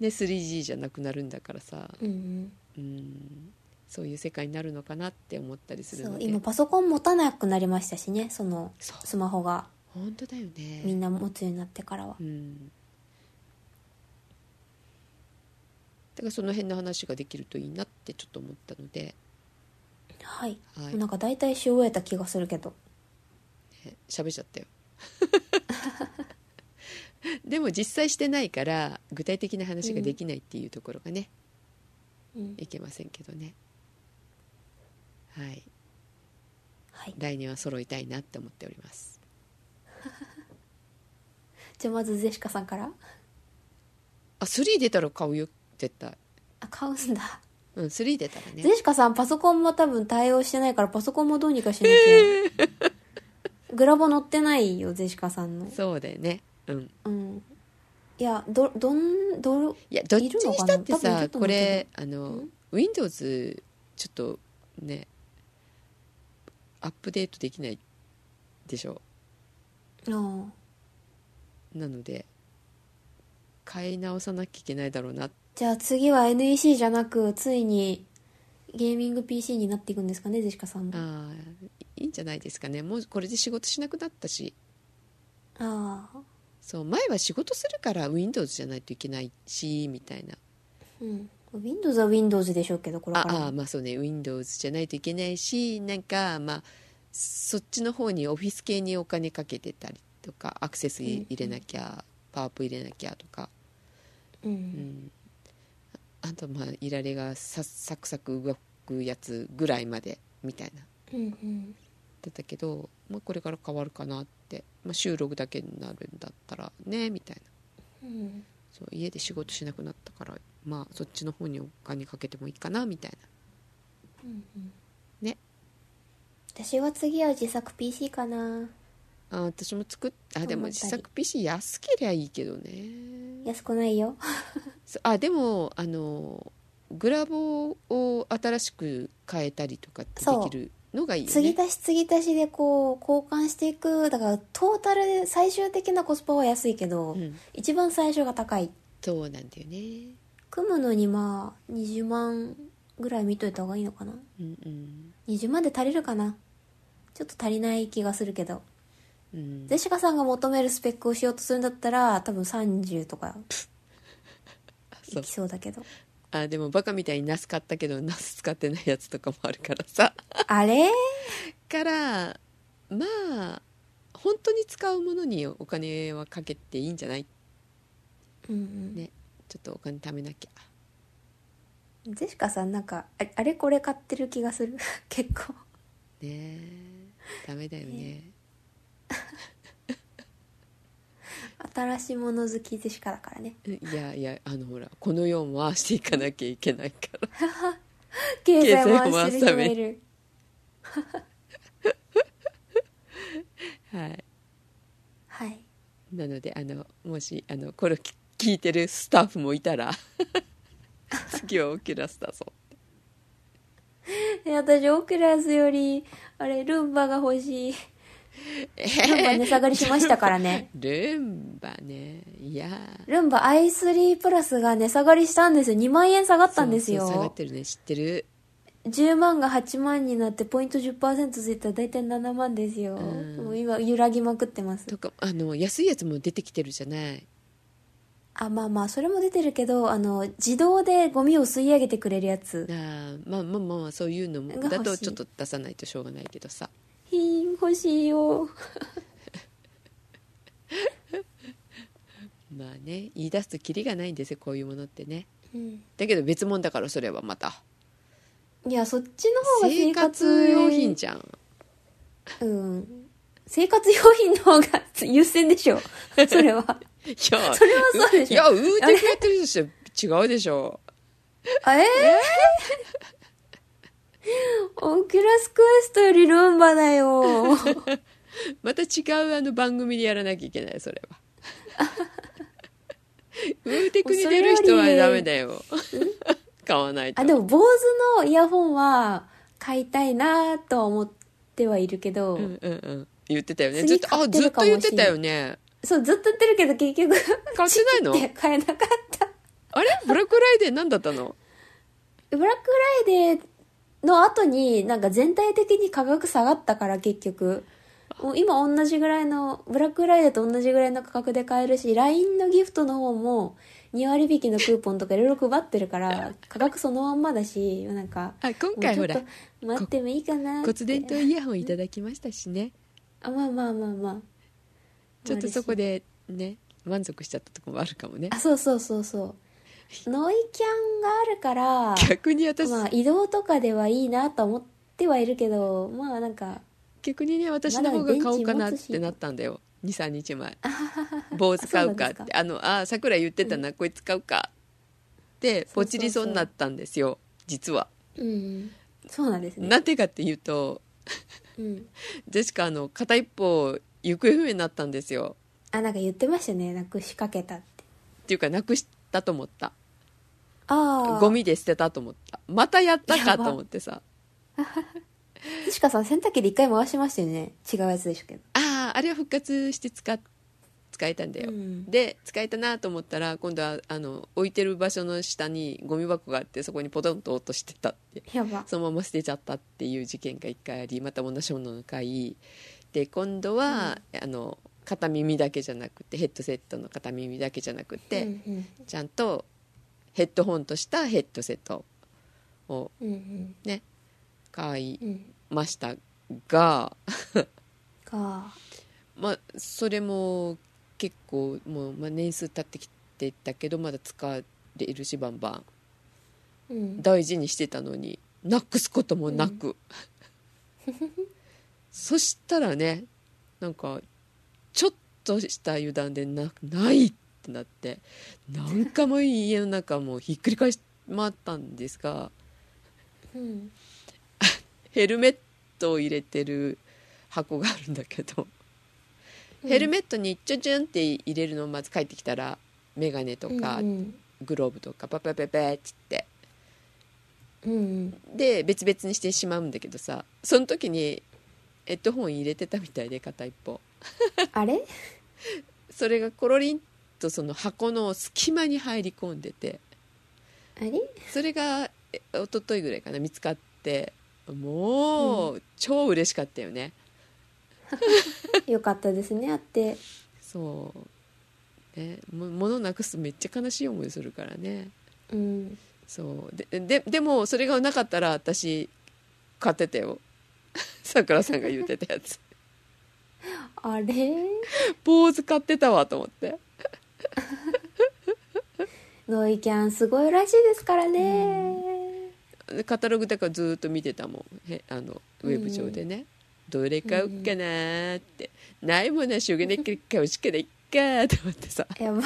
Speaker 1: ね 3G じゃなくなるんだからさ
Speaker 2: うんうん
Speaker 1: うんそういう世界になるのかなって思ったりする
Speaker 2: そ
Speaker 1: の
Speaker 2: う
Speaker 1: で
Speaker 2: 今パソコン持たなくなりましたしねその
Speaker 1: そう
Speaker 2: スマホが
Speaker 1: 本当だよね
Speaker 2: みんな持つようになってからは
Speaker 1: うんだからその辺の話ができるといいなってちょっと思ったので
Speaker 2: はい、
Speaker 1: はい
Speaker 2: なんか大体し終えた気がするけど
Speaker 1: え喋っちゃったよ でも実際してないから具体的な話ができないっていうところがね、
Speaker 2: うん
Speaker 1: いけませんけどねはい
Speaker 2: はい
Speaker 1: 来年は揃いたいなって思っております
Speaker 2: じゃあまずゼシカさんから
Speaker 1: あ3出たら買うよ絶対
Speaker 2: あ買うんだ
Speaker 1: うん3出たらね
Speaker 2: ゼシカさんパソコンも多分対応してないからパソコンもどうにかしなきゃ、 グラボ載ってないよゼシカさんの
Speaker 1: そうだよねうん
Speaker 2: うんいやどどんど
Speaker 1: いやどっちにしたって
Speaker 2: いるのかな多分ちょ
Speaker 1: さ
Speaker 2: っと
Speaker 1: これあ
Speaker 2: う
Speaker 1: の
Speaker 2: ん
Speaker 1: Windows ちょっとねアップデートできないでしょ
Speaker 2: ああ
Speaker 1: なので買い直さなきゃいけないだろうな
Speaker 2: じゃあ次は NEC じゃなくついにゲーミング PC になっていくんですかねゼシカさんもあ
Speaker 1: あーいいんじゃないですかねもうこれで仕事しなくなったし
Speaker 2: あ
Speaker 1: そう前は仕事するから Windows じゃないといけないしみたいな
Speaker 2: うん Windows は Windows でしょうけどこれ
Speaker 1: あ
Speaker 2: からも
Speaker 1: あーまあそうね Windows じゃないといけないしなんかまあそっちの方にオフィス系にお金かけてたりとかアクセス入れなきゃ、パワープ入れなきゃとか、
Speaker 2: う
Speaker 1: うんん、ああとまあいられがさサクサク動くやつぐらいまでみたいな
Speaker 2: うんうん
Speaker 1: だったけど、まあ、これから変わるかなって、まあ、収録だけになるんだったらねみたいな
Speaker 2: うん
Speaker 1: そう家で仕事しなくなったからまあそっちの方にお金かけてもいいかなみたいなね
Speaker 2: 私は次は自作 PC かな
Speaker 1: あ私も作っあでも
Speaker 2: 思った
Speaker 1: 自
Speaker 2: り
Speaker 1: 作 PC 安けりゃいいけどね
Speaker 2: 安くないよ
Speaker 1: そあでもあのグラボを新しく変えたりとかってで
Speaker 2: そ
Speaker 1: き
Speaker 2: う
Speaker 1: るのがいいよ
Speaker 2: 継ぎ
Speaker 1: ね
Speaker 2: 足し継ぎ足しでこう交換していくだからトータルで最終的なコスパは安いけど、
Speaker 1: うん
Speaker 2: 一番最初が高い
Speaker 1: そうなんだよね
Speaker 2: 組むのにまあ20万ぐらい見といた方がいいのかな
Speaker 1: うんうん
Speaker 2: 20万で足りるかなちょっと足りない気がするけど
Speaker 1: うん
Speaker 2: ゼシカさんが求めるスペックをしようとするんだったら多分30とか
Speaker 1: そ
Speaker 2: いうきそうだけど
Speaker 1: あでもバカみたいにナス買ったけどナス使ってないやつとかもあるからさ
Speaker 2: あれ
Speaker 1: からまあ本当に使うものにお金はかけていいんじゃない
Speaker 2: うんうん
Speaker 1: ねちょっとお金貯めなきゃ
Speaker 2: ジェシカさんなんかああれこれ買ってる気がする 結構
Speaker 1: ねえダメだよね
Speaker 2: 新しいもの好きジェシカだからね
Speaker 1: いやいやあのほらこの世を回していかなきゃいけないから
Speaker 2: 経
Speaker 1: 済
Speaker 2: 済
Speaker 1: 回
Speaker 2: 回
Speaker 1: し
Speaker 2: してて
Speaker 1: る
Speaker 2: る
Speaker 1: 人も
Speaker 2: 人も
Speaker 1: い
Speaker 2: いる
Speaker 1: はい、
Speaker 2: はい
Speaker 1: なのであのもしあのこれをき聞いてるスタッフもいたら 次はオキュラスだぞ
Speaker 2: え私オキュラスよりあれルンバが欲しいルンバ値下がりしましたから ね
Speaker 1: ルンバねいやー
Speaker 2: ルンバ i3 プラスが値下がりしたんですよ2万円下がったんですよ
Speaker 1: そうそう下がってるね知ってる
Speaker 2: 10万が8万になってポイント10%ついたら大体7万ですよ、
Speaker 1: うん
Speaker 2: もう今揺らぎまくってます
Speaker 1: とかあの安いやつも出てきてるじゃない
Speaker 2: あまあまあそれも出てるけどあの自動でゴミを吸い上げてくれるや
Speaker 1: あ
Speaker 2: つ
Speaker 1: ーまあまあまあまあそういうのも
Speaker 2: が
Speaker 1: だと
Speaker 2: 欲しい
Speaker 1: ちょっと出さないとしょうがないけどさ
Speaker 2: ひーん欲しいよ
Speaker 1: まあね言い出すとキリがないんですよこういうものってね
Speaker 2: うん
Speaker 1: だけど別物だからそれはまた
Speaker 2: いやそっちの方が
Speaker 1: 生
Speaker 2: 生
Speaker 1: 活
Speaker 2: 活
Speaker 1: 用品じゃん
Speaker 2: うん生活用品の方が優先で しょそれは
Speaker 1: いや
Speaker 2: それはそうで
Speaker 1: い
Speaker 2: しょ
Speaker 1: やウーテクやってるとしては違うでしょ
Speaker 2: あえー、オキュラスクエストよりルンバだ よ
Speaker 1: また違うあの番組でやらなきゃいけないそれ はウーテクに出る人はダメだよ買わないと
Speaker 2: あでも坊主のイヤホンは買いたいなとは思ってはいるけど、
Speaker 1: うんうんうん言ってたよねずっ
Speaker 2: 次
Speaker 1: と
Speaker 2: 買
Speaker 1: あ
Speaker 2: って
Speaker 1: ずっ
Speaker 2: る
Speaker 1: と
Speaker 2: かもし
Speaker 1: 言
Speaker 2: れな
Speaker 1: っ
Speaker 2: い
Speaker 1: てたよね
Speaker 2: そうずっと言ってるけど結局
Speaker 1: 買ってないの
Speaker 2: チキって買えなかった
Speaker 1: あれブラックライデー何だったの
Speaker 2: ブラックフライデーの後になんか全体的に価格下がったから結局もう今同じぐらいのブラックフライデーと同じぐらいの価格で買えるし LINE のギフトの方も2割引きのクーポンとかいろいろ配ってるから価格そのまんまだしなんか
Speaker 1: あ今
Speaker 2: もう
Speaker 1: 回
Speaker 2: ちょ
Speaker 1: ほ
Speaker 2: っ
Speaker 1: ら
Speaker 2: と待ってもいいかなって
Speaker 1: 骨伝とイヤホンいただきましたしね
Speaker 2: あまあまあまあまあ
Speaker 1: ちょっとそ
Speaker 2: で
Speaker 1: こでね満足しちゃったとこもあるかもね
Speaker 2: あそうそうそうそうノイキャンがあるから
Speaker 1: 逆に私、
Speaker 2: まあ移動とかではいいなと思ってはいるけどまあなんか
Speaker 1: 逆にね私の方が買おうかなってなったんだよ23日前坊主買うかっ
Speaker 2: そうなんで
Speaker 1: て
Speaker 2: す
Speaker 1: あのあさくら言ってたな、こいつ買うかって
Speaker 2: そうそうそう
Speaker 1: ポチりそうになったんですよ実は。
Speaker 2: うんそうなんですね
Speaker 1: なんてかっていうと
Speaker 2: うん
Speaker 1: ジェシカあの片一方行方不明になったんですよ
Speaker 2: あなんか言ってましたねなくしかけたって
Speaker 1: っていうかなくしたと思った
Speaker 2: ああ
Speaker 1: ゴミで捨てたと思ったまたやったかと思ってさ
Speaker 2: しかさん洗濯機で一回回しましたよね違うやつでしたけど
Speaker 1: あああれは復活して使っ使えたんだよ、
Speaker 2: うん
Speaker 1: で使えたなと思ったら今度はあの置いてる場所の下にゴミ箱があってそこにポトンと落としてたって
Speaker 2: やば
Speaker 1: そのまま捨てちゃったっていう事件が一回ありまた同じものが買いで今度は、あの片耳だけじゃなくてヘッドセットの片耳だけじゃなくて、
Speaker 2: うん
Speaker 1: ちゃんとヘッドホンとしたヘッドセットを
Speaker 2: うんうん
Speaker 1: 買い
Speaker 2: うんうん
Speaker 1: ましたが、
Speaker 2: か
Speaker 1: まあそれも結構もう、まあ、年数経ってきてたけどまだ使れるしバンバン
Speaker 2: うん
Speaker 1: 大事にしてたのになくすこともなく、そしたらねなんかちょっとした油断でなないってなって何かも家の中もうひっくり返し回ったんですが
Speaker 2: うん
Speaker 1: ヘルメットを入れてる箱があるんだけど、ヘルメットにチュンチュンって入れるのをまず帰ってきたらメガネとか
Speaker 2: うんうん
Speaker 1: グローブとかパパパパってって
Speaker 2: うんうん
Speaker 1: で別々にしてしまうんだけどさその時にヘッドホン入れてたみたいで片一方
Speaker 2: あれ
Speaker 1: それがコロリンとその箱の隙間に入り込んでて
Speaker 2: あれ
Speaker 1: それがえ一昨日ぐらいかな見つかってもう、超嬉しかったよね
Speaker 2: よかったですねあって
Speaker 1: そうねも物なくすとめっちゃ悲しい思いするからね
Speaker 2: うん
Speaker 1: そうでででもそれがなかったら私買ってたよ さくらさんが言ってたやつ
Speaker 2: あれ
Speaker 1: ポーズ買ってたわと思って
Speaker 2: ノイキャンすごいらしいですからね。
Speaker 1: でカタログだからずーっと見てたもんへあのウェブ上でね、どれ買おうかなーって、ないものはしょうがないから買うしかないかーと思ってさ
Speaker 2: やば。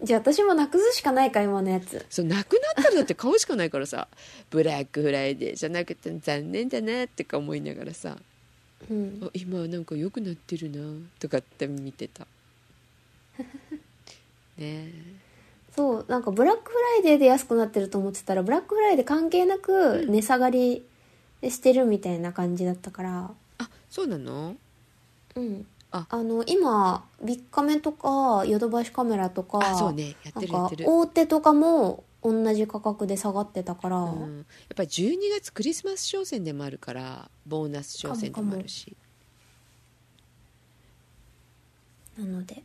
Speaker 2: じゃあ私もなくすしかないか、今のやつ。
Speaker 1: そうなくなったらだって買うしかないからさブラックフライデーじゃなくて残念だなってか思いながらさ
Speaker 2: うん。
Speaker 1: あ今なんか良くなってるなとかって見て たねえ
Speaker 2: そう、なんかブラックフライデーで安くなってると思ってたら、ブラックフライデー関係なく値下がりしてるみたいな感じだったから。
Speaker 1: あそうなの
Speaker 2: うん。
Speaker 1: あ
Speaker 2: あの、今、ビッカメとか、ヨドバシカメラとか、
Speaker 1: あそうねやっ
Speaker 2: な
Speaker 1: て
Speaker 2: ん
Speaker 1: るやっ
Speaker 2: か
Speaker 1: てる
Speaker 2: 大手とかも同じ価格で下がってたから、
Speaker 1: うん、やっぱり12月クリスマス商戦でもあるからボーナス商戦でもあるし
Speaker 2: なので、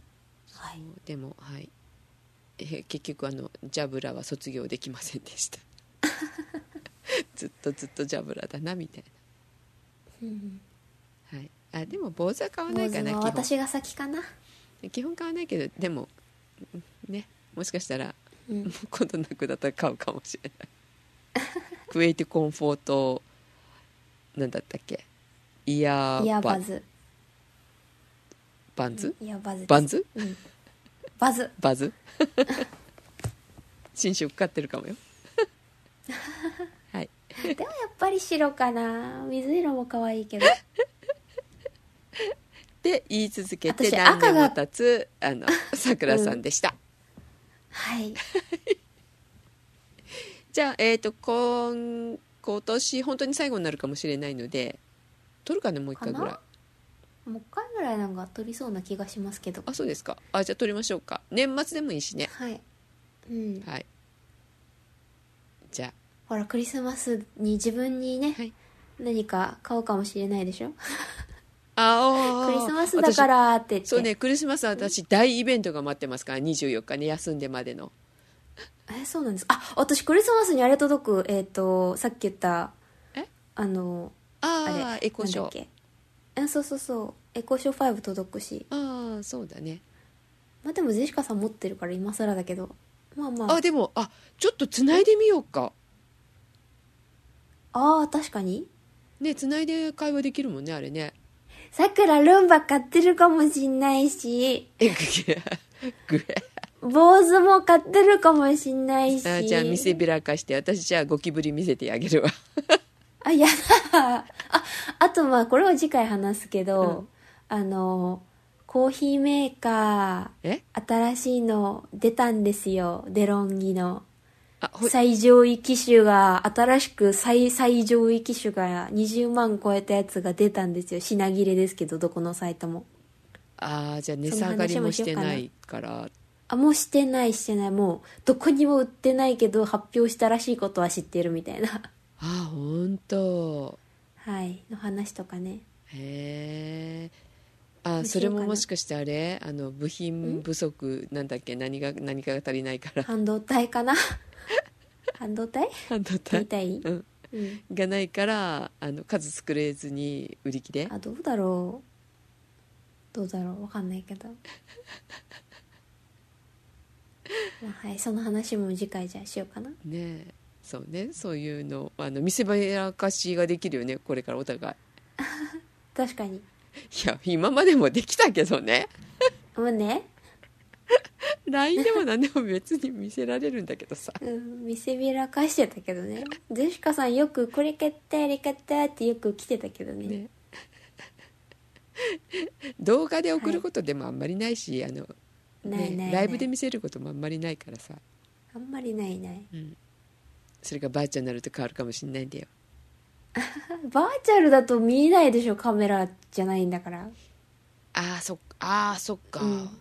Speaker 2: はい。
Speaker 1: そうでもはいえ結局あのジャブラは卒業できませんで したずっとずっとジャブラだなみたい
Speaker 2: うん
Speaker 1: な、はい、あでも坊主は買わない
Speaker 2: 坊
Speaker 1: か
Speaker 2: 主
Speaker 1: な
Speaker 2: は
Speaker 1: 基本
Speaker 2: 私が先かな。
Speaker 1: 基本買わないけどでもねもしかしたら
Speaker 2: うん
Speaker 1: もう今度なくなったら買うかもしれ ないクエイティコンフォートなんだったっけイヤ
Speaker 2: イヤ
Speaker 1: ー
Speaker 2: ー
Speaker 1: バ
Speaker 2: バズ。
Speaker 1: バンズ
Speaker 2: イヤーバズです。
Speaker 1: バンズ
Speaker 2: うんバズ。
Speaker 1: バ ズ新種買ってるかもよはい
Speaker 2: でもやっぱり白かな。水色も可愛いけ ど。
Speaker 1: で言い続けて
Speaker 2: 私
Speaker 1: 何年
Speaker 2: 赤
Speaker 1: も
Speaker 2: が
Speaker 1: 経つあ のさくらさんでした、
Speaker 2: はい。
Speaker 1: じゃあえっ、と今今年本当に最後になるかもしれないので取るかねもう一回ぐらい
Speaker 2: かなもう一回ぐらいなんか取りそうな気がしますけど。
Speaker 1: あそうですかあじゃあ取りましょうか年末でもいいしね
Speaker 2: はい。うん。
Speaker 1: はいじゃあ
Speaker 2: ほら、クリスマスに自分にね、
Speaker 1: はい
Speaker 2: 何か買うかもしれないでしょ。
Speaker 1: あ
Speaker 2: クリスマス
Speaker 1: ら
Speaker 2: だからって言って。
Speaker 1: そうねクリスマスは私大イベントが待ってますから24日ね休んでまでの
Speaker 2: えそうなんですあ私クリスマスにあれ届くえっ、とさっき言った
Speaker 1: え
Speaker 2: あの
Speaker 1: あ
Speaker 2: あ
Speaker 1: あ
Speaker 2: れ
Speaker 1: エコーショー
Speaker 2: ーえそうそうそうエコーショー5届くし
Speaker 1: ああそうだね
Speaker 2: まあでもジェシカさん持ってるから今更だけどまあまあ
Speaker 1: あでもあちょっとつないでみようか
Speaker 2: ああー確かに
Speaker 1: ねつないで会話できるもんねあれね
Speaker 2: さくらルンバ買ってるかもしんないし
Speaker 1: えぐげぐえ
Speaker 2: 坊主も買ってるかもしんないし
Speaker 1: あじゃあ見せびらかして私じゃあゴキブリ見せてあげる わ
Speaker 2: あやだああとまあこれは次回話すけど、あのコーヒーメーカー
Speaker 1: え
Speaker 2: 新しいの出たんですよデロンギの
Speaker 1: あほ
Speaker 2: 最上位機種が新しく最最上位機種が20万超えたやつが出たんですよ品切れですけどどこのサイトも
Speaker 1: あーじゃあ値
Speaker 2: その話
Speaker 1: 下がりも
Speaker 2: も
Speaker 1: し
Speaker 2: しよ
Speaker 1: て
Speaker 2: うかな
Speaker 1: ないから
Speaker 2: あもうしてないしてないもうどこにも売ってないけど発表したらしいことは知ってるみたいな
Speaker 1: あ本当
Speaker 2: はいの話とかね
Speaker 1: へえあ
Speaker 2: うしよう
Speaker 1: それも
Speaker 2: かな
Speaker 1: もしかしてあれあの部品不足なんだっけ何が何かが足りないから
Speaker 2: 半導体かな半導体
Speaker 1: 半導
Speaker 2: み
Speaker 1: 体
Speaker 2: たい、
Speaker 1: うん
Speaker 2: うん、
Speaker 1: がないからあの数作れずに売り切れ
Speaker 2: あどうだろうどうだろうわかんない けどまあはいその話も次回じゃあしようかな
Speaker 1: ねえそうねそういうのあの見せ場やらかしができるよねこれからお互い
Speaker 2: 確かに
Speaker 1: いや今までもできたけど ね
Speaker 2: もうね、
Speaker 1: LINE でも何でも別に見せられるんだけどさ
Speaker 2: うん、見せびらかしてたけどねジェシカさんよく「これ買ったあれ買った」ってよく来てたけどね
Speaker 1: ね動画で送ることでもあんまりないし、あの
Speaker 2: ないないな
Speaker 1: ね
Speaker 2: い
Speaker 1: ライブで見せることもあんまりないからさ、
Speaker 2: あんまりないない
Speaker 1: うん、それがバーチャルになると変わるかもしれないんだよ
Speaker 2: バーチャルだと見えないでしょカメラじゃないんだから
Speaker 1: あーそっあーそっか、
Speaker 2: うん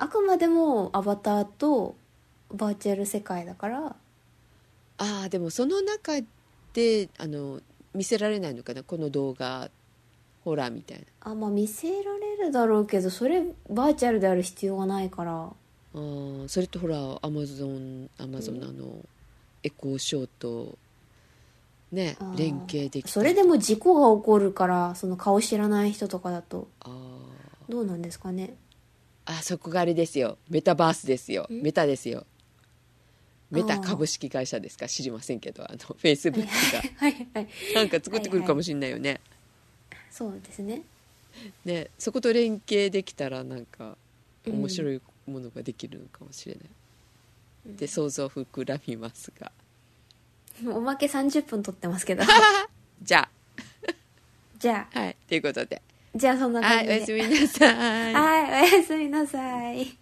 Speaker 2: あくまでもアバターとバーチャル世界だから
Speaker 1: ああでもその中であの見せられないのかなこの動画ホラーみたいな
Speaker 2: あまあ見せられるだろうけどそれバーチャルである必要がないから
Speaker 1: あーそれとほらアマゾンアマゾンのあの、エコーショーとね
Speaker 2: あー
Speaker 1: 連携できた
Speaker 2: それでも事故が起こるからその顔知らない人とかだと
Speaker 1: あー
Speaker 2: どうなんですかね
Speaker 1: あそこがあれですよメタバースですよ
Speaker 2: ん
Speaker 1: メタですよメ
Speaker 2: あ
Speaker 1: タ
Speaker 2: ー
Speaker 1: 株式会社ですか知りませんけどあのフェイスブックが
Speaker 2: はいはい
Speaker 1: なんか作ってくるかもしれないよね、
Speaker 2: そうですね
Speaker 1: ねそこと連携できたらなんか
Speaker 2: うん
Speaker 1: 面白いものができるのかもしれない、
Speaker 2: うん
Speaker 1: で想像膨らみますが
Speaker 2: もうおまけ30分撮ってますけど
Speaker 1: じゃ
Speaker 2: じゃあ
Speaker 1: あはいということで
Speaker 2: じゃあそんな
Speaker 1: は
Speaker 2: 感
Speaker 1: い
Speaker 2: じ
Speaker 1: お
Speaker 2: で
Speaker 1: やすみなさい
Speaker 2: はいおやすみなさい